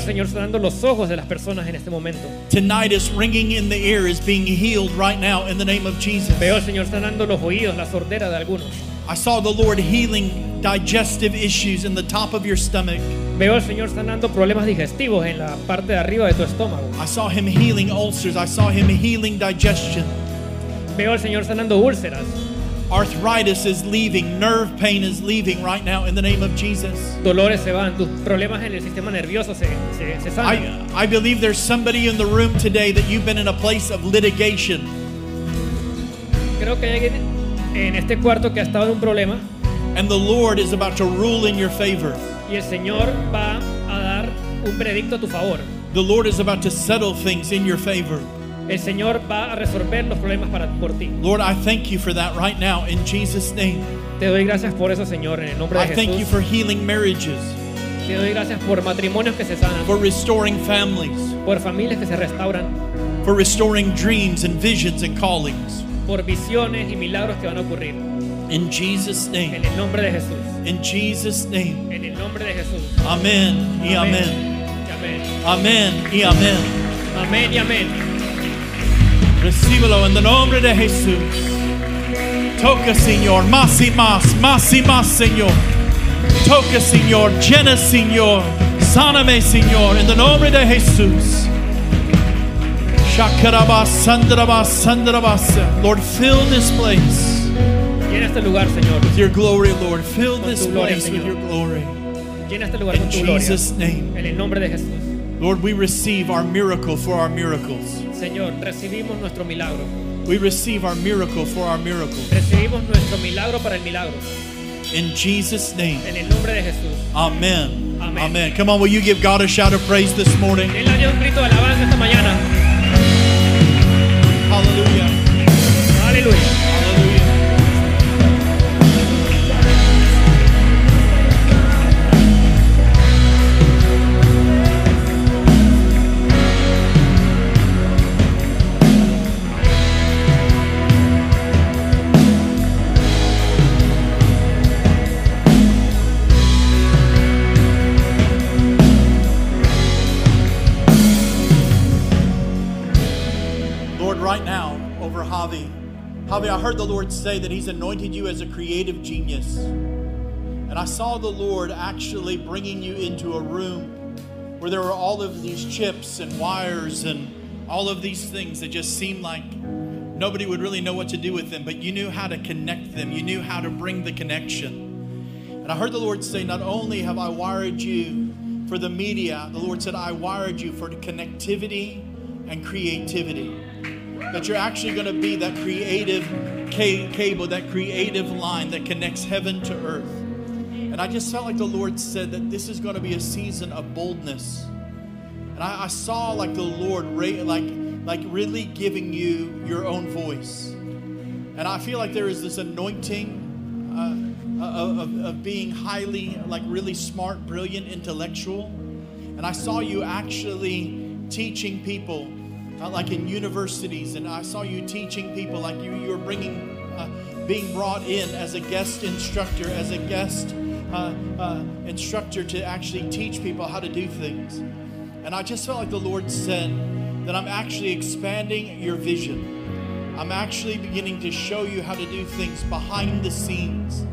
[SPEAKER 2] Jesus.
[SPEAKER 3] Señor sanando los ojos de las personas en este momento.
[SPEAKER 2] Tinnitus ringing in the ear is being healed right now in the name of Jesus.
[SPEAKER 3] Veo al Señor sanando los oídos, la sordera de algunos.
[SPEAKER 2] I saw the Lord healing digestive issues in the top of your stomach.
[SPEAKER 3] Veo al Señor sanando problemas digestivos en la parte de arriba de tu estómago.
[SPEAKER 2] I saw him healing ulcers. I saw him healing digestion.
[SPEAKER 3] Veo al Señor sanando úlceras.
[SPEAKER 2] Arthritis is leaving. Nerve pain is leaving right now in the name of Jesus.
[SPEAKER 3] Dolores se van, tus problemas en el sistema nervioso se, se, se
[SPEAKER 2] I,
[SPEAKER 3] sanan.
[SPEAKER 2] I believe there's somebody in the room today that you've been in a place of litigation,
[SPEAKER 3] Creo que hay alguien en este cuarto que ha estado en un problema
[SPEAKER 2] and the Lord is about to rule in your favor.
[SPEAKER 3] y el Señor va a dar un predicto a tu favor.
[SPEAKER 2] The Lord is about to settle things in your favor.
[SPEAKER 3] El Señor va a resolver los problemas para, por ti.
[SPEAKER 2] Lord, I thank you for that right now in Jesus' name.
[SPEAKER 3] Te doy gracias por eso, Señor, en el nombre de
[SPEAKER 2] I thank you
[SPEAKER 3] Jesús.
[SPEAKER 2] for healing marriages,
[SPEAKER 3] Te doy gracias por matrimonios que se sanan,
[SPEAKER 2] for restoring families,
[SPEAKER 3] por familias que se restauran,
[SPEAKER 2] for restoring dreams and visions and callings.
[SPEAKER 3] por visiones y milagros que van a ocurrir.
[SPEAKER 2] In Jesus'
[SPEAKER 3] En
[SPEAKER 2] name.
[SPEAKER 3] el nombre de Jesús.
[SPEAKER 2] In Jesus' name.
[SPEAKER 3] En el nombre de Jesús.
[SPEAKER 2] Amen. Y amen.
[SPEAKER 3] Y amén.
[SPEAKER 2] Amen. Y amen.
[SPEAKER 3] Amén y amén.
[SPEAKER 2] Recíbelo en el nombre de Jesús. Toca, Señor, más y más, más y más, Señor. Toca, Señor, llena, Señor. Sáname, Señor, en el nombre de Jesús. Shakarabasandarabasandarabasa. Lord, fill this place
[SPEAKER 3] Llena este lugar, Señor.
[SPEAKER 2] with your glory, Lord. Fill this
[SPEAKER 3] tu gloria,
[SPEAKER 2] place with your
[SPEAKER 3] Señor.
[SPEAKER 2] glory.
[SPEAKER 3] Llena este lugar
[SPEAKER 2] In
[SPEAKER 3] con tu gloria.
[SPEAKER 2] Jesus' name.
[SPEAKER 3] En el nombre de Jesús.
[SPEAKER 2] Lord, we receive our miracle for our miracles.
[SPEAKER 3] Señor, recibimos nuestro milagro.
[SPEAKER 2] We receive our miracle for our miracle.
[SPEAKER 3] Recibimos nuestro milagro para el milagro.
[SPEAKER 2] In Jesus' name.
[SPEAKER 3] En el nombre de Jesús.
[SPEAKER 2] Amen.
[SPEAKER 3] Amen.
[SPEAKER 2] Amen. Come on, will you give God a shout of praise this morning?
[SPEAKER 3] Él dio un grito de alabanza esta mañana.
[SPEAKER 2] Hallelujah.
[SPEAKER 3] Aleluya.
[SPEAKER 2] Hallelujah. Lord, right now, over Javi. Javi, I heard the Lord say that He's anointed you as a creative genius. And I saw the Lord actually bringing you into a room where there were all of these chips and wires and all of these things that just seemed like nobody would really know what to do with them, but you knew how to connect them, you knew how to bring the connection. And I heard the Lord say, Not only have I wired you for the media, the Lord said, I wired you for connectivity and creativity that you're actually going to be that creative ca- cable, that creative line that connects heaven to earth. And I just felt like the Lord said that this is going to be a season of boldness. And I, I saw like the Lord, ra- like, like really giving you your own voice. And I feel like there is this anointing uh, of, of- of being highly, like really smart, brilliant, intellectual. And I saw you actually teaching people, uh, like in universities, and I saw you teaching people, like you, you were bringing, uh, being brought in as a guest instructor, as a guest uh, uh, instructor to actually teach people how to do things. And I just felt like the Lord said that I'm actually expanding your vision. I'm actually beginning to show you how to do things behind the scenes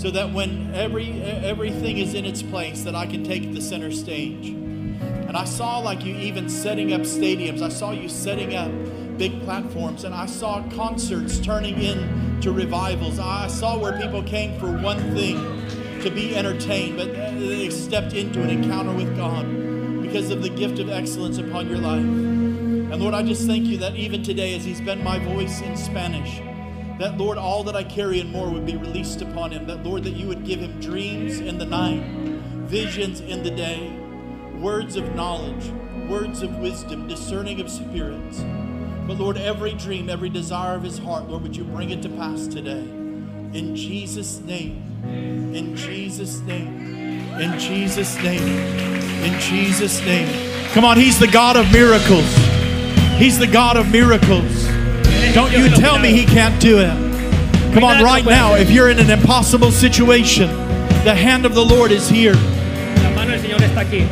[SPEAKER 2] so that when every everything is in its place that I can take the center stage. And I saw like you even setting up stadiums. I saw you setting up big platforms and I saw concerts turning into revivals. I saw where people came for one thing to be entertained, but they stepped into an encounter with God because of the gift of excellence upon your life. And Lord, I just thank you that even today, as he's been my voice in Spanish, that Lord, all that I carry and more would be released upon him. That Lord, that you would give him dreams in the night, visions in the day, words of knowledge, words of wisdom, discerning of spirits. But Lord, every dream, every desire of his heart, Lord, would you bring it to pass today? In Jesus' name. In Jesus' name. In Jesus' name. In Jesus' name. Come on, he's the God of miracles. He's the God of miracles. Don't you tell me he can't do it. Come on, right now, if you're in an impossible situation, the hand of the Lord is here.
[SPEAKER 3] La mano del Señor está aquí.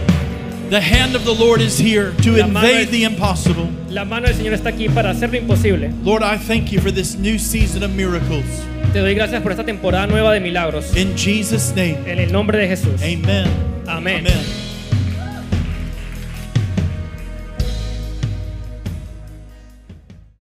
[SPEAKER 2] The hand of the Lord is here to
[SPEAKER 3] La mano
[SPEAKER 2] invade
[SPEAKER 3] es-
[SPEAKER 2] the impossible.
[SPEAKER 3] La mano del Señor está aquí para hacer lo imposible.
[SPEAKER 2] Lord, I thank you for this new season of miracles.
[SPEAKER 3] Te doy gracias por esta temporada nueva de milagros.
[SPEAKER 2] In Jesus' name,
[SPEAKER 3] En el nombre de Jesús.
[SPEAKER 2] amen.
[SPEAKER 3] Amén.
[SPEAKER 2] Amen.